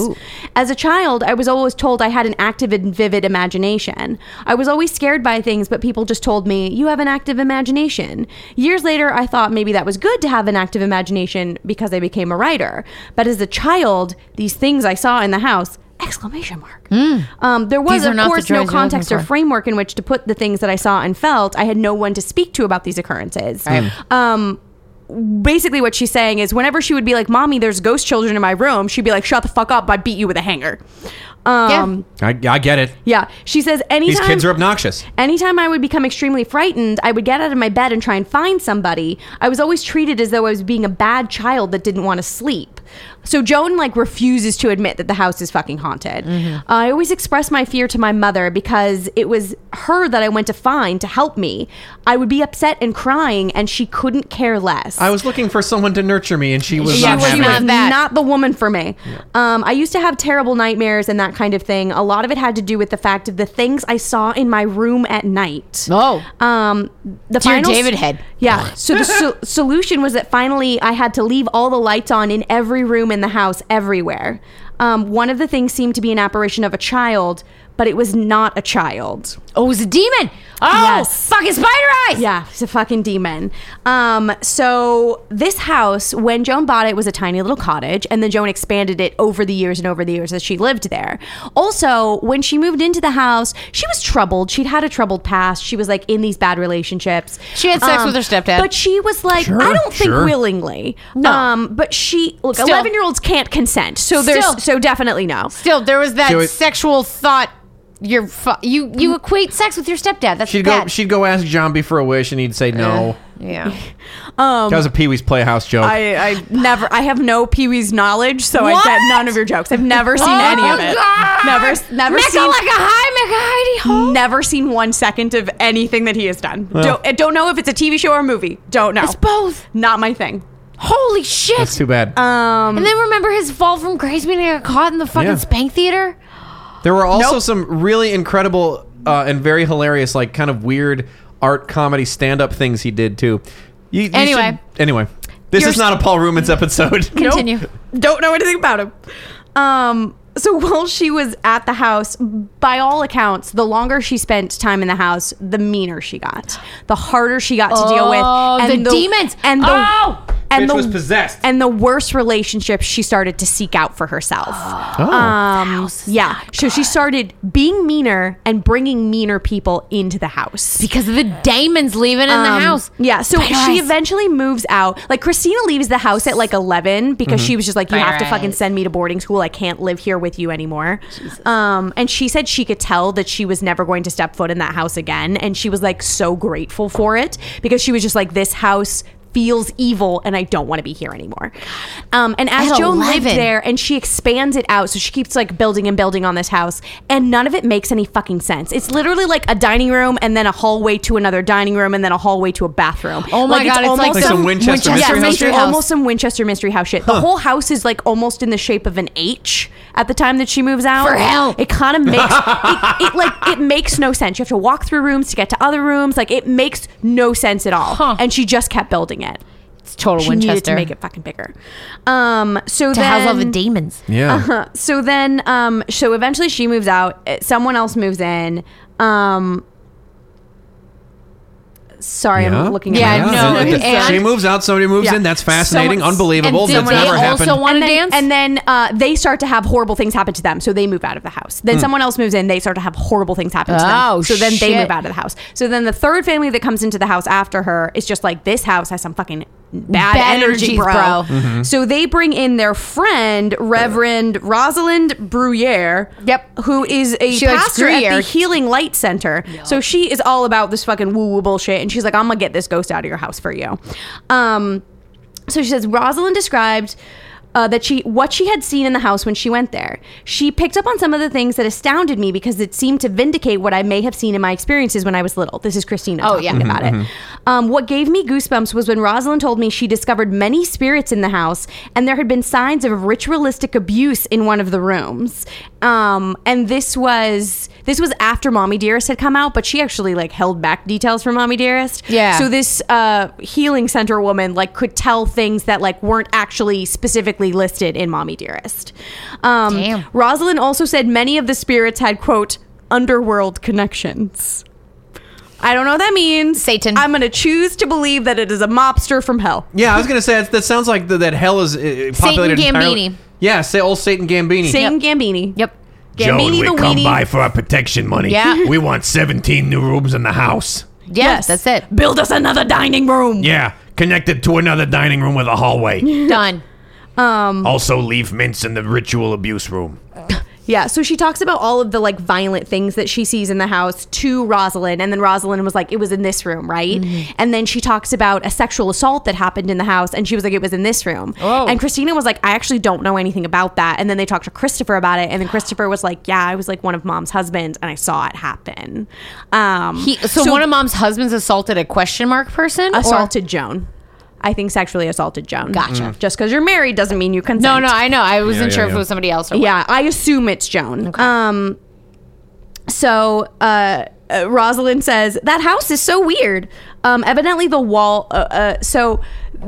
S4: As a child, I was always told I had an active and vivid imagination. I was always scared by things, but people just told me, You have an active imagination. Years later, I thought maybe that was good to have an active imagination because I became a writer. But as a child, these things I saw in the house, exclamation mark. Um, there was,
S2: Hmm. These are
S4: of
S2: not the
S4: course, no
S2: joys you're looking
S4: context or
S2: for.
S4: framework in which to put the things that I saw and felt. I had no one to speak to about these occurrences. Um, basically what she's saying is whenever she would be like, "Mommy, there's ghost children in my room," she'd be like, "Shut the fuck up! I beat you with a hanger." Um,
S3: I, I get it.
S4: yeah. She says
S3: These
S4: anytime
S3: kids are obnoxious.
S4: Anytime I would become extremely frightened, I would get out of my bed and try and find somebody. I was always treated as though I was being a bad child that didn't want to sleep. So Joan like refuses to admit that the house is fucking haunted. I always express my fear to my mother because it was her that I went to find to help me. I would be upset and crying, and she couldn't care less.
S3: I was looking for someone to nurture me, and she was
S4: She
S3: not.
S4: was
S3: having
S2: not
S3: it.
S2: that.
S4: not the woman for me. Um, I used to have terrible nightmares and that kind of thing. A lot of it had to do with the fact of the things I saw in my room at night.
S2: Oh.
S4: um, the
S2: Dear
S4: final
S2: David Head.
S4: Yeah. So the so- solution was that finally I had to leave all the lights on in every room in the house, everywhere. Um, one of the things seemed to be an apparition of a child, but it was not a child.
S2: Oh, it was a demon. Oh,
S4: Yes.
S2: fucking spider eyes.
S4: Yeah, it's a fucking demon. Um, so this house, when Joan bought it, was a tiny little cottage, and then Joan expanded it over the years and over the years as she lived there. Also, when she moved into the house, she was troubled. She'd had a troubled past. She was like in these bad relationships. Um,
S2: She had sex with her stepdad.
S4: but she was like, I don't think willingly.
S2: No.
S4: um, but she look,
S2: Still.
S4: eleven year olds can't consent. So there's
S2: Still.
S4: so definitely no.
S2: Still, there was that
S3: Do it.
S2: sexual thought. You're fu- you you equate sex with your stepdad. That's
S3: She'd go.
S2: bad.
S3: She'd go ask John B for a wish, and he'd say no.
S2: yeah.
S3: that was a Pee Wee's Playhouse joke.
S4: I, I never I have no Pee Wee's knowledge, so I
S2: What? Oh
S4: get none of your jokes. I've never seen any of it. Never never
S2: Mickle
S4: seen
S2: like a high Mickey Heidi ho.
S4: never seen one second of anything that he has done. Don't I don't know if it's a TV show or a movie. Don't know.
S2: It's both.
S4: Not my thing. Um,
S2: Holy shit!
S3: That's too bad.
S2: and then remember his fall from grace when he got caught in the fucking
S3: Yeah.
S2: spank theater?
S3: There were also
S4: Nope.
S3: some really incredible uh, and very hilarious, like kind of weird art comedy stand up things he did too. You, you
S2: Anyway.
S3: should- anyway, this
S4: You're
S3: is not a Paul Rumens episode.
S2: Continue.
S4: Don't know anything about him. Um, so while she was at the house, by all accounts, the longer she spent time in the house, the meaner she got, the harder she got to deal with,
S2: Oh, the demons.
S4: and the
S2: Oh!
S4: and
S6: Bitch
S4: the
S6: was possessed.
S4: and the worse relationships she started to seek out for herself.
S2: Oh,
S4: um, yeah, so she started being meaner and bringing meaner people into the house
S2: Because of the demons leaving in
S4: Um,
S2: the house.
S4: Yeah, so
S2: Spider
S4: she
S2: eyes.
S4: eventually moves out. Like Christina leaves the house at like eleven because she was just like, "You have to
S2: Spider
S4: fucking
S2: eyes.
S4: send me to boarding school. I can't live here with you anymore." Um, and she said she could tell that she was never going to step foot in that house again, and she was like so grateful for it because she was just like, "This house." Feels evil, and I don't want to be here anymore. Um, and as
S2: At
S4: Joan lived
S2: 11.
S4: there, and she expands it out, so she keeps like building and building on this house, and none of it makes any fucking sense. It's literally like a dining room, and then a hallway to another dining room, and then a hallway to a bathroom.
S2: Oh my
S4: Like,
S2: god, it's, like,
S3: Like some some Winchester Winchester
S4: yeah,
S3: Mystery
S4: it's
S3: House shit?
S4: almost some Winchester mystery house shit. The whole house is like almost in the shape of an H at the time that she moves out.
S2: For hell.
S4: it kind of makes it, it like it makes no sense. You have to walk through rooms to get to other rooms. Like it makes no sense at all.
S2: Huh.
S4: And she just kept building it.
S2: It's total
S4: She needed
S2: Winchester.
S4: to make it fucking bigger. Um, so
S2: to
S4: then,
S2: house all the demons.
S3: Yeah.
S4: so then um so eventually she moves out eh, someone else moves in um sorry
S3: Yeah.
S4: i'm looking
S2: Yeah,
S4: at my-
S2: no, know.
S3: And-
S2: and-
S3: she moves out, somebody moves
S4: Yeah.
S3: in. That's fascinating,
S4: Someone-
S3: unbelievable.
S2: and did
S3: That's
S2: they
S3: never
S2: also
S3: happened.
S2: want- Wanna
S4: and then,
S2: dance?
S4: And then uh, they start to have horrible things happen to them, so they move out of the house. Then someone else moves in, they start to have horrible things happen to
S2: Oh,
S4: them. So then they
S2: shit.
S4: move out of the house. So then the third family that comes into the house after her is just like, this house has some fucking bad,
S2: Bad
S4: energy,
S2: energies,
S4: bro.
S2: bro.
S4: So they bring in their friend, Reverend Rosalind Bruyere.
S2: Yep.
S4: Who is a
S2: She likes
S4: pastor at
S2: Gruyere.
S4: the Healing Light Center. So she is all about this fucking woo woo bullshit. And she's like, I'm going to get this ghost out of your house for you. Um, so she says Rosalind described uh, that she what she had seen in the house when she went there. She picked up on some of the things that astounded me because it seemed to vindicate what I may have seen in my experiences when I was little. This is Christina
S2: Oh,
S4: talking
S2: yeah.
S4: about it. Um, what gave me goosebumps was when Rosalind told me she discovered many spirits in the house and there had been signs of ritualistic abuse in one of the rooms. Um, and this was this was after Mommy Dearest had come out, but she actually like held back details for Mommy Dearest.
S2: Yeah.
S4: So this uh, healing center woman like could tell things that like weren't actually specifically listed in Mommy Dearest. Um,
S2: Damn.
S4: Rosalind also said many of the spirits had quote underworld connections. I don't know what that means.
S2: Satan.
S4: I'm gonna choose to believe that it is a mobster from hell.
S3: yeah, I was going to say, that's- that sounds like the, that hell is uh, populated entirely-
S2: Gambini.
S3: Yeah, say old Satan Gambini.
S4: Satan Gambini.
S2: Yep.
S5: Joan, we
S4: the
S5: come
S4: weenie.
S5: by for our protection money.
S2: Yeah.
S5: We want 17 new rooms in the house.
S2: Yes, that's it.
S4: Build us another dining room.
S5: Yeah. Connected to another dining room with a hallway.
S2: Done.
S5: also, leave mints in the ritual abuse room.
S4: Yeah, so she talks about all of the like violent things that she sees in the house to Rosalind, and then Rosalind was like, "It was in this room, right?"
S2: Mm-hmm.
S4: And then she talks about a sexual assault that happened in the house, and she was like, "It was in this room."
S2: Oh.
S4: And Christina was like, "I actually don't know anything about that." And then they talked to Christopher about it, and then Christopher was like, "Yeah, I was like one of mom's husbands, and I saw it happen." Um,
S2: He, so, one of mom's husbands assaulted a question mark person. or-
S4: assaulted Joan. I think sexually assaulted Joan.
S2: Gotcha. Mm.
S4: Just because you're married doesn't mean you
S2: no,
S4: consent.
S2: no, I know. I wasn't
S5: yeah,
S2: sure if
S5: yeah.
S2: it was somebody else. Or
S4: Yeah, I assume it's Joan. Um, so uh, uh, Rosalind says that house is so weird. Um, evidently, the wall. Uh, uh, so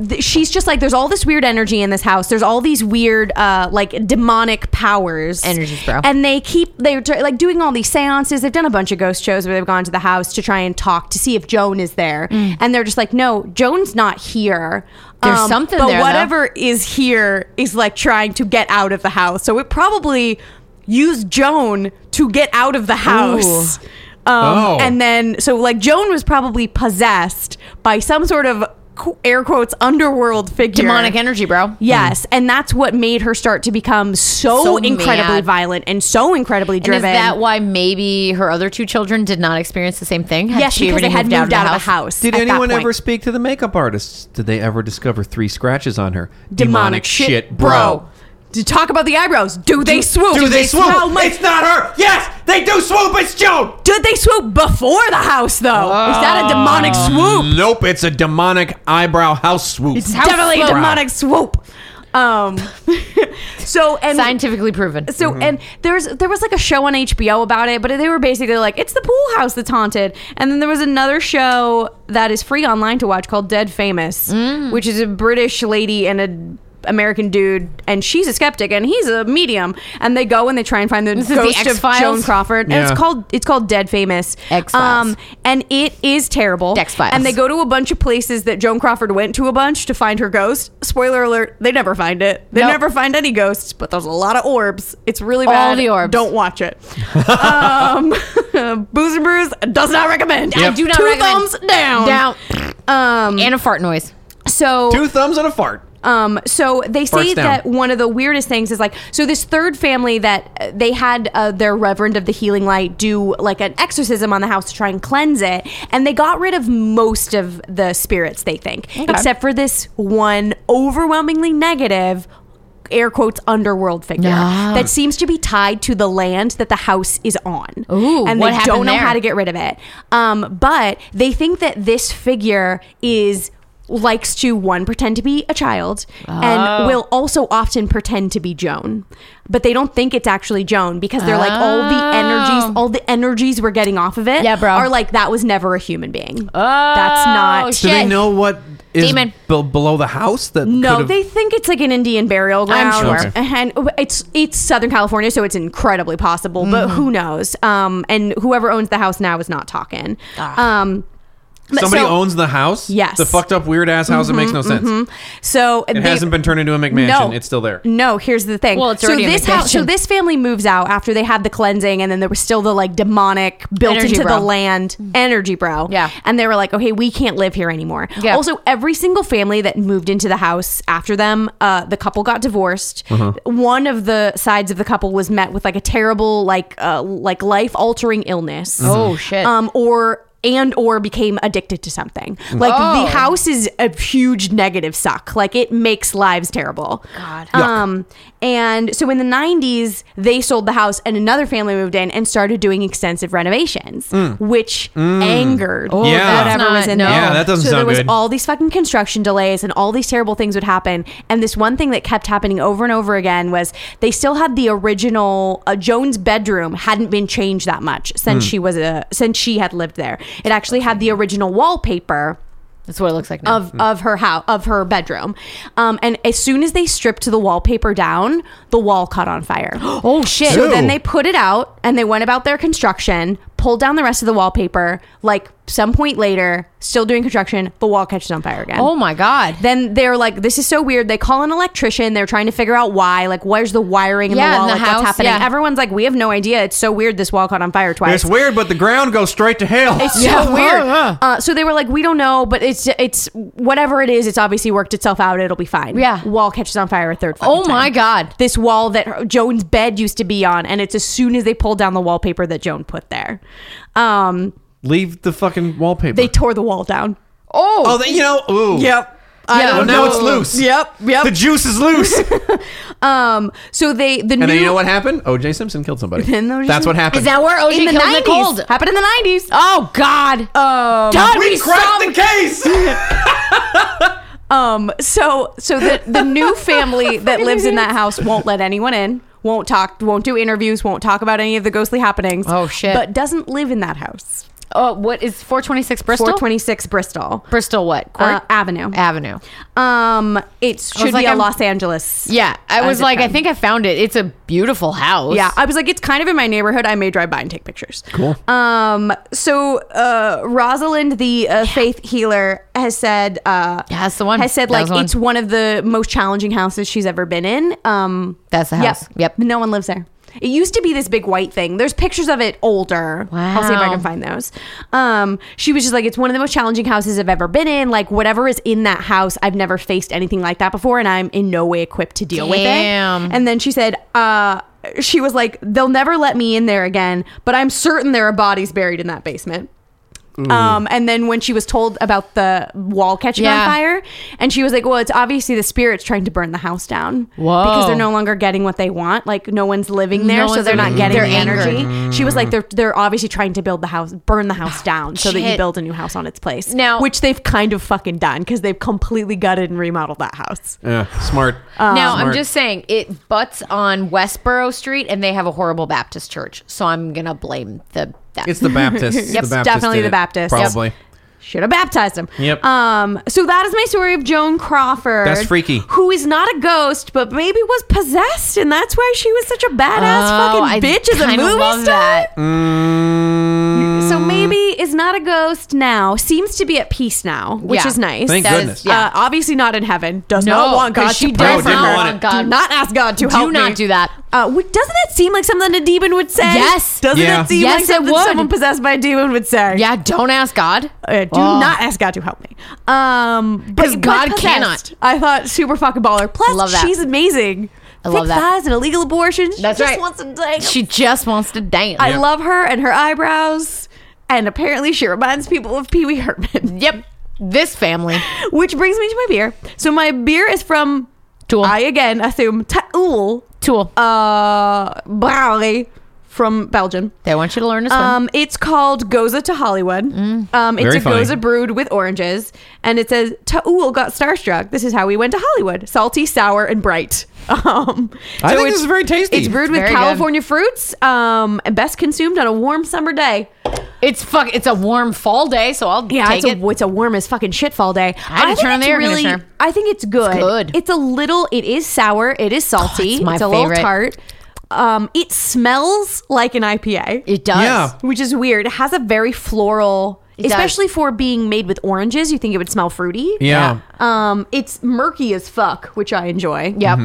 S4: th- she's just like, there's all this weird energy in this house. There's all these weird, uh, like demonic powers.
S2: Energies, bro.
S4: And they keep they're tr- like doing all these seances. They've done a bunch of ghost shows where they've gone to the house to try and talk to see if Joan is there. And they're just like, no, Joan's not here.
S2: Mm.
S4: Um,
S2: There's something
S4: but
S2: there, though.
S4: whatever whoever is here is like trying to get out of the house. So it probably used Joan to get out of the house. Um,
S3: Oh.
S4: And then, so like Joan was probably possessed by some sort of qu- air quotes underworld figure.
S2: demonic energy, bro.
S4: Yes, and that's what made her start to become so,
S2: So
S4: incredibly
S2: mad.
S4: violent and so incredibly
S2: And is
S4: driven.
S2: that why maybe her other two children did not experience the same thing? Had
S4: yes,
S2: she
S4: because
S2: already
S4: they had moved out, of the house.
S3: Did
S4: at that
S3: anyone
S4: point.
S3: ever speak to the makeup artist? Did they ever discover three scratches on her?
S4: demonic, shit, bro? to talk about the eyebrows. Do they swoop?
S3: Do they swoop?
S4: How much-
S3: It's not her. Yes, they do swoop. It's Joan.
S4: Did they swoop before the house though? Is that a demonic swoop?
S3: Nope, it's a demonic eyebrow house swoop.
S2: It's house
S4: Definitely a
S2: swoop.
S4: demonic swoop. Um, so and
S2: Scientifically proven.
S4: So and there's there was like a show on HBO about it, but they were basically like it's the pool house that's haunted. And then there was another show that is free online to watch called Dead Famous,
S2: Mm.
S4: which is a British lady and a American dude, and she's a skeptic and he's a medium. And they go and they try and find the
S2: This is the
S4: ghost of
S2: X-Files?
S4: Joan Crawford, and
S3: Yeah.
S4: it's called it's called Dead Famous. Um,
S2: X-Files.
S4: and it is terrible.
S2: X-Files.
S4: And they go to a bunch of places that Joan Crawford went to a bunch to find her ghost. Spoiler alert: they never find it. They
S2: Nope.
S4: never find any ghosts, but there's a lot of orbs. It's really
S2: All
S4: bad.
S2: the orbs.
S4: Don't watch it. um, Booze and Brews does not recommend.
S2: I do not
S4: Two
S2: recommend.
S4: thumbs down.
S2: Down.
S4: Um,
S2: And a fart noise.
S4: so
S3: Two thumbs and a fart.
S4: um, so they say
S3: Farts down.
S4: that one of the weirdest things is like so this third family that uh, they had uh, their reverend of the healing light do like an exorcism on the house to try and cleanse it, and they got rid of most of the spirits they think, except for this one overwhelmingly negative. Air quotes underworld figure
S2: Yeah.
S4: that seems to be tied to the land that the house is on,
S2: Ooh,
S4: and
S2: what
S4: they
S2: happened
S4: don't know how
S2: there?
S4: to get rid of it. Um, but they think that this figure is likes to one pretend to be a child
S2: Oh.
S4: and will also often pretend to be Joan. But they don't think it's actually Joan because they're like all the energies, all the energies we're getting off of it
S2: Oh. Yeah, bro. Oh,
S4: are like that was never a human being. That's not
S2: shit.
S3: Do they know what is
S2: Demon.
S3: be- below the house? That
S4: No,
S3: could've-
S4: they think it's like an Indian burial ground.
S2: sure.
S4: And it's it's Southern California, so it's incredibly possible, but
S3: Mm-hmm.
S4: who knows? Um and whoever owns the house now is not talking. Um but
S3: somebody
S4: so-
S3: owns the house.
S4: Yes.
S3: the fucked up weird ass house. that makes no sense.
S4: So
S3: It hasn't been turned into a McMansion. It's still there.
S4: No, here's the thing.
S2: Well, it's
S4: so
S2: already a
S4: this house, so
S2: McMansion.
S4: this family moves out after they had the cleansing, and then there was still the like demonic built
S2: Energy
S4: into
S2: bro. Mm-hmm.
S4: the land energy, bro.
S2: Yeah.
S4: and they were like, okay, we can't live here anymore.
S2: Yeah.
S4: Also, every single family that moved into the house after them, uh, the couple got divorced.
S3: Uh-huh.
S4: One of the sides of the couple was met with like a terrible, like, uh, like life altering illness.
S3: Mm-hmm.
S2: Oh, shit.
S4: Um, or and or became addicted to something like
S2: Oh.
S4: the house is a huge negative suck like it makes lives terrible
S2: God.
S4: um and so in the 90s they sold the house and another family moved in and started doing extensive renovations
S2: Mm.
S4: which angered
S2: Oh,
S3: Yeah.
S4: whatever
S2: that's
S4: Oh, was in
S2: not-
S4: there
S2: no. Yeah,
S3: that doesn't
S4: so
S3: sound
S4: there was
S3: good.
S4: all these fucking construction delays and all these terrible things would happen and this one thing that kept happening over and over again was they still had the original uh, Joan's bedroom hadn't been changed that much since
S3: Hmm.
S4: she was a since she had lived there it actually had the original wallpaper
S2: That's what it looks like now.
S4: of of her house of her bedroom um, and as soon as they stripped the wallpaper down the wall caught on fire
S2: oh, shit.
S4: so
S3: Ew.
S4: then they put it out and they went about their construction pulled down the rest of the wallpaper like some point later still doing construction the wall catches on fire again
S2: oh, my God.
S4: then they're like, "This is so weird." They call an electrician. They're trying to figure out why. Like, where's the wiring in
S2: Yeah,
S4: the
S2: in
S4: wall?
S2: the
S4: like,
S2: house,
S4: what's happening?
S2: yeah.
S4: Everyone's like, "We have no idea." It's so weird. This wall caught on fire twice.
S3: It's weird, but the ground goes straight to hell.
S4: It's
S2: Yeah, Oh,
S4: so weird.
S2: yeah.
S4: Uh, so they were like, we don't know, but it's it's whatever it is. It's obviously worked itself out. It'll be fine.
S2: Yeah.
S4: Wall catches on fire a third. fucking
S2: Oh, my
S4: time.
S2: God.
S4: This wall that her- Joan's bed used to be on, and it's as soon as they pulled down the wallpaper that Joan put there. Um,
S3: Leave the fucking wallpaper.
S4: they tore the wall down.
S2: Oh,
S3: oh, they, you know. Ooh.
S4: Yep. I
S2: Yeah.
S4: don't
S3: Well, now
S4: know.
S3: it's loose.
S4: Yep. Yep.
S3: The juice is loose. and
S4: um. So they the new
S3: then you know what happened? O.J. Simpson killed somebody.
S4: And O.J.
S3: That's what happened.
S2: is that where OJ
S4: in the
S2: killed Nick Gold?
S4: nineties happened in the nineties.
S2: Oh, God.
S4: Um,
S2: God,
S3: we
S2: saw-
S3: cracked the case.
S4: um, so so the the new family that lives in that house won't let anyone in. Won't talk. Won't do interviews. Won't talk about any of the ghostly happenings.
S2: Oh, shit.
S4: But doesn't live in that house.
S2: Oh, what is 426 Bristol?
S4: Four twenty six Bristol
S2: Bristol what? Court?
S4: uh, Avenue.
S2: Avenue.
S4: Um, it should
S2: like,
S4: be a
S2: I'm-
S4: Los Angeles.
S2: Yeah, I
S4: Uh,
S2: was
S4: zip
S2: like, I
S4: code.
S2: think I found it. It's a beautiful house.
S4: Yeah, I was like, it's kind of in my neighborhood. I may drive by and take pictures.
S3: Cool.
S4: Um, so uh, Rosalind, the uh, faith healer, has said, uh,
S2: Yeah, that's the one.
S4: Has said
S2: That
S4: like
S2: was the one.
S4: it's one of the most challenging houses she's ever been in. Um,
S2: That's the house. Yep.
S4: No one lives there. It used to be this big white thing. There's pictures of it older. I'll see if I
S2: Wow.
S4: can find those. Um, she was just like, it's one of the most challenging houses I've ever been in. Like whatever is in that house, I've never faced anything like that before, and I'm in no way equipped to deal with
S2: Damn.
S4: it. And then she said, uh, she was like, they'll never let me in there again, but I'm certain there are bodies buried in that basement. Um, and then when she was told about the wall catching
S2: Yeah.
S4: on fire, and she was like, "Well, it's obviously the spirits trying to burn the house down
S2: Whoa.
S4: because they're no longer getting what they want. Like no one's living there,
S2: No
S4: so
S2: one's
S4: they're not
S2: living.
S4: getting
S2: They're
S4: the energy." She was like, "They're they're obviously trying to build the house, burn the house down, so that you
S2: Shit.
S4: build a new house on its place."
S2: Now-
S4: which they've kind of fucking done because they've completely gutted and remodeled that house.
S3: Yeah, smart.
S4: uh,
S2: now I'm
S3: smart.
S2: just saying it butts on Westboro Street, and they have a horrible Baptist church, so I'm gonna blame the. That.
S3: It's the Baptist.
S4: Yep,
S3: the Baptist
S4: definitely
S3: did
S4: the
S3: it,
S4: Baptist. Yep.
S3: Probably.
S4: Should have baptized him.
S3: Yep.
S4: Um. So that is my story of Joan Crawford.
S3: That's freaky.
S4: Who is not a ghost, but maybe was possessed, and that's why she was such a badass
S2: Oh, I
S4: fucking bitch as a
S2: kinda
S4: movie
S2: love
S4: star.
S2: that.
S4: Mm. So
S3: Mm.
S4: maybe is not a ghost now. Seems to be at peace now, which
S2: Yeah.
S4: is nice.
S3: Thank
S2: That is-
S3: goodness.
S2: yeah.
S4: Uh, obviously not in heaven. Does
S2: No,
S4: not want God.
S2: 'cause she
S4: to
S2: does
S4: pray for
S2: not
S4: her.
S2: want God.
S4: Do not ask God to
S2: Do
S4: help.
S2: not
S4: me.
S2: do that.
S4: Uh, wh- doesn't that seem like something a demon would say?
S2: Yes.
S4: Doesn't
S3: Yeah.
S4: it seem
S2: Yes,
S4: like
S2: it
S4: something
S2: would.
S4: someone possessed by a demon would say?
S2: yeah, don't ask God.
S4: Uh, do
S2: Oh.
S4: not ask God to help me. Um,
S2: 'Cause
S4: but-
S2: God
S4: but possessed.
S2: cannot.
S4: I thought super fucking baller. Plus,
S2: Love that.
S4: she's amazing.
S2: I love
S4: Thick
S2: that.
S4: thighs and illegal abortions. She
S2: That's
S4: just
S2: right.
S4: Wants to dang.
S2: She just wants to dance.
S4: I love her and her eyebrows. And apparently, she reminds people of Pee Wee Herman.
S2: yep, this family.
S4: Which brings me to my beer. So my beer is from
S2: Tool.
S4: I again assume Taul
S2: Tool.
S4: uh Bali from Belgium.
S2: they want you to learn to swim.
S4: Um, it's called Goza to Hollywood.
S2: Mm.
S4: Um, it's
S3: Very
S4: a
S3: funny.
S4: Goza brewed with oranges, and it says Taul got starstruck. This is how we went to Hollywood: salty, sour, and bright. Um,
S3: I think
S4: it's-
S3: this is very tasty.
S4: It's brewed with
S2: Very good.
S4: California fruits, um, and best consumed on a warm summer day.
S2: it's fuck. It's a warm fall day, so I'll
S4: Yeah,
S2: take
S4: it's
S2: it.
S4: a, it's a warm as fucking shit fall day.
S2: I had to
S4: think
S2: turn on the
S4: it's
S2: air conditioner.
S4: I think it's good. It's
S2: good. Oh,
S4: a little. It is sour. It is salty.
S2: it's my
S4: a
S2: favorite.
S4: little tart. Um, it smells like an IPA.
S2: it does.
S3: Yeah.
S4: which is weird. It has a very floral,
S2: does.
S4: especially for being made with oranges. You think it would smell fruity?
S3: yeah.
S4: Um, it's murky as fuck, which I enjoy.
S2: Yep.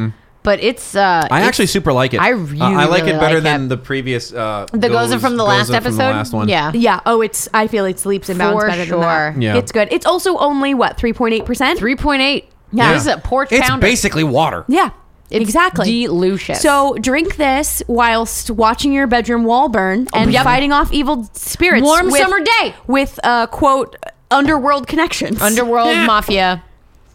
S2: But it's. uh
S3: Mm-hmm. I
S2: it's-
S3: actually super like it.
S2: I
S3: Uh, I
S2: really,
S3: like
S2: really
S3: it better
S2: like
S3: than
S2: it.
S3: the previous. Uh,
S2: the goes are from the last episode.
S3: one.
S2: Yeah.
S4: Yeah. Oh, it's. I feel it sleeps and bounds
S2: For
S4: better than
S2: sure.
S4: that.
S3: Yeah.
S4: It's good. It's also only what three point eight percent.
S2: Three point eight.
S4: Yeah.
S2: This is a porch
S3: It's
S2: pounder.
S3: basically water.
S4: Yeah.
S2: It's
S4: exactly.
S2: delicious.
S4: So drink this whilst watching your bedroom wall burn and
S2: Oh, Yep.
S4: fighting off evil spirits.
S2: Warm summer day.
S4: with uh, quote underworld connections.
S2: underworld mafia,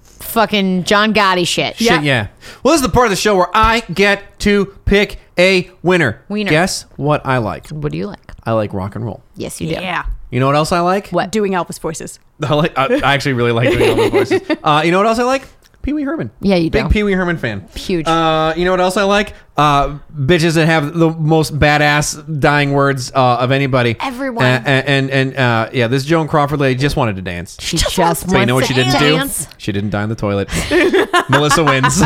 S2: fucking John Gotti shit.
S3: Shit, yeah. Well, this is the part of the show where I get to pick a winner.
S2: Wiener.
S3: Guess what I like?
S2: What do you like?
S3: I like rock and roll.
S2: Yes, you do.
S4: yeah.
S3: You know what else I like?
S2: What?
S4: Doing Elvis voices.
S3: I, like, I, I actually really like doing all the voices. Uh, you know what else I like? Pee Wee Herman.
S2: Yeah, you
S3: Big
S2: do.
S3: Pee Wee Herman fan.
S2: Huge.
S3: Uh, you know what else I like? Uh, bitches that have the most badass dying words uh, of anybody.
S2: Everyone.
S3: A- a- and and, uh, yeah, this Joan Crawford lady just wanted to dance.
S2: She just wants
S3: So you know what
S2: to
S3: she didn't
S2: dance.
S3: do? She didn't die in the toilet. Melissa wins.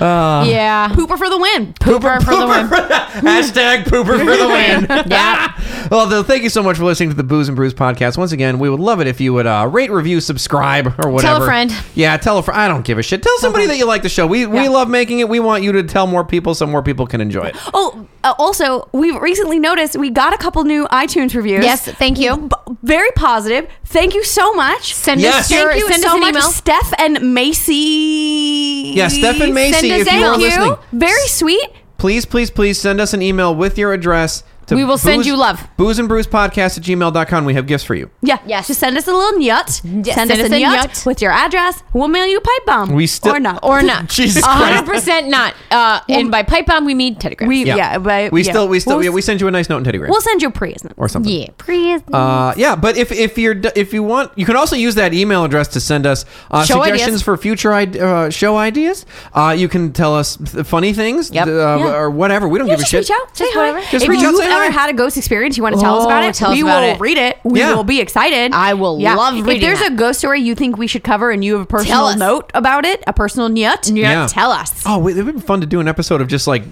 S2: Yeah.
S4: Uh, Pooper for the win.
S2: Pooper, for the win.
S3: Hashtag pooper for the win.
S2: Yeah.
S3: Well, though, thank you so much for listening to the Booze and Brews podcast. Once again, we would love it if you would uh, rate, review, subscribe, or whatever.
S2: friend.
S3: Yeah, tell a friend. I don't give a shit. Tell somebody that you like the show. We we
S2: Yeah.
S3: love making it. We want you to tell more people so more people can enjoy it.
S4: Oh, uh, also, we've recently noticed we got a couple new iTunes reviews.
S2: Yes, thank you.
S4: B- very positive. Thank you so much.
S2: Send
S3: Yes.
S2: us
S4: Thank
S2: your,
S4: you
S2: send
S4: so
S2: us an
S4: much,
S2: email.
S4: Steph and Macy.
S3: Yeah, Steph and Macy,
S4: Send
S3: if
S4: us-
S3: you
S4: thank
S3: are listening.
S4: Very sweet.
S3: Please, please, please send us an email with your address. To
S2: We will send you love.
S3: Booze and Brews podcast at gmail.com. We have gifts for you.
S4: Yeah.
S2: Yes.
S4: Just send us a little nut.
S2: send us a
S4: nut
S2: nut.
S4: with your address. We'll mail you a pipe bomb.
S3: We still-
S4: or not
S2: Or not.
S3: Jesus Christ.
S2: 100% not. Uh, and by pipe bomb, we mean telegrams.
S4: We yeah. but
S3: we
S4: yeah.
S3: still we still
S4: We'll,
S3: yeah, we send you a nice note and teddy bear
S4: we'll send you a present.
S3: or something.
S2: yeah. Please.
S3: Uh, yeah, but if if you're d- if you want, you can also use that email address to send us uh,
S2: Show
S3: suggestions
S2: ideas.
S3: for future id- uh, show ideas. Uh, you can tell us th- funny things
S2: Yep.
S3: uh,
S4: Yeah.
S3: or whatever. We don't
S4: Yeah,
S3: give a
S4: just
S3: shit.
S4: reach out. Say
S2: Just
S4: hi.
S2: whatever.
S3: Just
S4: if
S3: reach out,
S4: you've
S3: say hi.
S4: ever had a ghost experience, you want to tell us
S2: Oh,
S4: about it,
S2: tell us
S4: we
S2: about
S4: will
S2: it.
S4: read it. We
S3: Yeah.
S4: will be excited.
S2: I will love
S4: If
S2: reading
S4: there's
S2: that.
S4: a ghost story you think we should cover and you have a personal
S2: us.
S4: note about it, a personal nut,
S3: Yeah.
S4: tell us.
S3: Oh, wait, it would be fun to do an episode of just like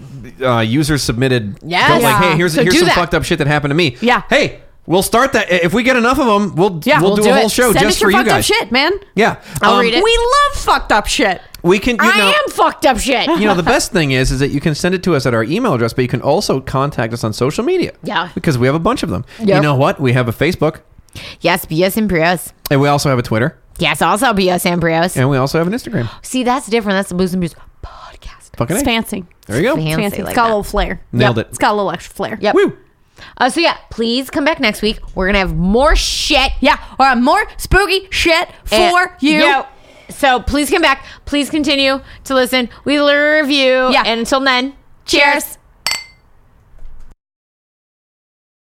S3: uh, user submitted.
S2: Yes.
S3: but, Like,
S2: Yeah.
S3: hey, here's
S2: So
S3: here's
S2: do
S3: some
S2: that.
S3: fucked up shit that happened to me.
S4: Yeah.
S3: Hey, we'll start that if we get enough of them. We'll
S4: Yeah,
S3: we'll,
S4: we'll
S3: do,
S4: do
S3: a whole
S4: it.
S3: show
S4: Send
S3: just
S4: us
S3: for
S4: your
S3: you
S4: fucked up
S3: guys.
S4: shit, man.
S3: Yeah. um,
S2: I'll read it.
S4: We love fucked up shit.
S3: We can. You
S2: I
S3: know,
S2: am fucked up shit.
S3: you know the best thing is is that you can send it to us at our email address but you can also contact us on social media
S2: Yeah.
S3: because we have a bunch of them you
S2: Yep.
S3: know what we have a facebook
S2: yes, BS and Prius.
S3: and we also have a twitter
S2: Yes, also BS and Prius.
S3: and we also have an instagram
S2: See, that's different. That's the Blues and Brews podcast.
S3: Fucking
S4: It's
S3: A.
S4: fancy.
S3: There you go.
S2: Fancy.
S4: It's fancy.
S2: like
S4: it's got
S2: that.
S4: a little flair.
S3: Nailed it.
S4: It's got a little extra flair.
S2: Yep.
S3: Woo.
S2: Uh, so yeah, please come back next week. We're gonna have more shit.
S4: Yeah. Or more spooky shit for
S2: And-
S4: you.
S2: Yo. So please come back. Please continue to listen. We love you.
S4: Yeah.
S2: And until then,
S4: Cheers.